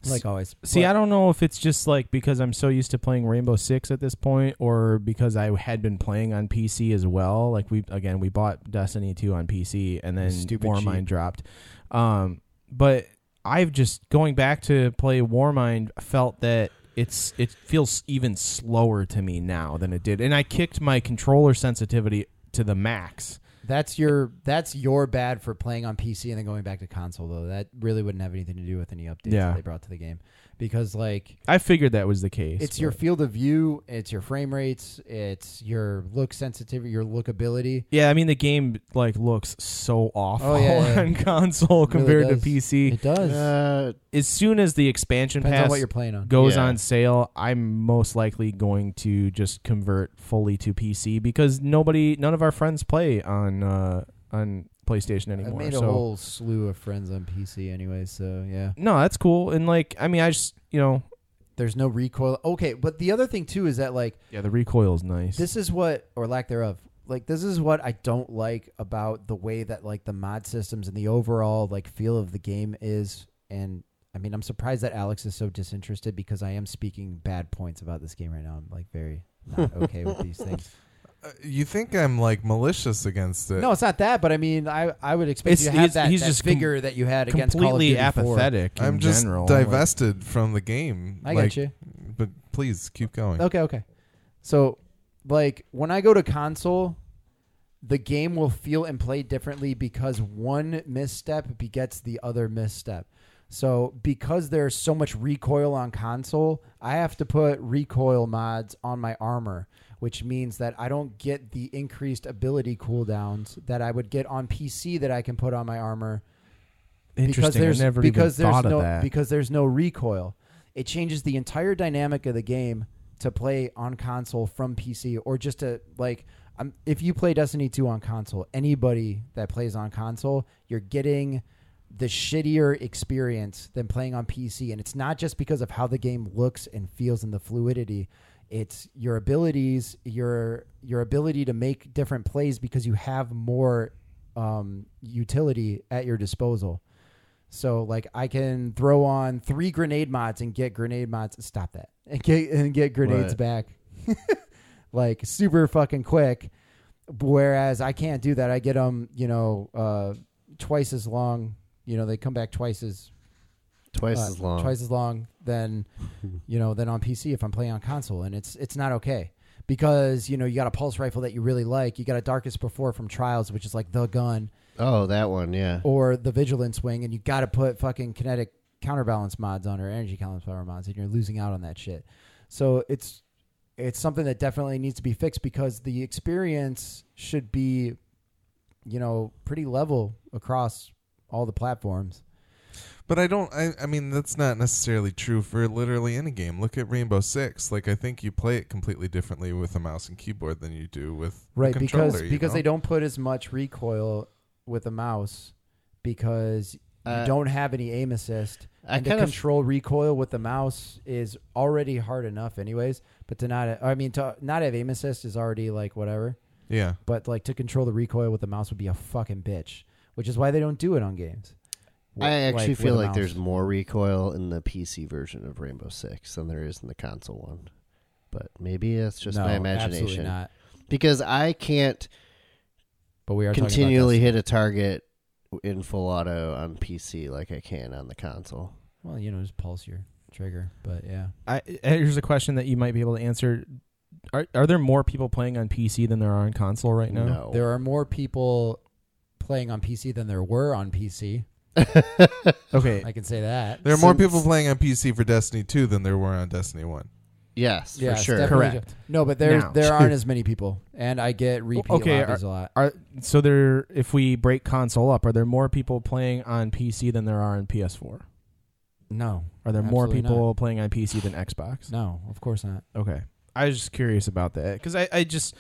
Speaker 5: like always.
Speaker 2: See,
Speaker 5: But-
Speaker 2: I don't know if it's just like because I'm so used to playing Rainbow Six at this point, or because I had been playing on PC as well. Like we again, we bought Destiny two on PC, and then
Speaker 5: Stupid
Speaker 2: Warmind
Speaker 5: cheap.
Speaker 2: dropped. Um, but I've just going back to play Warmind felt that it's it feels even slower to me now than it did, and I kicked my controller sensitivity to the max
Speaker 5: That's your that's your bad for playing on PC and then going back to console though. That really wouldn't have anything to do with any updates
Speaker 2: Yeah.
Speaker 5: that they brought to the game because like
Speaker 2: I figured that was the case.
Speaker 5: it's your
Speaker 2: but-
Speaker 5: field of view, it's your frame rates, it's your look sensitivity, your lookability.
Speaker 2: yeah. I mean, the game like looks so awful
Speaker 5: Oh, yeah,
Speaker 2: [laughs]
Speaker 5: yeah.
Speaker 2: on console
Speaker 5: It really
Speaker 2: compared
Speaker 5: does.
Speaker 2: to PC.
Speaker 5: It does.
Speaker 3: Uh,
Speaker 2: As soon as the expansion
Speaker 5: Depends
Speaker 2: pass
Speaker 5: on what you're playing on.
Speaker 2: goes
Speaker 3: Yeah.
Speaker 2: on sale, I'm most likely going to just convert fully to PC because nobody, none of our friends play on uh, on PlayStation
Speaker 5: I
Speaker 2: anymore.
Speaker 5: made a
Speaker 2: so
Speaker 5: whole slew of friends on PC anyway, so yeah.
Speaker 2: no, that's cool. And like, I mean, I just you know,
Speaker 5: There's no recoil. Okay, but the other thing too is that like
Speaker 2: yeah, the recoil is nice.
Speaker 5: this is what or lack thereof like this is what i don't like about the way that like the mod systems and the overall like feel of the game is and i mean i'm surprised that alex is so disinterested because i am speaking bad points about this game right now i'm like very
Speaker 2: [laughs]
Speaker 5: not okay with these things
Speaker 1: Uh, you think I'm like malicious against it?
Speaker 5: no it's not that but i mean i i would expect
Speaker 2: It's-
Speaker 5: you to
Speaker 2: he's-
Speaker 5: have that,
Speaker 2: he's
Speaker 5: that
Speaker 2: just com-
Speaker 5: figure that you had against Call of
Speaker 2: completely
Speaker 5: Duty 4.
Speaker 2: apathetic. In
Speaker 1: I'm just
Speaker 2: general. Like,
Speaker 1: divested from the game.
Speaker 5: i
Speaker 1: like,
Speaker 5: got you
Speaker 1: But please keep going.
Speaker 5: Okay, okay. So, like when I go to console, the game will feel and play differently because one misstep begets the other misstep. So, because there's so much recoil on console, I have to put recoil mods on my armor, which means that I don't get the increased ability cooldowns that I would get on PC that I can put on my armor
Speaker 2: interesting.
Speaker 5: because there's
Speaker 2: I never
Speaker 5: because
Speaker 2: even
Speaker 5: there's
Speaker 2: thought
Speaker 5: no
Speaker 2: of that.
Speaker 5: because there's no recoil. It changes the entire dynamic of the game to play on console from PC or just to like um, if you play Destiny 2 on console, anybody that plays on console, you're getting the shittier experience than playing on PC and it's not just because of how the game looks and feels and the fluidity it's your abilities your your ability to make different plays because you have more um, utility at your disposal so like I can throw on three grenade mods and get grenade mods. Stop that [laughs] and get and get grenades
Speaker 3: What?
Speaker 5: back, [laughs] like super fucking quick. Whereas I can't do that. I get them, you know, uh, twice as long. You know, they come back twice as
Speaker 3: twice
Speaker 5: uh,
Speaker 3: as long.
Speaker 5: twice as long
Speaker 3: [laughs]
Speaker 5: than you know than on PC if I'm playing on console, and it's it's not okay because you know you got a pulse rifle that you really like. You got a Darkest Before from Trials, which is like the gun
Speaker 3: oh, that one, yeah.
Speaker 5: or the vigilance wing, and you got to put fucking kinetic counterbalance mods on or energy counterbalance mods, and you're losing out on that shit. So it's it's something that definitely needs to be fixed because the experience should be, you know, pretty level across all the platforms.
Speaker 1: But I don't. I, I mean, that's not necessarily true for literally any game. Look at Rainbow Six. Like, I think you play it completely differently with a mouse and keyboard than you do with a
Speaker 5: right
Speaker 1: controller,
Speaker 5: because
Speaker 1: you
Speaker 5: because
Speaker 1: know?
Speaker 5: they don't put as much recoil with a mouse because
Speaker 3: Uh,
Speaker 5: you don't have any aim assist
Speaker 3: I
Speaker 5: and to
Speaker 3: kind of-
Speaker 5: control recoil with the mouse is already hard enough anyways but to not i mean to not have aim assist is already like whatever
Speaker 1: Yeah.
Speaker 5: but like to control the recoil with the mouse would be a fucking bitch which is why they don't do it on games
Speaker 3: I actually
Speaker 5: with
Speaker 3: feel
Speaker 5: a
Speaker 3: like
Speaker 5: mouse.
Speaker 3: there's more recoil in the PC version of Rainbow Six than there is in the console one. But maybe that's just
Speaker 5: No,
Speaker 3: my
Speaker 5: absolutely
Speaker 3: imagination.
Speaker 5: not
Speaker 3: Because I can't
Speaker 5: but we are talking about
Speaker 3: continually
Speaker 5: Destiny.
Speaker 3: hit a target in full auto on PC like I can on the console.
Speaker 5: well you know just pulse your trigger but yeah
Speaker 2: I, here's a question that you might be able to answer. Are, are there more people playing on PC than there are on console right now?
Speaker 3: No. [laughs]
Speaker 5: there are more people playing on pc than there were on pc
Speaker 2: Okay.
Speaker 5: i can say that
Speaker 1: There are more
Speaker 3: Since-
Speaker 1: people playing on PC for Destiny 2 than there were on Destiny 1.
Speaker 3: yes,
Speaker 5: Yes,
Speaker 3: for sure.
Speaker 5: definitely.
Speaker 2: Correct.
Speaker 5: No, but there
Speaker 2: Now.
Speaker 3: [laughs]
Speaker 5: there aren't as many people, and I get repeat
Speaker 2: okay,
Speaker 5: lobbies a lot.
Speaker 2: Are so there? If we break console up, are there more people playing on PC than there are on PS4?
Speaker 5: No,
Speaker 2: Are there more
Speaker 5: Absolutely
Speaker 2: people playing on PC than Xbox?
Speaker 5: no, of course not.
Speaker 2: Okay, I was just curious about that because I, I just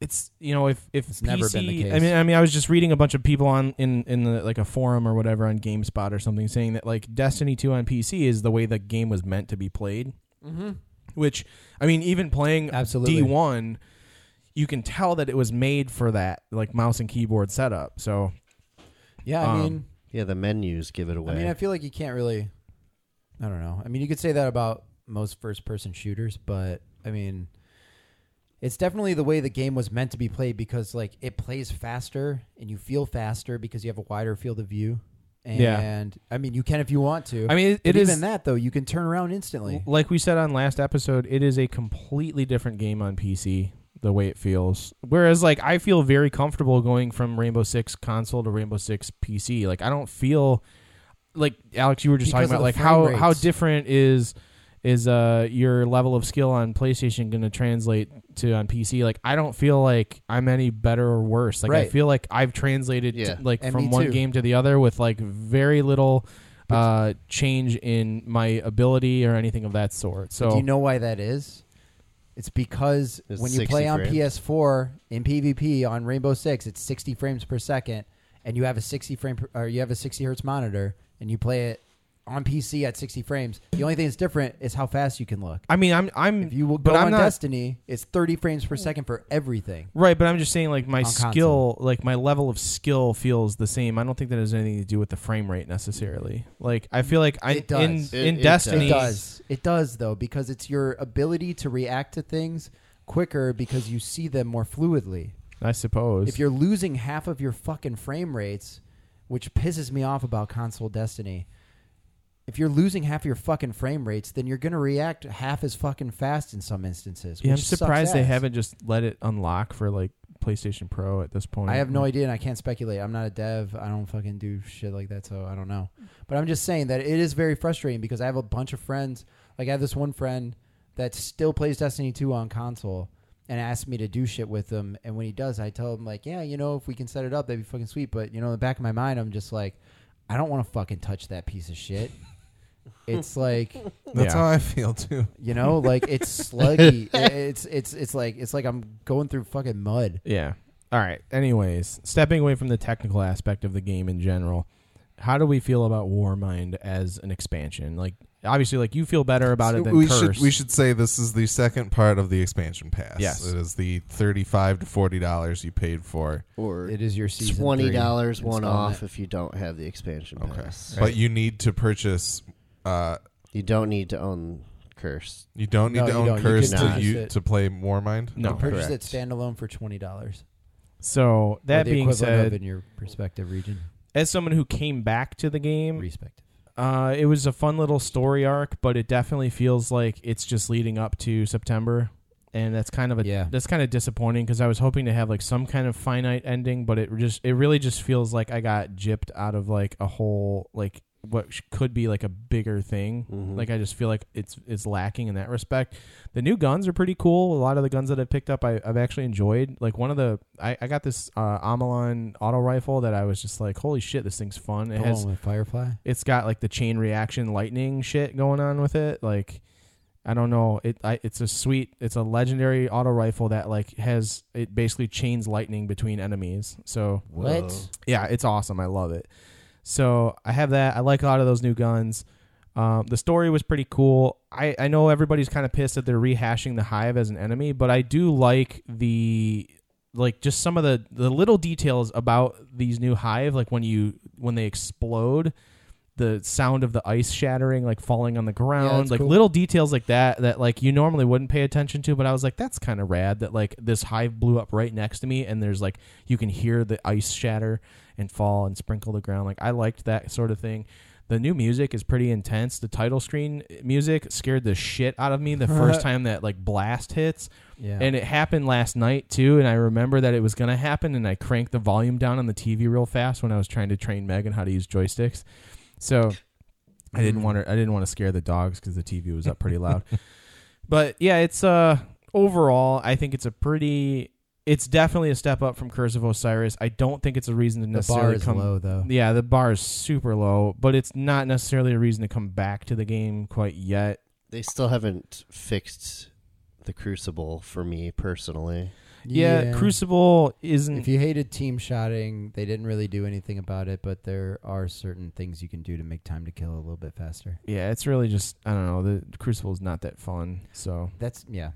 Speaker 2: it's you know if if
Speaker 5: It's
Speaker 2: PC,
Speaker 5: never been the
Speaker 2: I
Speaker 5: case.
Speaker 2: mean I mean I was just reading a bunch of people on in in the, like a forum or whatever on GameSpot or something saying that like Destiny two on PC is the way the game was meant to be played,
Speaker 5: Mm-hmm.
Speaker 2: which I mean even playing
Speaker 5: Absolutely.
Speaker 2: D one, you can tell that it was made for that like mouse and keyboard setup. So
Speaker 5: Yeah, I
Speaker 2: Um,
Speaker 5: mean,
Speaker 3: Yeah, the menus give it away.
Speaker 5: I mean, I feel like you can't really. I don't know. I mean, you could say that about most first-person shooters, but I mean, it's definitely the way the game was meant to be played because, like, it plays faster and you feel faster because you have a wider field of view. And
Speaker 2: Yeah.
Speaker 5: I mean, you can if you want to.
Speaker 2: I mean it,
Speaker 5: But
Speaker 2: it is
Speaker 5: even that though. You can turn around instantly.
Speaker 2: Like we said on last episode, it is a completely different game on PC the way it feels. Whereas like I feel very comfortable going from Rainbow Six console to Rainbow Six PC. Like I don't feel like Alex, you were just
Speaker 5: Because
Speaker 2: talking about
Speaker 5: of the
Speaker 2: like
Speaker 5: frame
Speaker 2: how how
Speaker 5: rates.
Speaker 2: different is is uh your level of skill on PlayStation going to translate to on PC? Like I don't feel like I'm any better or worse. Like I
Speaker 5: Right.
Speaker 2: feel like I've translated
Speaker 3: Yeah.
Speaker 2: to, like
Speaker 5: And
Speaker 2: from
Speaker 5: me
Speaker 2: one
Speaker 5: too.
Speaker 2: game to the other with like very little uh change in my ability or anything of that sort. So
Speaker 5: Do you know why that is? It's because
Speaker 3: It's
Speaker 5: when you play
Speaker 3: 60
Speaker 5: on
Speaker 3: frames.
Speaker 5: PS4 in PvP on Rainbow Six, it's 60 frames per second, and you have a 60 frame per, or you have a 60 hertz monitor, and you play it on PC at 60 frames. The only thing that's different is how fast you can look.
Speaker 2: I mean, I'm I'm
Speaker 5: If you will
Speaker 2: but
Speaker 5: go
Speaker 2: I'm
Speaker 5: on
Speaker 2: not
Speaker 5: Destiny, it's 30 frames per second for everything.
Speaker 2: right, but I'm just saying like my
Speaker 5: On
Speaker 2: skill,
Speaker 5: console.
Speaker 2: like my level of skill feels the same. I don't think that has anything to do with the frame rate necessarily. Like I feel like I
Speaker 5: It does.
Speaker 2: in
Speaker 3: It-
Speaker 2: in
Speaker 3: it
Speaker 2: Destiny
Speaker 5: It does. It does though because it's your ability to react to things quicker because you see them more fluidly.
Speaker 2: I suppose.
Speaker 5: if you're losing half of your fucking frame rates, which pisses me off about console Destiny, if you're losing half of your fucking frame rates, then you're gonna react half as fucking fast in some instances.
Speaker 2: yeah, I'm
Speaker 5: which sucks
Speaker 2: surprised they
Speaker 5: ass.
Speaker 2: haven't just let it unlock for like PlayStation Pro at this point.
Speaker 5: I have no idea, and I can't speculate. I'm not a dev. I don't fucking do shit like that, so I don't know. But I'm just saying that it is very frustrating because I have a bunch of friends. Like I have this one friend that still plays Destiny 2 on console and asks me to do shit with him. And when he does, I tell him like, yeah, you know, if we can set it up, that'd be fucking sweet. But you know, in the back of my mind, I'm just like, I don't want to fucking touch that piece of shit. it's like
Speaker 1: That's
Speaker 2: Yeah.
Speaker 1: how I feel too.
Speaker 5: you know, like
Speaker 3: [laughs]
Speaker 5: it's sluggy. It- it's it's it's like it's like I'm going through fucking mud.
Speaker 2: Yeah. All right. Anyways, stepping away from the technical aspect of the game in general, how do we feel about Warmind as an expansion? Like obviously, like you feel better about
Speaker 1: So
Speaker 2: it than
Speaker 1: we
Speaker 2: Curse.
Speaker 1: should we should say this is the second part of the expansion pass.
Speaker 2: Yes.
Speaker 1: it is the thirty-five to forty dollars you paid for,
Speaker 3: Or
Speaker 5: It is your season
Speaker 3: twenty
Speaker 5: three
Speaker 3: dollars one
Speaker 5: installment.
Speaker 3: off if you don't have the expansion
Speaker 1: Okay.
Speaker 3: pass.
Speaker 1: but you need to purchase. Uh,
Speaker 3: You don't need to own Curse.
Speaker 1: you don't need
Speaker 5: No,
Speaker 1: to
Speaker 5: you
Speaker 1: own
Speaker 5: don't. You
Speaker 1: Curse
Speaker 3: can
Speaker 1: to
Speaker 5: purchase
Speaker 1: you
Speaker 5: it.
Speaker 1: to play Warmind.
Speaker 2: no.
Speaker 5: Purchase
Speaker 2: correct.
Speaker 5: it standalone for twenty dollars.
Speaker 2: So that being said,
Speaker 5: in your respective region,
Speaker 2: as someone who came back to the game,
Speaker 5: respective.
Speaker 2: uh, it was a fun little story arc, but it definitely feels like it's just leading up to September, and that's kind of a
Speaker 5: Yeah.
Speaker 2: that's kind of disappointing because I was hoping to have like some kind of finite ending, but it just it really just feels like I got gypped out of like a whole like what sh- could be like a bigger thing.
Speaker 3: Mhm.
Speaker 2: Like I just feel like it's it's lacking in that respect. The new guns are pretty cool. A lot of the guns that I picked up, I, I've actually enjoyed. Like one of the, I, I got this uh, Amalon auto rifle that I was just like, holy shit, this thing's fun. It
Speaker 5: The
Speaker 2: has
Speaker 5: one with Firefly.
Speaker 2: it's got like the chain reaction lightning shit going on with it. Like I don't know, it I, it's a sweet, it's a legendary auto rifle that like has it basically chains lightning between enemies. So
Speaker 5: What?
Speaker 2: yeah, it's awesome. I love it. So I have that. I like a lot of those new guns. Um, the story was pretty cool. I, I know everybody's kind of pissed that they're rehashing the hive as an enemy, but I do like the like just some of the the little details about these new hive. Like when you when they explode, the sound of the ice shattering, like falling on the ground,
Speaker 5: that's
Speaker 2: like
Speaker 5: cool.
Speaker 2: little details like that that like you normally wouldn't pay attention to. But I was like, that's kind of rad that like this hive blew up right next to me, and there's like you can hear the ice shatter and fall and sprinkle the ground. Like I liked that sort of thing. The new music is pretty intense. The title screen music scared the shit out of me the first time that like blast hits.
Speaker 5: Yeah.
Speaker 2: And it happened last night too, and I remember that it was gonna happen, and I cranked the volume down on the TV real fast when I was trying to train Megan how to use joysticks. So I
Speaker 5: Hmm.
Speaker 2: didn't want to I didn't want to scare the dogs because the TV was up pretty loud. [laughs] but yeah, it's uh overall I think it's a pretty it's definitely a step up from Curse of Osiris. I don't think it's a reason to
Speaker 5: the
Speaker 2: necessarily
Speaker 5: bar is
Speaker 2: come
Speaker 5: low though.
Speaker 2: yeah, the bar is super low, but it's not necessarily a reason to come back to the game quite yet.
Speaker 3: They still haven't fixed the Crucible for me personally.
Speaker 2: Yeah, Crucible isn't.
Speaker 5: If you hated team shotting, they didn't really do anything about it, but there are certain things you can do to make time to kill a little bit faster.
Speaker 2: yeah, it's really just I don't know. The Crucible is not that fun. So,
Speaker 5: That's yeah.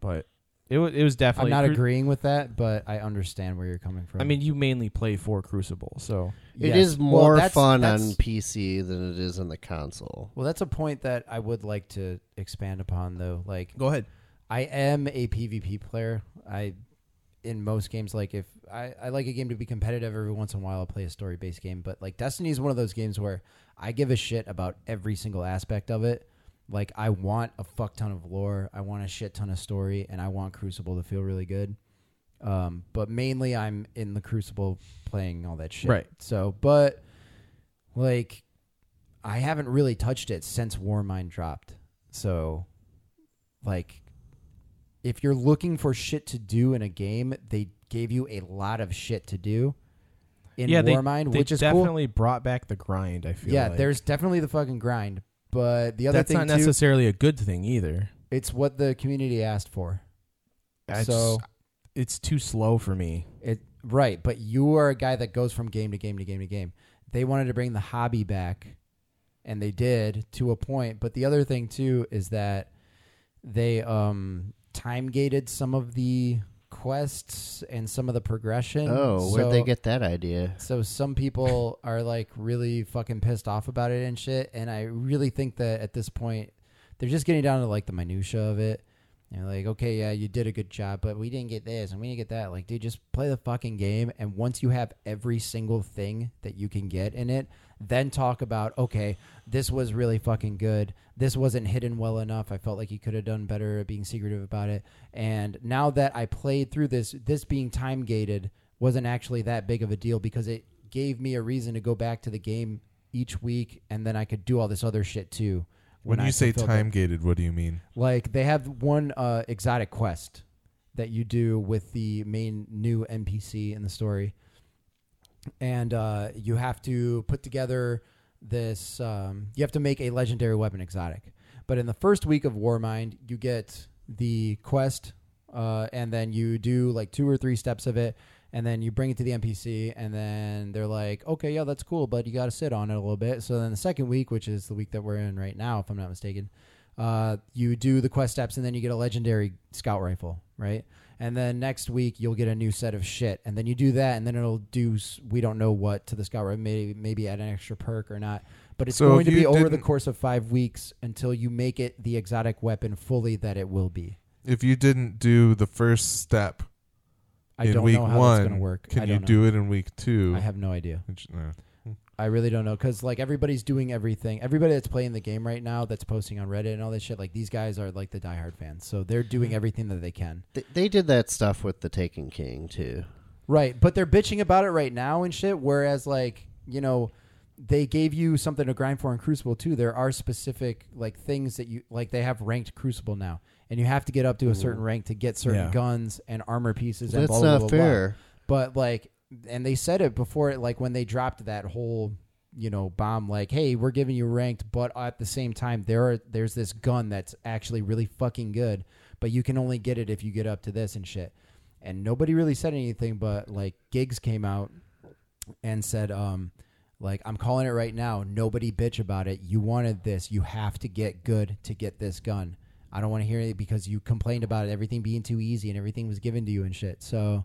Speaker 2: but it was it was definitely.
Speaker 5: I'm not
Speaker 2: Cru-
Speaker 5: agreeing with that, but I understand where you're coming from.
Speaker 2: I mean, you mainly play for Crucible, so
Speaker 3: It
Speaker 5: Yes.
Speaker 3: is
Speaker 5: Well,
Speaker 3: more
Speaker 5: that's-
Speaker 3: fun on
Speaker 5: that's-
Speaker 3: PC than it is on the console.
Speaker 5: Well, that's a point that I would like to expand upon, though. Like,
Speaker 2: go ahead.
Speaker 5: I am a PvP player. I in most games like if I, I like a game to be competitive every once in a while I'll play a story based game, but like Destiny is one of those games where I give a shit about every single aspect of it like I want a fuck ton of lore, I want a shit ton of story, and I want Crucible to feel really good. Um, but mainly I'm in the Crucible playing all that shit.
Speaker 2: Right.
Speaker 5: So, but like I haven't really touched it since Warmind dropped. So, like, if you're looking for shit to do in a game, they gave you a lot of shit to do in
Speaker 2: yeah, they,
Speaker 5: Warmind,
Speaker 2: they
Speaker 5: which is cool.
Speaker 2: definitely brought back the grind. I feel
Speaker 5: Yeah,
Speaker 2: like.
Speaker 5: there's definitely the fucking grind. But the other
Speaker 2: that's
Speaker 5: thing
Speaker 2: not
Speaker 5: too,
Speaker 2: necessarily a good thing either.
Speaker 5: it's what the community asked for.
Speaker 2: I
Speaker 5: so
Speaker 2: just- it's too slow for me.
Speaker 5: it right, but you are a guy that goes from game to game to game to game. They wanted to bring the hobby back, and they did to a point. But the other thing too is that they um time gated some of the quests and some of the progression.
Speaker 3: Oh, where'd
Speaker 5: So-
Speaker 3: they get that idea?
Speaker 5: So
Speaker 3: [laughs]
Speaker 5: some people are like really fucking pissed off about it and shit. And I really think that at this point, they're just getting down to like the minutia of it. And like, okay, yeah, you did a good job, but we didn't get this and we didn't get that. Like, dude, just play the fucking game. And once you have every single thing that you can get in it, then talk about, okay, this was really fucking good. This wasn't hidden well enough. I felt like you could have done better at being secretive about it. And now that I played through this, this being time gated wasn't actually that big of a deal because it gave me a reason to go back to the game each week and then I could do all this other shit too.
Speaker 1: When, you
Speaker 5: I
Speaker 1: say
Speaker 5: fulfilled it.
Speaker 1: time gated, what do you mean?
Speaker 5: Like they have one uh, exotic quest that you do with the main new NPC in the story, and uh, you have to put together this. Um, you have to make a legendary weapon exotic. But in the first week of Warmind, you get the quest, uh, and then you do like two or three steps of it, and then you bring it to the NPC, and then they're like, "Okay, yeah, that's cool, but you got to sit on it a little bit." So then the second week, which is the week that we're in right now, if I'm not mistaken, uh, you do the quest steps and then you get a legendary scout rifle, right? And then next week you'll get a new set of shit, and then you do that, and then it'll do s- we don't know what to the scout rifle, maybe maybe add an extra perk or not, but it's
Speaker 1: So
Speaker 5: going
Speaker 1: if
Speaker 5: to be
Speaker 1: you
Speaker 5: over the
Speaker 1: didn't-
Speaker 5: course of five weeks until you make it the exotic weapon fully that it will be.
Speaker 1: If you didn't do the first step,
Speaker 5: I
Speaker 1: In
Speaker 5: don't
Speaker 1: week
Speaker 5: know how that's going
Speaker 1: one,
Speaker 5: to work. I
Speaker 1: can you
Speaker 5: don't know.
Speaker 1: do it in week two?
Speaker 5: I have no idea.
Speaker 1: Which- no.
Speaker 5: I really don't know because like everybody's doing everything. Everybody that's playing the game right now, that's posting on Reddit and all this shit, like these guys are like the diehard fans, so they're
Speaker 1: Mm-hmm.
Speaker 5: doing everything that they can.
Speaker 3: They, they did that stuff with the Taken King too.
Speaker 5: Right, but they're bitching about it right now and shit. Whereas, like you know, they gave you something to grind for in Crucible too. There are specific like things that you like. They have ranked Crucible now, and you have to get up to a certain rank to get certain
Speaker 2: Yeah.
Speaker 5: guns and armor pieces. And
Speaker 3: That's
Speaker 5: blah, blah,
Speaker 3: not
Speaker 5: blah, blah, blah.
Speaker 3: fair.
Speaker 5: But like, and they said it before it, like when they dropped that whole, you know, bomb, like, hey, we're giving you ranked, but at the same time, there are there's this gun that's actually really fucking good, but you can only get it if you get up to this and shit. And nobody really said anything, but like Gigs came out and said, um, like I'm calling it right now. Nobody bitch about it. You wanted this. You have to get good to get this gun. I don't want to hear it because you complained about it, everything being too easy and everything was given to you and shit. So,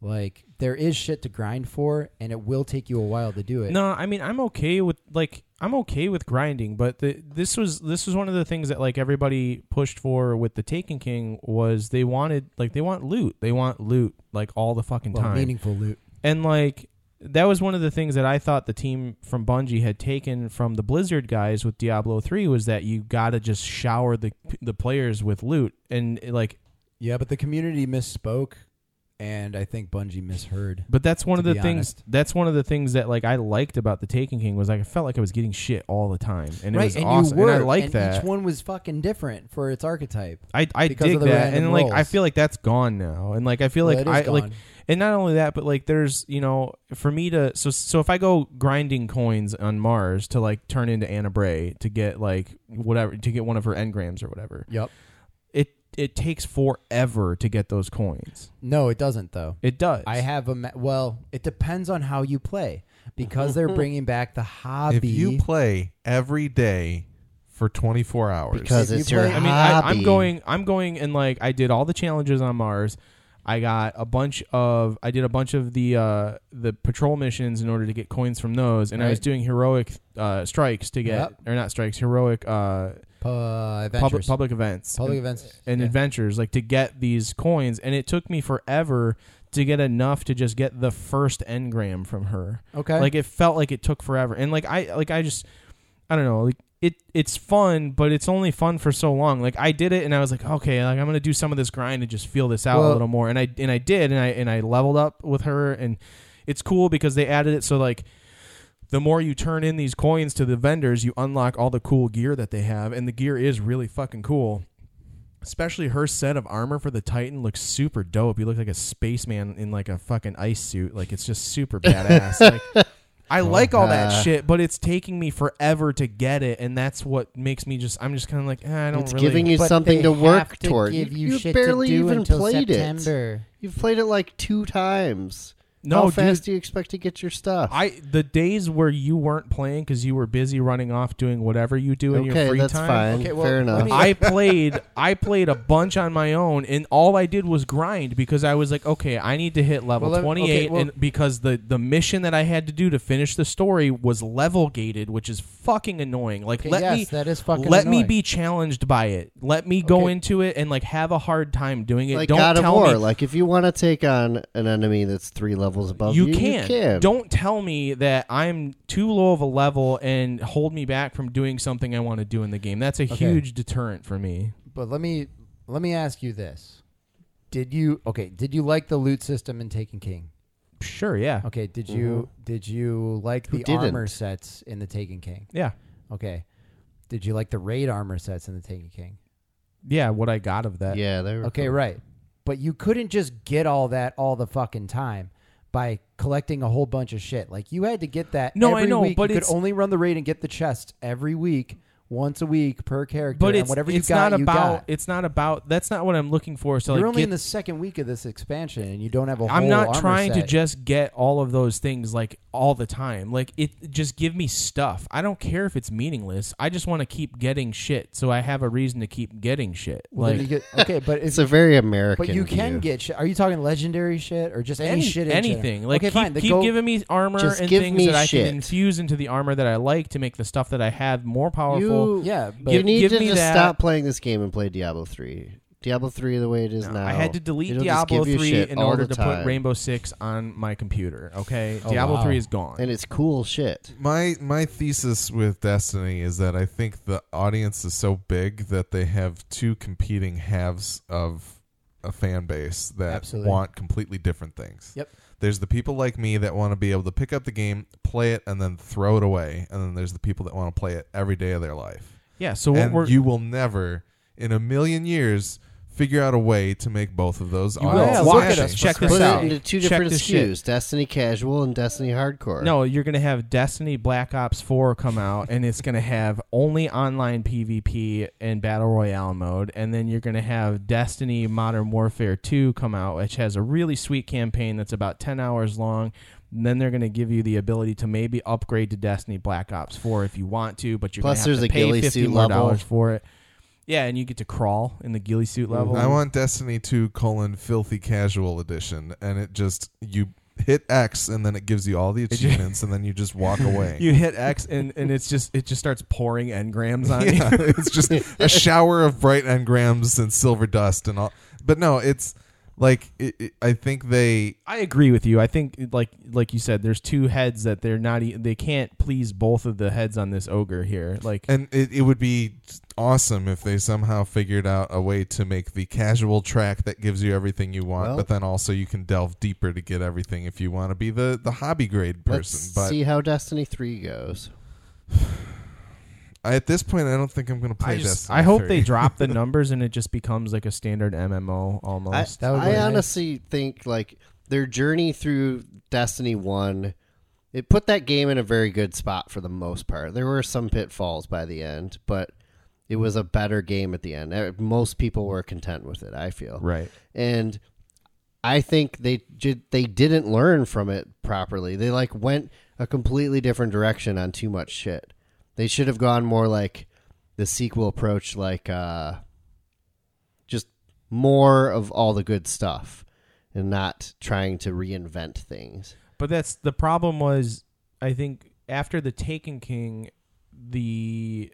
Speaker 5: like, there is shit to grind for, and it will take you a while to do it.
Speaker 2: No, I mean I'm okay with like I'm okay with grinding, but the, this was this was one of the things that like everybody pushed for with the Taken King was they wanted like they want loot, they want loot like all the fucking
Speaker 5: well,
Speaker 2: time.
Speaker 5: meaningful loot.
Speaker 2: And like that was one of the things that I thought the team from Bungie had taken from the Blizzard guys with Diablo 3 was that you got to just shower the the players with loot and like
Speaker 5: Yeah, but the community misspoke, and I think Bungie misheard.
Speaker 2: but that's one
Speaker 5: To
Speaker 2: of the
Speaker 5: be
Speaker 2: things
Speaker 5: honest.
Speaker 2: that's one of the things that like I liked about the Taken King was like I felt like I was getting shit all the time and it was awesome and I like
Speaker 5: and
Speaker 2: that.
Speaker 5: Each one was fucking different for its archetype.
Speaker 2: I, I
Speaker 5: because
Speaker 2: dig
Speaker 5: of the
Speaker 2: that
Speaker 5: random
Speaker 2: and like I
Speaker 5: rolls.
Speaker 2: feel like that's gone now and like I feel like
Speaker 5: Well,
Speaker 2: I
Speaker 5: it is
Speaker 2: like
Speaker 5: gone.
Speaker 2: and not only that but like there's you know for me to so so if I go grinding coins on Mars to like turn into Anna Bray to get like whatever to get one of her engrams or whatever
Speaker 5: Yep.
Speaker 2: it it takes forever to get those coins
Speaker 5: No, it doesn't though.
Speaker 2: it does
Speaker 5: I have a ma- well. It depends on how you play
Speaker 3: [laughs]
Speaker 5: because they're bringing back the hobby.
Speaker 1: If you play every day for 24 hours,
Speaker 3: Because
Speaker 5: If you
Speaker 3: it's your
Speaker 5: play-
Speaker 2: I mean, I, I'm
Speaker 3: hobby.
Speaker 2: going. I'm going, and like I did all the challenges on Mars. I got a bunch of. I did a bunch of the uh, the patrol missions in order to get coins from those, and I was
Speaker 5: Right.
Speaker 2: doing heroic uh, strikes to get
Speaker 5: Yep.
Speaker 2: or not strikes, heroic uh,
Speaker 5: uh,
Speaker 2: public
Speaker 5: adventures.
Speaker 2: public events,
Speaker 5: Public
Speaker 2: and,
Speaker 5: events
Speaker 2: and
Speaker 5: yeah.
Speaker 2: adventures, like to get these coins, and it took me forever to get enough to just get the first engram from her.
Speaker 5: Okay,
Speaker 2: Like it felt like it took forever, and like I like I just I don't know like it it's fun, but it's only fun for so long. Like I did it, and I was like, okay, like I'm gonna do some of this grind and just feel this out a
Speaker 5: Well-
Speaker 2: little more. And I and I did, and I and I leveled up with her, and it's cool because they added it so like the more you turn in these coins to the vendors, you unlock all the cool gear that they have, and the gear is really fucking cool. Especially her set of armor for the Titan looks super dope. You look like a spaceman in like a fucking ice suit. Like it's just
Speaker 3: [laughs]
Speaker 2: super badass. Like, I like all that
Speaker 3: Uh.
Speaker 2: shit, but it's taking me forever to get it, and that's what makes me just. I'm just kind of like, eh, I don't
Speaker 3: it's
Speaker 2: really.
Speaker 3: giving you
Speaker 5: But
Speaker 3: something
Speaker 5: they
Speaker 3: to work
Speaker 5: have to
Speaker 3: toward.
Speaker 5: Give you, shit
Speaker 3: barely
Speaker 5: to do
Speaker 3: even
Speaker 5: until
Speaker 3: played it.
Speaker 5: September.
Speaker 3: You've played it like two times.
Speaker 2: no,
Speaker 3: How
Speaker 2: dude,
Speaker 3: fast do you expect to get your stuff?
Speaker 2: I the days where you weren't playing because you were busy running off doing whatever you do in your
Speaker 3: okay,
Speaker 2: free
Speaker 3: that's
Speaker 2: time.
Speaker 3: fine.
Speaker 5: Okay, well,
Speaker 3: Fair
Speaker 5: let
Speaker 3: enough.
Speaker 5: me- [laughs]
Speaker 2: I played I played a bunch on my own and all I did was grind because I was like, okay, I need to hit level
Speaker 5: Well, let-
Speaker 2: 28
Speaker 5: okay, well-
Speaker 2: and because the the mission that I had to do to finish the story was level gated, which is fucking annoying. Like
Speaker 5: Okay,
Speaker 2: let
Speaker 5: yes,
Speaker 2: me
Speaker 5: that is fucking.
Speaker 2: let me
Speaker 5: annoying.
Speaker 2: be challenged by it. Let me go
Speaker 5: Okay.
Speaker 2: into it and like have a hard time doing it.
Speaker 3: like
Speaker 2: Don't
Speaker 3: God of
Speaker 2: tell
Speaker 3: War.
Speaker 2: me
Speaker 3: Like if you want to take on an enemy that's three levels above you,
Speaker 2: you can.
Speaker 3: You can.
Speaker 2: Don't tell me that I'm too low of a level and hold me back from doing something I want to do in the game. That's a huge deterrent for me.
Speaker 5: But let me let me ask you this: Did you okay? Did you like the loot system in Taken King?
Speaker 2: Sure, yeah.
Speaker 5: Okay. Did you did you like
Speaker 3: Mm-hmm. Who
Speaker 5: the
Speaker 3: didn't?
Speaker 5: armor sets in the Taken King?
Speaker 2: Yeah.
Speaker 5: Okay. Did you like the raid armor sets in the Taken King?
Speaker 2: Yeah, what I got of that.
Speaker 3: Yeah, they were
Speaker 5: Okay,
Speaker 3: cool.
Speaker 5: right. But you couldn't just get all that all the fucking time by collecting a whole bunch of shit. Like you had to get that.
Speaker 2: No, I
Speaker 5: every
Speaker 2: know,
Speaker 5: week.
Speaker 2: but
Speaker 5: you
Speaker 2: it's-
Speaker 5: could only run the raid and get the chest every week, once a week per character.
Speaker 2: But
Speaker 5: and
Speaker 2: it's,
Speaker 5: whatever
Speaker 2: it's
Speaker 5: you got,
Speaker 2: not
Speaker 5: you
Speaker 2: about
Speaker 5: got.
Speaker 2: it's not about that's not what I'm looking for. So
Speaker 5: You're
Speaker 2: like
Speaker 5: only in
Speaker 2: get-
Speaker 5: the second week of this expansion, and you don't have a whole.
Speaker 2: I'm not
Speaker 5: armor
Speaker 2: trying to
Speaker 5: set.
Speaker 2: just get all of those things like all the time. Like it just give me stuff. I don't care if it's meaningless. I just want to keep getting shit so I have a reason to keep getting shit.
Speaker 5: Well, then
Speaker 2: like
Speaker 5: you get- okay, but
Speaker 3: It's
Speaker 5: it's
Speaker 3: a very American.
Speaker 5: but you can
Speaker 3: view.
Speaker 5: get shit. Are you talking legendary shit or just any,
Speaker 2: any-
Speaker 5: shit? in general?
Speaker 2: anything. Like
Speaker 5: okay,
Speaker 2: keep,
Speaker 5: fine. The
Speaker 2: keep
Speaker 5: go-
Speaker 2: giving me armor
Speaker 3: Just
Speaker 2: and
Speaker 3: give
Speaker 2: things
Speaker 3: me
Speaker 2: that I
Speaker 3: shit.
Speaker 2: can infuse into the armor that I like to make the stuff that I have more powerful.
Speaker 3: You,
Speaker 5: Yeah, but
Speaker 3: you
Speaker 2: Give-
Speaker 3: need
Speaker 2: give
Speaker 3: to
Speaker 2: me
Speaker 3: just
Speaker 2: that.
Speaker 3: stop playing this game and play Diablo three. Diablo three, the way it is
Speaker 2: No,
Speaker 3: now.
Speaker 2: I had to delete
Speaker 3: it'll just
Speaker 2: Diablo
Speaker 3: give you
Speaker 2: 3
Speaker 3: shit
Speaker 2: in
Speaker 3: all
Speaker 2: order
Speaker 3: the
Speaker 2: to
Speaker 3: time.
Speaker 2: put Rainbow Six on my computer, okay?
Speaker 5: Oh,
Speaker 2: Diablo
Speaker 5: wow.
Speaker 2: 3 is gone.
Speaker 3: and it's cool shit.
Speaker 1: My my thesis with Destiny is that I think the audience is so big that they have two competing halves of a fan base that
Speaker 5: Absolutely.
Speaker 1: want completely different things.
Speaker 5: Yep.
Speaker 1: There's the people like me that want to be able to pick up the game, play it, and then throw it away. And then there's the people that want to play it every day of their life.
Speaker 2: yeah, so what
Speaker 1: and
Speaker 2: we're
Speaker 1: you will never, in a million years, figure out a way to make both of those
Speaker 2: will.
Speaker 1: audiences
Speaker 2: Watch
Speaker 1: happy.
Speaker 2: us. Check
Speaker 3: Put
Speaker 2: this
Speaker 3: it
Speaker 2: out.
Speaker 3: into two
Speaker 2: Check
Speaker 3: different
Speaker 2: this shit.
Speaker 3: SKUs: Destiny Casual and Destiny Hardcore.
Speaker 2: No, you're gonna have Destiny Black Ops Four come out, and it's gonna have only online PvP and battle royale mode, and then you're gonna have Destiny Modern Warfare Two come out, which has a really sweet campaign that's about ten hours long. And then they're gonna give you the ability to maybe upgrade to Destiny Black Ops Four if you want to, but you're
Speaker 3: Plus
Speaker 2: gonna
Speaker 3: there's
Speaker 2: have
Speaker 3: a
Speaker 2: to pay
Speaker 3: ghillie
Speaker 2: fifty
Speaker 3: suit
Speaker 2: more
Speaker 3: level.
Speaker 2: dollars for it. Yeah, and you get to crawl in the ghillie suit level.
Speaker 1: I want Destiny 2 colon filthy casual edition, and it just you hit X and then it gives you all the
Speaker 2: ju-
Speaker 1: achievements, and then you just walk away.
Speaker 2: you hit X and, and it's just it just starts pouring engrams
Speaker 3: [laughs]
Speaker 2: on you.
Speaker 1: yeah, [laughs] it's just a shower of bright engrams and silver dust and all. But no, it's like it, it- I think they
Speaker 2: I agree with you. I think like like you said, there's two heads that they're not e- they can't please both of the heads on this ogre here. Like
Speaker 1: and it, it would be awesome if they somehow figured out a way to make the casual track that gives you everything you want,
Speaker 3: Well-
Speaker 1: but then also you can delve deeper to get everything if you want to be the the hobby grade
Speaker 3: Let's
Speaker 1: person. but
Speaker 3: see how Destiny three goes.
Speaker 1: I, at this point, I don't think I'm going to play
Speaker 2: I just
Speaker 1: Destiny
Speaker 2: I hope
Speaker 1: 3.
Speaker 2: they drop the numbers and it just becomes like a standard MMO almost.
Speaker 5: That would
Speaker 3: I
Speaker 5: be nice.
Speaker 3: honestly think like their journey through Destiny One, it put that game in a very good spot for the most part. There were some pitfalls by the end, but it was a better game at the end. Uh, Most people were content with it. I feel
Speaker 2: right.
Speaker 3: and I think they did, they didn't learn from it properly. They like went a completely different direction on too much shit. They should have gone more like the sequel approach, like uh, just more of all the good stuff, and not trying to reinvent things.
Speaker 2: But that's the problem was I think after the Taken King, the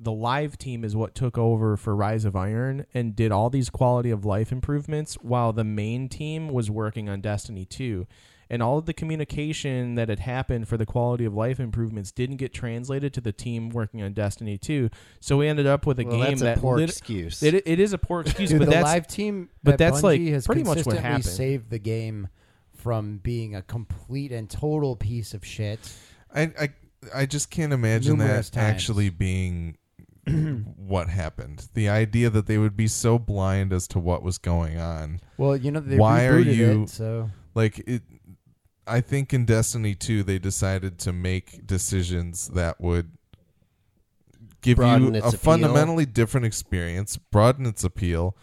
Speaker 2: the live team is what took over for Rise of Iron and did all these quality of life improvements while the main team was working on Destiny 2. and all of the communication that had happened for the quality of life improvements didn't get translated to the team working on Destiny 2. So we ended up with a
Speaker 3: well,
Speaker 2: game
Speaker 3: that's a
Speaker 2: that
Speaker 3: poor
Speaker 2: lit-
Speaker 3: excuse.
Speaker 2: it, it is a poor
Speaker 3: [laughs]
Speaker 2: excuse,
Speaker 5: Dude,
Speaker 2: but
Speaker 5: the
Speaker 2: that's
Speaker 5: live team,
Speaker 2: but
Speaker 5: at
Speaker 2: that's,
Speaker 5: Bungie
Speaker 2: like,
Speaker 5: has
Speaker 2: pretty much what
Speaker 5: consistently
Speaker 2: happened.
Speaker 5: Saved the game from being a complete and total piece of shit.
Speaker 1: I, I, I just can't imagine
Speaker 5: Numerous
Speaker 1: that
Speaker 5: times.
Speaker 1: actually
Speaker 2: [clears throat]
Speaker 1: being what happened. The idea that they would be so blind as to what was going on.
Speaker 5: Well, you know they
Speaker 1: Why are
Speaker 5: rebooted
Speaker 1: you-
Speaker 5: it, so
Speaker 1: Like it I think in Destiny 2 they decided to make decisions that would give
Speaker 3: Broaden
Speaker 1: you
Speaker 3: its
Speaker 1: a
Speaker 3: appeal.
Speaker 1: fundamentally different experience, broaden its appeal.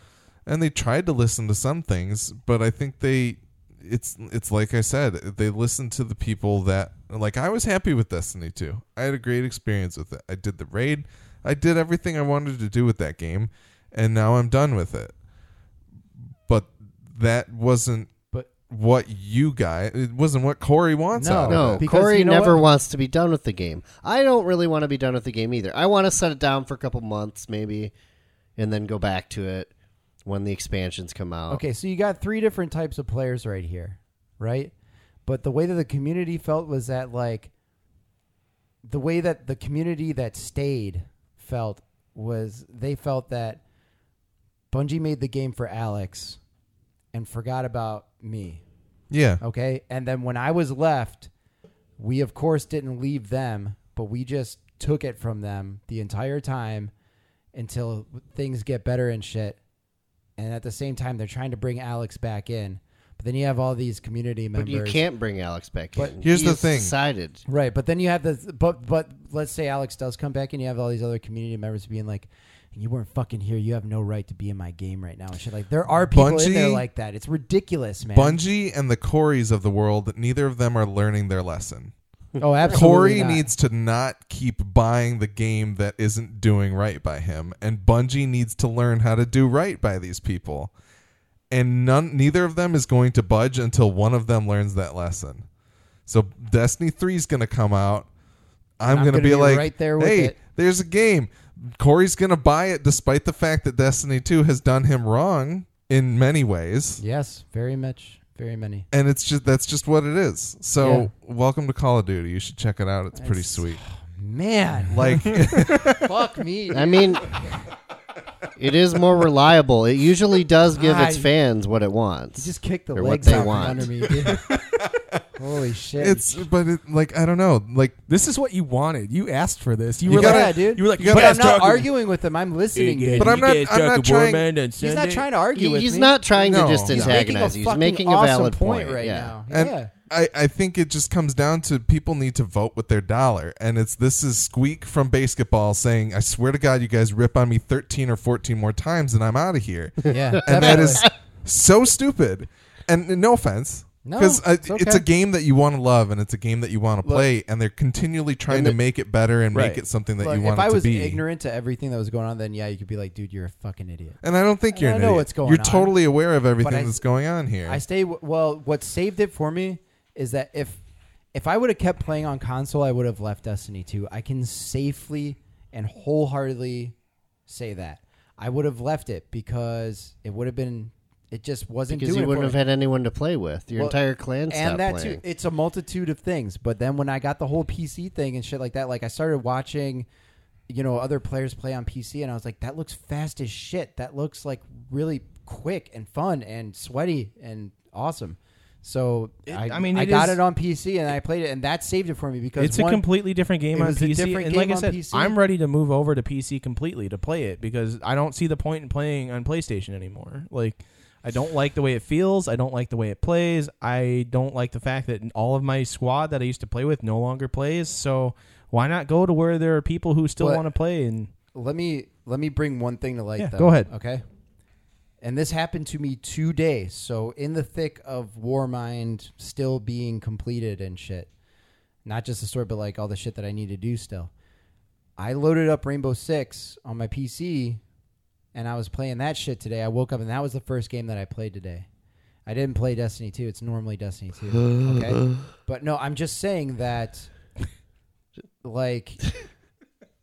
Speaker 1: And they tried to listen to some things, but I think they it's it's like I said, they listened to the people that like I was happy with Destiny 2. I had a great experience with it. I did the raid. I did everything I wanted to do with that game, and now I'm done with it. But that wasn't
Speaker 5: But-
Speaker 1: what you guys it wasn't what Corey wants
Speaker 5: No,
Speaker 1: out
Speaker 5: about
Speaker 3: No,
Speaker 1: of it.
Speaker 5: Because
Speaker 3: Oh, Corey
Speaker 5: you know
Speaker 3: never
Speaker 5: what?
Speaker 3: wants to be done with the game. I don't really want to be done with the game either. I want to set it down for a couple months, maybe, and then go back to it when the expansions come
Speaker 1: Oh.
Speaker 3: out.
Speaker 5: okay, so you got three different types of players right here, right? But the way that the community felt was that like the way that the community that stayed felt was they felt that Bungie made the game for Alex and forgot about me.
Speaker 1: Yeah.
Speaker 5: Okay. And then when I was left, we of course didn't leave them, but we just took it from them the entire time until things get better and shit. And at the same time, they're trying to bring Alex back in. But then you have all these community
Speaker 3: but
Speaker 5: members.
Speaker 3: you can't bring Alex back
Speaker 5: But-
Speaker 3: in.
Speaker 1: Here's
Speaker 3: He
Speaker 1: the
Speaker 3: has
Speaker 1: thing.
Speaker 3: Decided.
Speaker 5: Right, but then you have the but but let's say Alex does come back and you have all these other community members being like, "You weren't fucking here. You have no right to be in my game right now." And shit, like there are people in there
Speaker 1: Bungie-
Speaker 5: like that. It's ridiculous, man.
Speaker 1: Bungie and the Coreys of the world, neither of them are learning their lesson.
Speaker 5: oh, absolutely.
Speaker 1: Corey
Speaker 5: not.
Speaker 1: needs to not keep buying the game that isn't doing right by him, and Bungie needs to learn how to do right by these people. And none, neither of them is going to budge until one of them learns that lesson. So Destiny Three is going to come out. I'm,
Speaker 5: I'm
Speaker 1: going to
Speaker 5: gonna
Speaker 1: be,
Speaker 5: be
Speaker 1: like,
Speaker 5: right there with
Speaker 1: hey,
Speaker 5: it."
Speaker 1: there's a game. Corey's going to buy it, despite the fact that Destiny Two has done him wrong in many ways.
Speaker 5: Yes, very much, very many.
Speaker 1: And it's just that's just what it is. So welcome to Call of Duty. You should check it out. It's pretty
Speaker 5: It's-
Speaker 1: sweet.
Speaker 5: [laughs] Man,
Speaker 1: Like
Speaker 5: fuck me.
Speaker 3: I mean,
Speaker 5: [laughs]
Speaker 3: it is more reliable. It usually does give its
Speaker 5: I-
Speaker 3: fans what it wants.
Speaker 5: just kicked the
Speaker 3: They're what
Speaker 5: legs
Speaker 3: they
Speaker 5: out from
Speaker 3: want.
Speaker 5: under me.
Speaker 1: [laughs]
Speaker 5: dude. Holy shit!
Speaker 1: it's but it, like I don't know. Like
Speaker 6: This is what you wanted. You asked for this. You,
Speaker 1: You
Speaker 6: were
Speaker 1: gotta-
Speaker 5: yeah,
Speaker 6: like,
Speaker 5: dude.
Speaker 6: You were like,
Speaker 1: You
Speaker 6: you
Speaker 1: gotta-
Speaker 5: but
Speaker 1: guys
Speaker 5: I'm
Speaker 6: guys
Speaker 5: not
Speaker 6: talking-
Speaker 5: arguing with him. I'm listening. dude.
Speaker 1: But I'm not- I'm not trying-
Speaker 5: He's not trying to argue
Speaker 3: He-
Speaker 5: with
Speaker 3: he's
Speaker 5: me.
Speaker 3: not trying
Speaker 1: No.
Speaker 3: to just
Speaker 5: He's
Speaker 3: antagonize
Speaker 5: making
Speaker 3: you.
Speaker 5: a
Speaker 3: He's
Speaker 5: fucking
Speaker 3: making a
Speaker 5: awesome
Speaker 3: valid
Speaker 5: point, right
Speaker 3: yeah.
Speaker 5: now.
Speaker 1: [laughs] and
Speaker 5: yeah.
Speaker 1: I, I think it just comes down to people need to vote with their dollar. And it's this is squeak from basketball saying, I swear to God you guys rip on me thirteen or fourteen more times and I'm out of here.
Speaker 5: Yeah,
Speaker 1: And that is so stupid. And and no offense.
Speaker 5: No,
Speaker 1: uh,
Speaker 5: it's okay.
Speaker 1: it's a game that you want to love and it's a game that you want to play, and they're continually trying
Speaker 3: And
Speaker 1: to
Speaker 3: the-
Speaker 1: make it better and
Speaker 2: Right.
Speaker 1: make it something that
Speaker 5: Look,
Speaker 1: you want
Speaker 5: if I
Speaker 1: it
Speaker 5: was
Speaker 1: to be.
Speaker 5: ignorant to everything that was going on, then yeah, you could be like, dude, you're a fucking idiot.
Speaker 1: And I don't think
Speaker 5: And
Speaker 1: you're.
Speaker 5: I
Speaker 1: an
Speaker 5: know
Speaker 1: idiot.
Speaker 5: what's going
Speaker 1: You're
Speaker 5: on.
Speaker 1: totally aware of everything
Speaker 5: I-
Speaker 1: that's going on here.
Speaker 5: I stay well. What saved it for me is that if if I would have kept playing on console, I would have left Destiny 2. I can safely and wholeheartedly say that I would have left it because it would have been. It just wasn't
Speaker 3: Because
Speaker 5: doing
Speaker 3: you
Speaker 5: it
Speaker 3: wouldn't
Speaker 5: for
Speaker 3: have had
Speaker 5: me.
Speaker 3: anyone to play with. Your
Speaker 5: Well,
Speaker 3: entire clan stopped
Speaker 5: and that
Speaker 3: playing.
Speaker 5: too. It's a multitude of things. But then when I got the whole PC thing and shit like that, like I started watching, you know, other players play on PC, and I was like, that looks fast as shit. That looks like really quick and fun and sweaty and awesome. So
Speaker 2: It-
Speaker 5: I,
Speaker 2: I mean,
Speaker 5: I
Speaker 2: it
Speaker 5: got
Speaker 2: is-
Speaker 5: it on PC and I played it, and that saved it for me because
Speaker 2: It's a
Speaker 5: one,
Speaker 2: completely different game
Speaker 5: it
Speaker 2: on
Speaker 5: was a
Speaker 2: PC,
Speaker 5: different
Speaker 2: and
Speaker 5: game
Speaker 2: like I
Speaker 5: on
Speaker 2: said,
Speaker 5: PC.
Speaker 2: I'm ready to move over to PC completely to play it because I don't see the point in playing on PlayStation anymore. Like, I don't like the way it feels. I don't like the way it plays. I don't like the fact that all of my squad that I used to play with no longer plays. So why not go to where there are people who still
Speaker 5: But-
Speaker 2: want to play? And
Speaker 5: let me let me bring one thing to light.
Speaker 2: Yeah,
Speaker 5: though,
Speaker 2: go ahead.
Speaker 5: Okay. And this happened to me two days. So in the thick of Warmind still being completed and shit, not just the story, but like all the shit that I need to do still. I loaded up Rainbow Six on my PC, and I was playing that shit today. I woke up and that was the first game that I played today. I didn't play Destiny two. It's normally Destiny two.
Speaker 3: [laughs]
Speaker 5: Okay, but no, I'm just saying that, like,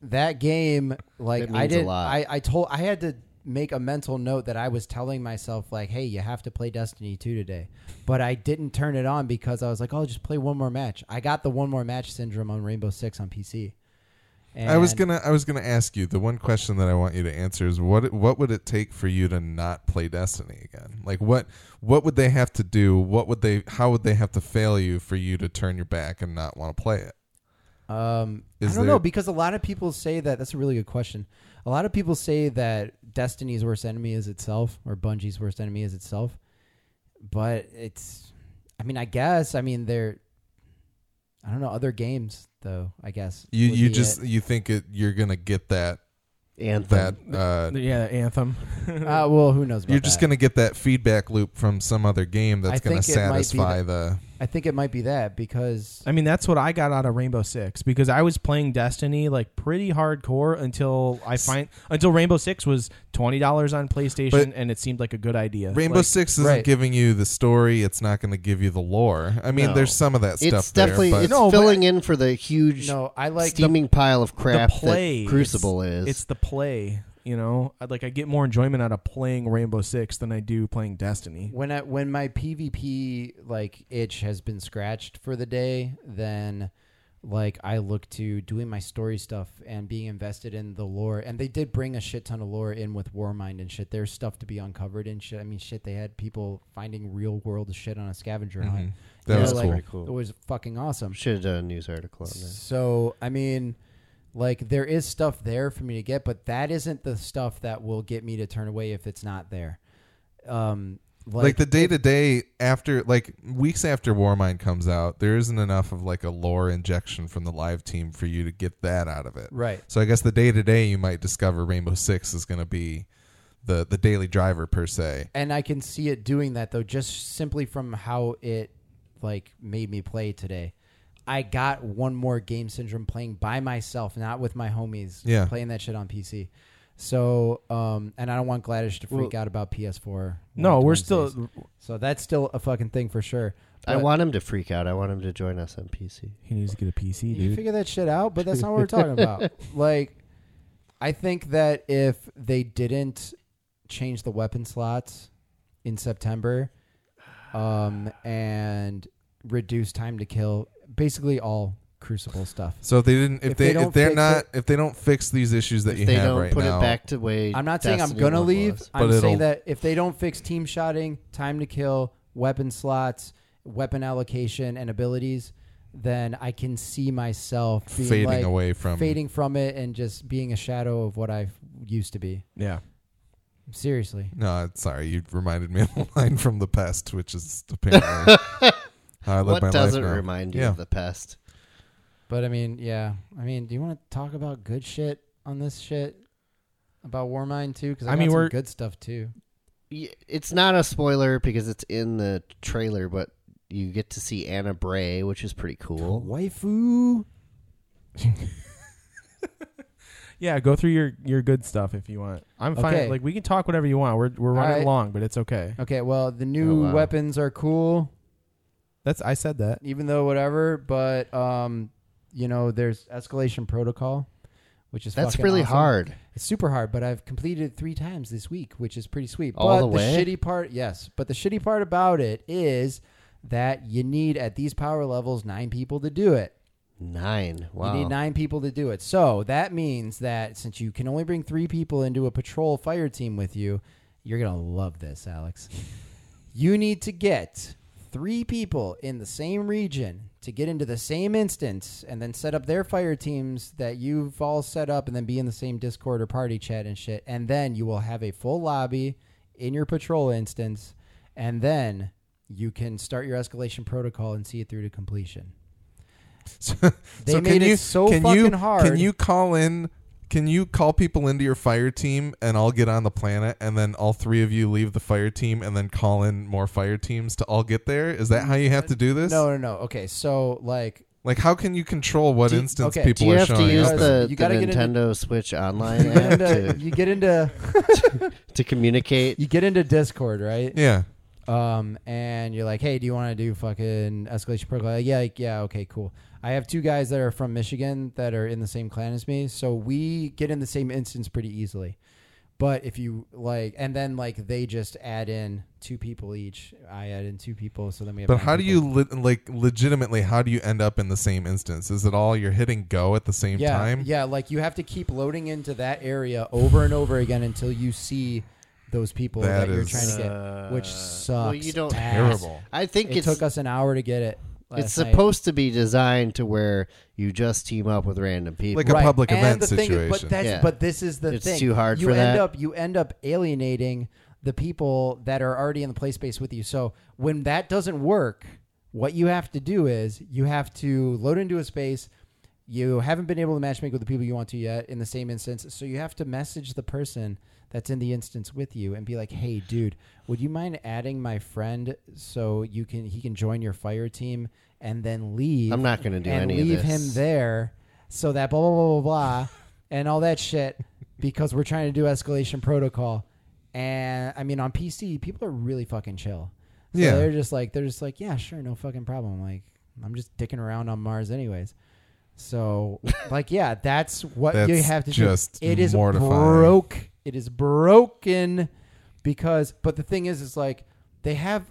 Speaker 5: that game, like
Speaker 3: That
Speaker 5: I
Speaker 3: means a
Speaker 5: did.
Speaker 3: lot.
Speaker 5: I I told I had to make a mental note that I was telling myself like, "Hey, you have to play Destiny 2 today." But I didn't turn it on because I was like, "Oh, just play one more match." I got the one more match syndrome on Rainbow Six on PC. And
Speaker 1: I was gonna I was gonna ask you the one question that I want you to answer is what what would it take for you to not play Destiny again? Like what what would they have to do? What would they how would they have to fail you for you to turn your back and not want to play it?
Speaker 5: Um,
Speaker 1: Is
Speaker 5: I don't
Speaker 1: there-
Speaker 5: know because a lot of people say that. That's a really good question. A lot of people say that Destiny's worst enemy is itself, or Bungie's worst enemy is itself. But it's, I mean, I guess, I mean, they're, I don't know, other games though. I guess
Speaker 1: You
Speaker 5: would
Speaker 1: you
Speaker 5: be
Speaker 1: just
Speaker 5: it.
Speaker 1: you think it you're gonna get that
Speaker 3: Anthem.
Speaker 1: that uh
Speaker 2: yeah, that anthem.
Speaker 5: uh, well, who knows? About
Speaker 1: you're just
Speaker 5: that.
Speaker 1: gonna get that feedback loop from some other game
Speaker 5: I
Speaker 1: that's gonna
Speaker 5: think it might be
Speaker 1: satisfy the
Speaker 5: I think it might be that because
Speaker 2: I mean, that's what I got out of Rainbow Six because I was playing Destiny like pretty hardcore until I find until Rainbow Six was twenty dollars on PlayStation
Speaker 1: But-
Speaker 2: and it seemed like a good idea.
Speaker 1: Rainbow
Speaker 2: Like,
Speaker 1: Six isn't
Speaker 5: right.
Speaker 1: giving you the story. It's not going to give you the lore. I mean,
Speaker 3: No.
Speaker 1: there's some of that stuff
Speaker 3: It's definitely
Speaker 1: there, but
Speaker 3: it's
Speaker 2: No, but
Speaker 3: filling in for the huge
Speaker 5: no, I like the
Speaker 3: steaming pile of
Speaker 2: the
Speaker 3: crap
Speaker 2: play
Speaker 3: that Crucible
Speaker 2: it's,
Speaker 3: is.
Speaker 2: It's the play, you know. I'd, like I get more enjoyment out of playing Rainbow Six than I do playing Destiny.
Speaker 5: when I when my PvP like itch has been scratched for the day, then like I look to doing my story stuff and being invested in the lore. And they did bring a shit ton of lore in with Warmind and shit. There's stuff to be uncovered and shit. I mean, shit, they had people finding real world shit on a scavenger hunt.
Speaker 1: Mhm. that
Speaker 5: Yeah,
Speaker 1: was
Speaker 5: like-
Speaker 1: cool.
Speaker 3: Pretty cool.
Speaker 5: It was fucking awesome.
Speaker 3: Should have done a news article on that.
Speaker 5: So I mean, like there is stuff there for me to get, but that isn't the stuff that will get me to turn away if it's not there. Um,
Speaker 1: like, the day to day after like weeks after Warmind comes out, there isn't enough of like a lore injection from the live team for you to get that out of it.
Speaker 5: right.
Speaker 1: So I guess the day to day you might discover Rainbow Six is going to be the the daily driver per se.
Speaker 5: and I can see it doing that though, just simply from how it like made me play today. I got one more game syndrome playing by myself, not with my homies.
Speaker 1: Yeah.
Speaker 5: playing that shit on PC. So, um, and I don't want Gladish to freak out about PS4.
Speaker 2: No,
Speaker 5: Like
Speaker 2: we're
Speaker 5: Wednesdays.
Speaker 2: still.
Speaker 5: So that's still a fucking thing for sure.
Speaker 3: I
Speaker 5: But-
Speaker 3: want him to freak out. I want him to join us on PC.
Speaker 2: He needs to get a PC,
Speaker 5: You
Speaker 2: dude.
Speaker 5: figure that shit out, but that's not what we're talking
Speaker 1: [laughs]
Speaker 5: about. Like, I think that if they didn't change the weapon slots in September, um, and reduce time to kill, basically all Crucible stuff.
Speaker 1: So if they didn't if,
Speaker 5: If
Speaker 1: they,
Speaker 5: they don't
Speaker 1: if they're
Speaker 5: fix
Speaker 1: not
Speaker 5: it-
Speaker 1: if they don't fix these issues that
Speaker 3: if
Speaker 1: you
Speaker 3: they
Speaker 1: have
Speaker 3: don't
Speaker 1: right
Speaker 3: put
Speaker 1: now,
Speaker 3: it back to way,
Speaker 5: I'm not saying I'm
Speaker 3: Destiny
Speaker 5: gonna
Speaker 3: one
Speaker 5: leave.
Speaker 3: was.
Speaker 1: But
Speaker 5: I'm
Speaker 1: it'll-
Speaker 5: saying that if they don't fix team shotting, time to kill, weapon slots, weapon allocation, and abilities, then I can see myself being
Speaker 1: fading
Speaker 5: like,
Speaker 1: away from
Speaker 5: fading from it and just being a shadow of what I used to be.
Speaker 2: Yeah.
Speaker 5: Seriously.
Speaker 1: No, sorry, you reminded me of a [laughs] line from the past, which is
Speaker 3: [laughs]
Speaker 1: apparently how I live
Speaker 3: What
Speaker 1: my
Speaker 3: doesn't
Speaker 1: life now.
Speaker 3: remind you
Speaker 1: Yeah.
Speaker 3: of the past?
Speaker 5: But I mean, yeah. I mean, do you want to talk about good shit on this shit about Warmind too? Because I,
Speaker 2: I
Speaker 5: got
Speaker 2: mean,
Speaker 5: some
Speaker 2: we're-
Speaker 5: good stuff too.
Speaker 3: Y- It's not a spoiler because it's in the trailer, but you get to see Anna Bray, which is pretty cool.
Speaker 5: Waifu.
Speaker 2: Yeah, go through your, your good stuff if you want. I'm fine.
Speaker 5: Okay.
Speaker 2: Like we can talk whatever you want. We're we're running
Speaker 5: right.
Speaker 2: long, but it's okay.
Speaker 5: Okay, well, the new
Speaker 3: Oh, wow.
Speaker 5: weapons are cool,
Speaker 2: That's I said that.
Speaker 5: even though whatever. But um, you know, there's escalation protocol, which is
Speaker 3: That's
Speaker 5: fucking
Speaker 3: really
Speaker 5: awesome.
Speaker 3: hard.
Speaker 5: It's super hard, but I've completed it three times this week, which is pretty sweet.
Speaker 3: All
Speaker 5: but
Speaker 3: the way?
Speaker 5: shitty part, yes. But the shitty part about it is that you need at these power levels nine people to do it.
Speaker 3: Nine. Wow.
Speaker 5: You need nine people to do it. So that means that since you can only bring three people into a patrol fire team with you, you're going to love this, Alex. you need to get three people in the same region to get into the same instance and then set up their fire teams that you've all set up and then be in the same Discord or party chat and shit. And then you will have a full lobby in your patrol instance. And then you can start your escalation protocol and see it through to completion.
Speaker 1: [laughs] So,
Speaker 5: They
Speaker 1: so
Speaker 5: made
Speaker 1: can
Speaker 5: it
Speaker 1: you,
Speaker 5: so
Speaker 1: can
Speaker 5: fucking
Speaker 1: you,
Speaker 5: hard.
Speaker 1: Can you call in? Can you call people into your fire team and all get on the planet, and then all three of you leave the fire team and then call in more fire teams to all get there? Is that how you have to do this?
Speaker 5: No, no, no. Okay, so like
Speaker 1: Like, how can you control what
Speaker 5: Do-
Speaker 1: instance
Speaker 5: okay.
Speaker 3: Do
Speaker 1: people
Speaker 3: you
Speaker 1: are
Speaker 3: have to
Speaker 1: showing
Speaker 3: use
Speaker 1: up?
Speaker 5: in.
Speaker 3: the,
Speaker 5: You
Speaker 3: the
Speaker 5: gotta get into-
Speaker 3: Nintendo Switch online
Speaker 5: [laughs] you get
Speaker 3: app
Speaker 5: into,
Speaker 3: to,
Speaker 5: you get into
Speaker 3: to communicate?
Speaker 5: you get into
Speaker 1: [laughs]
Speaker 5: Discord, right?
Speaker 1: in? Yeah.
Speaker 5: Um, and you're like, hey, do you want to do fucking escalation protocol? Like, yeah, like, yeah, okay, cool. I have two guys that are from Michigan that are in the same clan as me, so we get in the same instance pretty easily. But if you like, and then like they just add in two people each. I add in two people, so then we have.
Speaker 1: But
Speaker 5: nine
Speaker 1: how do you
Speaker 5: people.
Speaker 1: le- like legitimately? How do you end up in the same instance? Is it all you're hitting go at the same
Speaker 5: yeah,
Speaker 1: time?
Speaker 5: Yeah, like you have to keep loading into that area over and over again until you see those people
Speaker 1: That
Speaker 5: that, you're
Speaker 1: is-
Speaker 5: trying to
Speaker 3: Uh,
Speaker 5: get, which sucks.
Speaker 3: well, you don't-
Speaker 5: ass.
Speaker 1: Terrible.
Speaker 3: I think
Speaker 5: It
Speaker 3: it's
Speaker 5: took us an hour to get it.
Speaker 3: it's
Speaker 5: last night.
Speaker 3: supposed to be designed to where you just team up with random people.
Speaker 1: Like a public
Speaker 5: and
Speaker 1: event
Speaker 5: the thing is-
Speaker 1: situation.
Speaker 5: but that's
Speaker 3: Yeah.
Speaker 5: but this is the
Speaker 3: It's
Speaker 5: thing.
Speaker 3: too hard
Speaker 5: you
Speaker 3: for
Speaker 5: end
Speaker 3: that.
Speaker 5: up you end up alienating the people that are already in the play space with you. So when that doesn't work, what you have to do is you have to load into a space. You haven't been able to matchmake with the people you want to yet in the same instance, so you have to message the person that's in the instance with you and be like, "Hey, dude, would you mind adding my friend so you can he can join your fire team and then leave?"
Speaker 3: I'm not going to do
Speaker 5: and
Speaker 3: any
Speaker 5: leave
Speaker 3: of this.
Speaker 5: him there so that blah blah blah blah blah and all that shit because we're trying to do escalation protocol and i mean on pc people are really fucking chill so
Speaker 1: Yeah.
Speaker 5: they're just like they're just like yeah sure no fucking problem like i'm just dicking around on mars anyways so like yeah that's what you
Speaker 1: That's
Speaker 5: have to
Speaker 1: just
Speaker 5: do it is
Speaker 1: mortifying.
Speaker 5: broke it is broken because but the thing is is like they have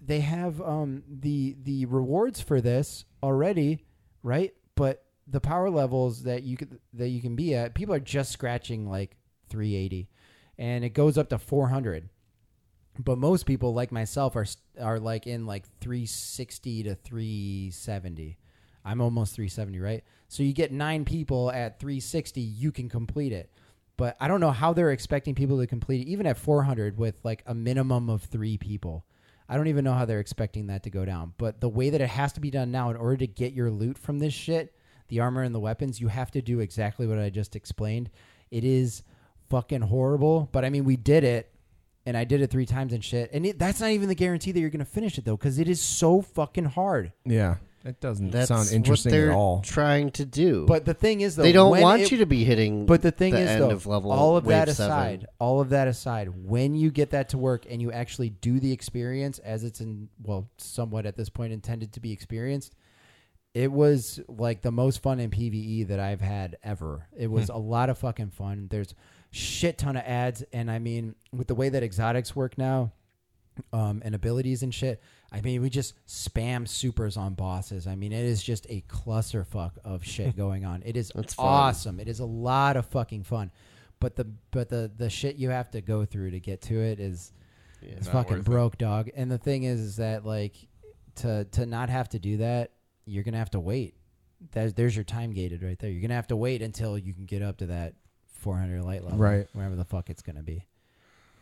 Speaker 5: they have um the the rewards for this already, right? But the power levels that you could that you can be at, people are just scratching like 380, and it goes up to 400. But most people, like myself, are s- are like in like 360 to 370. I'm almost 370, right? So you get nine people at 360, you can complete it. But I don't know how they're expecting people to complete it, even at 400 with like a minimum of three people. I don't even know how they're expecting that to go down. But the way that it has to be done now, in order to get your loot from this shit, the armor and the weapons, you have to do exactly what I just explained. It is fucking horrible. But I mean, we did it, and I did it three times and shit. And it, that's not even the guarantee that you're going to finish it, though, because it is so fucking hard.
Speaker 2: Yeah, that doesn't
Speaker 3: That's
Speaker 2: sound interesting
Speaker 3: what
Speaker 2: at
Speaker 3: they're
Speaker 2: all.
Speaker 3: trying to do.
Speaker 5: But the thing is, though,
Speaker 3: they don't
Speaker 5: when
Speaker 3: want
Speaker 5: it-
Speaker 3: you to be hitting.
Speaker 5: But the thing is,
Speaker 3: end
Speaker 5: though,
Speaker 3: of level
Speaker 5: all of
Speaker 3: wave
Speaker 5: that
Speaker 3: seven.
Speaker 5: aside, all of that aside, when you get that to work and you actually do the experience as it's in, well, somewhat at this point intended to be experienced, it was like the most fun in PVE that I've had ever. It
Speaker 3: Hmm.
Speaker 5: was a lot of fucking fun. There's shit ton of ads, and I mean, with the way that exotics work now, um, and abilities and shit. I mean, we just spam supers on bosses. I mean, it is just a clusterfuck of
Speaker 1: [laughs]
Speaker 5: shit going on. It is
Speaker 3: That's fun.
Speaker 5: awesome. It is a lot of fucking fun. But the but the the shit you have to go through to get to it is it's
Speaker 1: Not
Speaker 5: fucking
Speaker 1: worth it.
Speaker 5: broke, dog. And the thing is, is that like to to not have to do that, you're gonna have to wait. There's, there's your time gated right there. You're gonna have to wait until you can get up to that 400 light level,
Speaker 2: Right.
Speaker 5: Wherever the fuck it's gonna be.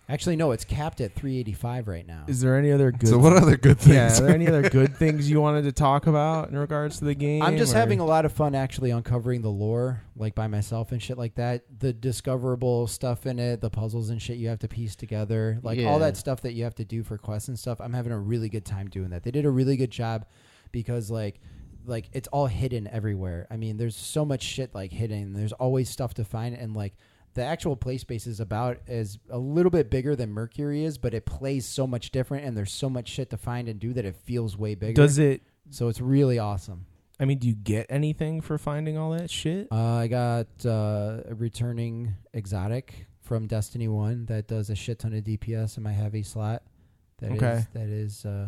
Speaker 5: Actually, no, it's capped at 385 right now.
Speaker 2: Is there any other good?
Speaker 1: So what
Speaker 2: [laughs]
Speaker 1: other good
Speaker 2: yeah,
Speaker 1: things?
Speaker 2: are there any other good things you wanted to talk about in regards to the game?
Speaker 5: I'm just
Speaker 2: or-
Speaker 5: having a lot of fun actually uncovering the lore, like by myself and shit like that. The discoverable stuff in it, the puzzles and shit you have to piece together, like all
Speaker 3: Yeah.
Speaker 5: that stuff that you have to do for quests and stuff. I'm having a really good time doing that. They did a really good job because like like it's all hidden everywhere. I mean, there's so much shit like hidden. There's always stuff to find and like the actual play space is about is a little bit bigger than Mercury is, but it plays so much different and there's so much shit to find and do that it feels way bigger.
Speaker 2: Does it?
Speaker 5: so it's really awesome.
Speaker 2: I mean, do you get anything for finding all that shit?
Speaker 5: Uh, I got uh, a returning exotic from Destiny One that does a shit ton of DPS in my heavy slot. That is
Speaker 2: Okay.
Speaker 5: that is, uh,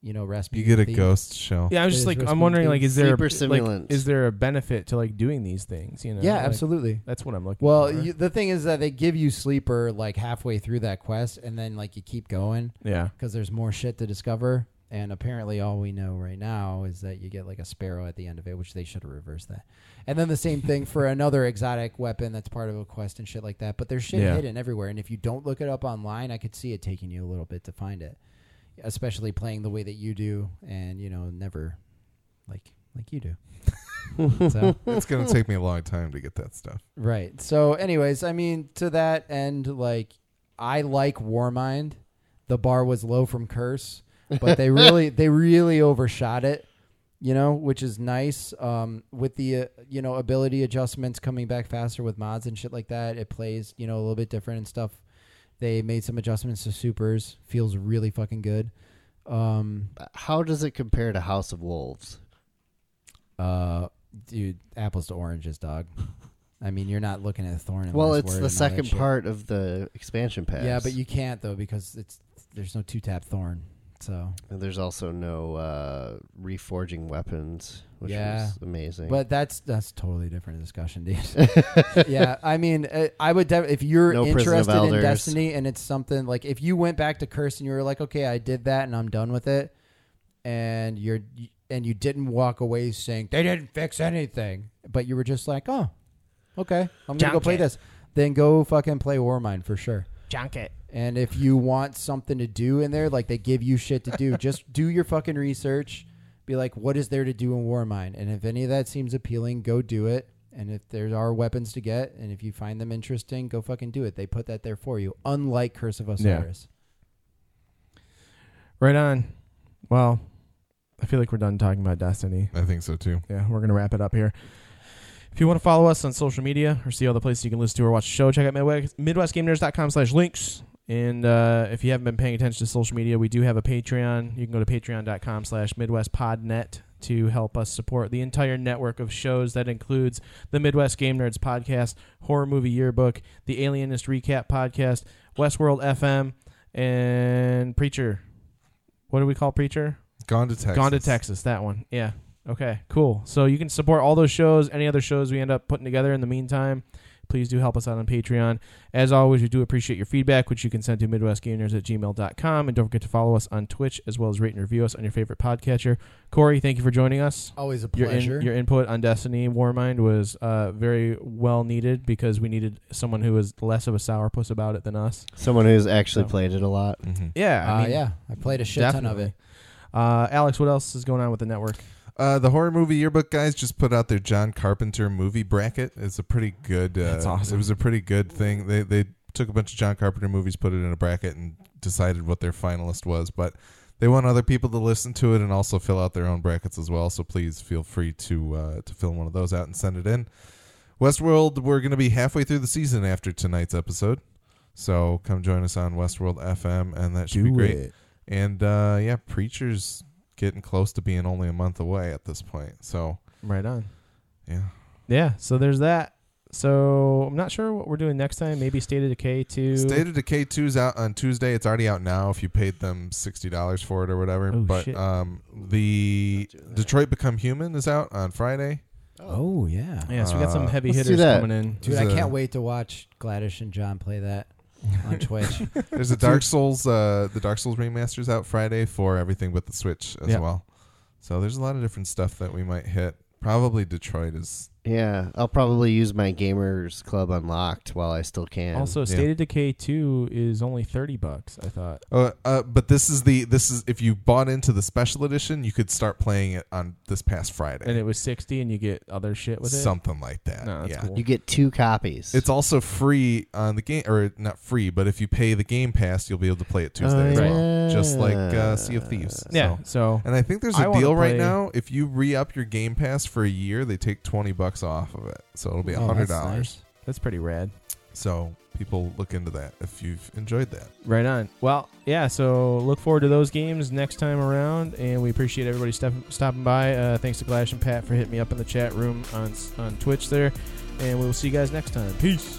Speaker 5: you know,
Speaker 1: [laughs] you
Speaker 5: Rasputin.
Speaker 1: get a
Speaker 5: themed.
Speaker 1: ghost shell.
Speaker 2: Yeah, I was just
Speaker 5: It is
Speaker 2: like, I'm
Speaker 5: risky.
Speaker 2: wondering, like, is there
Speaker 3: Sleeper
Speaker 2: a, like,
Speaker 3: simulant.
Speaker 2: is there a benefit to like doing these things? You know,
Speaker 5: Yeah,
Speaker 2: Like,
Speaker 5: absolutely.
Speaker 2: That's what I'm looking.
Speaker 5: Well,
Speaker 2: for.
Speaker 5: you, the thing is that they give you sleeper like halfway through that quest, and then like you keep going
Speaker 2: yeah,
Speaker 5: because there's more shit to discover. And apparently, all we know right now is that you get like a sparrow at the end of it, which they should have reversed that. And then the same thing for another exotic weapon that's part of a quest and shit like that. But there's shit
Speaker 2: Yeah.
Speaker 5: hidden everywhere. And if you don't look it up online, I could see it taking you a little bit to find it, especially playing the way that you do and, you know, never like like you
Speaker 2: [laughs]
Speaker 5: do. so.
Speaker 1: It's gonna take me a long time to get that stuff.
Speaker 5: Right. So, anyways, I mean, to that end, like, I like Warmind. The bar was low from Curse, but
Speaker 3: [laughs]
Speaker 5: they really, they really overshot it. You know, which is nice. Um, with the uh, you know ability adjustments coming back faster with mods and shit like that, it plays you know a little bit different and stuff. They made some adjustments to supers. Feels really fucking good. Um,
Speaker 3: How does it compare to House of Wolves?
Speaker 5: uh, dude, apples to oranges, dog. I mean, you're not looking at Thorn.
Speaker 3: Well,
Speaker 5: Last
Speaker 3: it's
Speaker 5: Word
Speaker 3: the
Speaker 5: and all that
Speaker 3: second
Speaker 5: shit.
Speaker 3: part of the expansion pass.
Speaker 5: Yeah, but you can't though because it's there's no two tap Thorn. So,
Speaker 3: And there's also no uh, reforging weapons, which
Speaker 5: Yeah.
Speaker 3: is amazing.
Speaker 5: but that's that's totally different discussion, dude.
Speaker 3: [laughs]
Speaker 5: yeah, I mean, uh, I would def- if you're
Speaker 3: No Prison of
Speaker 5: interested in
Speaker 3: Elders.
Speaker 5: Destiny and it's something like if you went back to Curse and you were like, okay, I did that and I'm done with it, and you're and you didn't walk away saying they didn't fix anything, but you were just like, oh, okay, I'm gonna go play this. Then go fucking play Warmind for sure.
Speaker 6: Junk it.
Speaker 5: And if you want something to do in there, like they give you shit to do, just do your fucking research. Be like, what is there to do in Warmind? And if any of that seems appealing, go do it. And if there are weapons to get, and if you find them interesting, go fucking do it. They put that there for you. Unlike Curse of Osiris,
Speaker 2: Right on. Well, I feel like we're done talking about Destiny.
Speaker 1: I think so too.
Speaker 2: Yeah, we're gonna wrap it up here. If you want to follow us on social media or see all the places you can listen to or watch the show, check out Midwest, MidwestGameNerds.com slash links. And uh, if you haven't been paying attention to social media, we do have a Patreon. You can go to patreon.com slash MidwestPodNet to help us support the entire network of shows. That includes the Midwest Game Nerds podcast, Horror Movie Yearbook, the Alienist Recap podcast, Westworld FM, and Preacher. What do we call Preacher?
Speaker 1: Gone to Texas.
Speaker 2: Gone to Texas, that one. Yeah. Okay, cool. So you can support all those shows, any other shows we end up putting together in the meantime. Please do help us out on Patreon. As always, we do appreciate your feedback, which you can send to MidwestGamers at gmail.com. And don't forget to follow us on Twitch as well as rate and review us on your favorite podcatcher. Corey, thank you for joining us.
Speaker 5: always a
Speaker 2: Your, in-
Speaker 5: pleasure.
Speaker 2: your input on Destiny Warmind was uh, very well needed because we needed someone who was less of a sourpuss about it than us.
Speaker 3: Someone who's actually
Speaker 2: So-
Speaker 3: played it a lot.
Speaker 1: Mhm.
Speaker 2: Yeah.
Speaker 5: Uh, yeah, I played a shit ton of it.
Speaker 2: Uh, Alex, what else is going on with the network?
Speaker 1: Uh, the horror movie yearbook guys just put out their John Carpenter movie bracket. It's a pretty good. Uh,
Speaker 2: That's awesome.
Speaker 1: It was a pretty good thing. They they took a bunch of John Carpenter movies, put it in a bracket, and decided what their finalist was. But they want other people to listen to it and also fill out their own brackets as well. So please feel free to uh, to fill one of those out and send it in. Westworld, we're going to be halfway through the season after tonight's episode. So come join us on Westworld FM, and that should be great. And uh, yeah, Preacher's getting close to being only a month away at this point. So
Speaker 2: Right on.
Speaker 1: yeah,
Speaker 2: Yeah, so there's that. So I'm not sure what we're doing next time. Maybe State of Decay two.
Speaker 1: State of Decay 2's out on Tuesday. It's already out now. If you paid them sixty dollars for it or whatever,
Speaker 2: Oh,
Speaker 1: but
Speaker 2: shit.
Speaker 1: um, the Detroit Become Human is out on Friday.
Speaker 5: Oh yeah,
Speaker 2: yeah, so we got some
Speaker 1: Uh,
Speaker 2: heavy
Speaker 3: Let's do
Speaker 2: hitters
Speaker 3: that.
Speaker 2: coming in.
Speaker 5: dude,
Speaker 1: There's
Speaker 5: I
Speaker 1: a-
Speaker 5: can't wait to watch Gladish and John play that on
Speaker 1: [laughs]
Speaker 5: Twitch. Oh,
Speaker 2: [laughs]
Speaker 1: There's a Dark Souls. Uh, the Dark Souls remasters out Friday for everything but the Switch as
Speaker 2: Yeah.
Speaker 1: well. So there's a lot of different stuff that we might hit. Probably Detroit is
Speaker 3: Yeah, I'll probably use my Gamers Club Unlocked while I still can.
Speaker 2: Also, State of Decay two is only thirty bucks. I thought.
Speaker 1: Uh, uh, but this is the this is if you bought into the special edition, you could start playing it on this past Friday,
Speaker 2: And it was sixty, and you get other shit with it.
Speaker 1: something like that.
Speaker 2: No, that's
Speaker 1: yeah,
Speaker 2: cool.
Speaker 3: you get two copies.
Speaker 1: it's also free on the game, or not free, but if you pay the Game Pass, you'll be able to play it Tuesday as
Speaker 3: Oh,
Speaker 1: well, just like uh,
Speaker 3: yeah.
Speaker 1: Sea of Thieves.
Speaker 2: yeah.
Speaker 1: So-
Speaker 2: So,
Speaker 1: And I think there's
Speaker 2: I
Speaker 1: a
Speaker 2: wanna
Speaker 1: deal right
Speaker 2: play-
Speaker 1: now. If you re up your Game Pass for a year, they take twenty bucks off of it, so it'll be
Speaker 5: Oh,
Speaker 1: hundred
Speaker 5: that's
Speaker 1: dollars.
Speaker 5: nice.
Speaker 2: that's pretty rad.
Speaker 1: So people look into that if you've enjoyed that.
Speaker 2: Right on. Well, yeah. So look forward to those games next time around, and we appreciate everybody step, stopping by. Uh, thanks to Glash and Pat for hitting me up in the chat room on s- on Twitch there, and we will see you guys next time. Peace.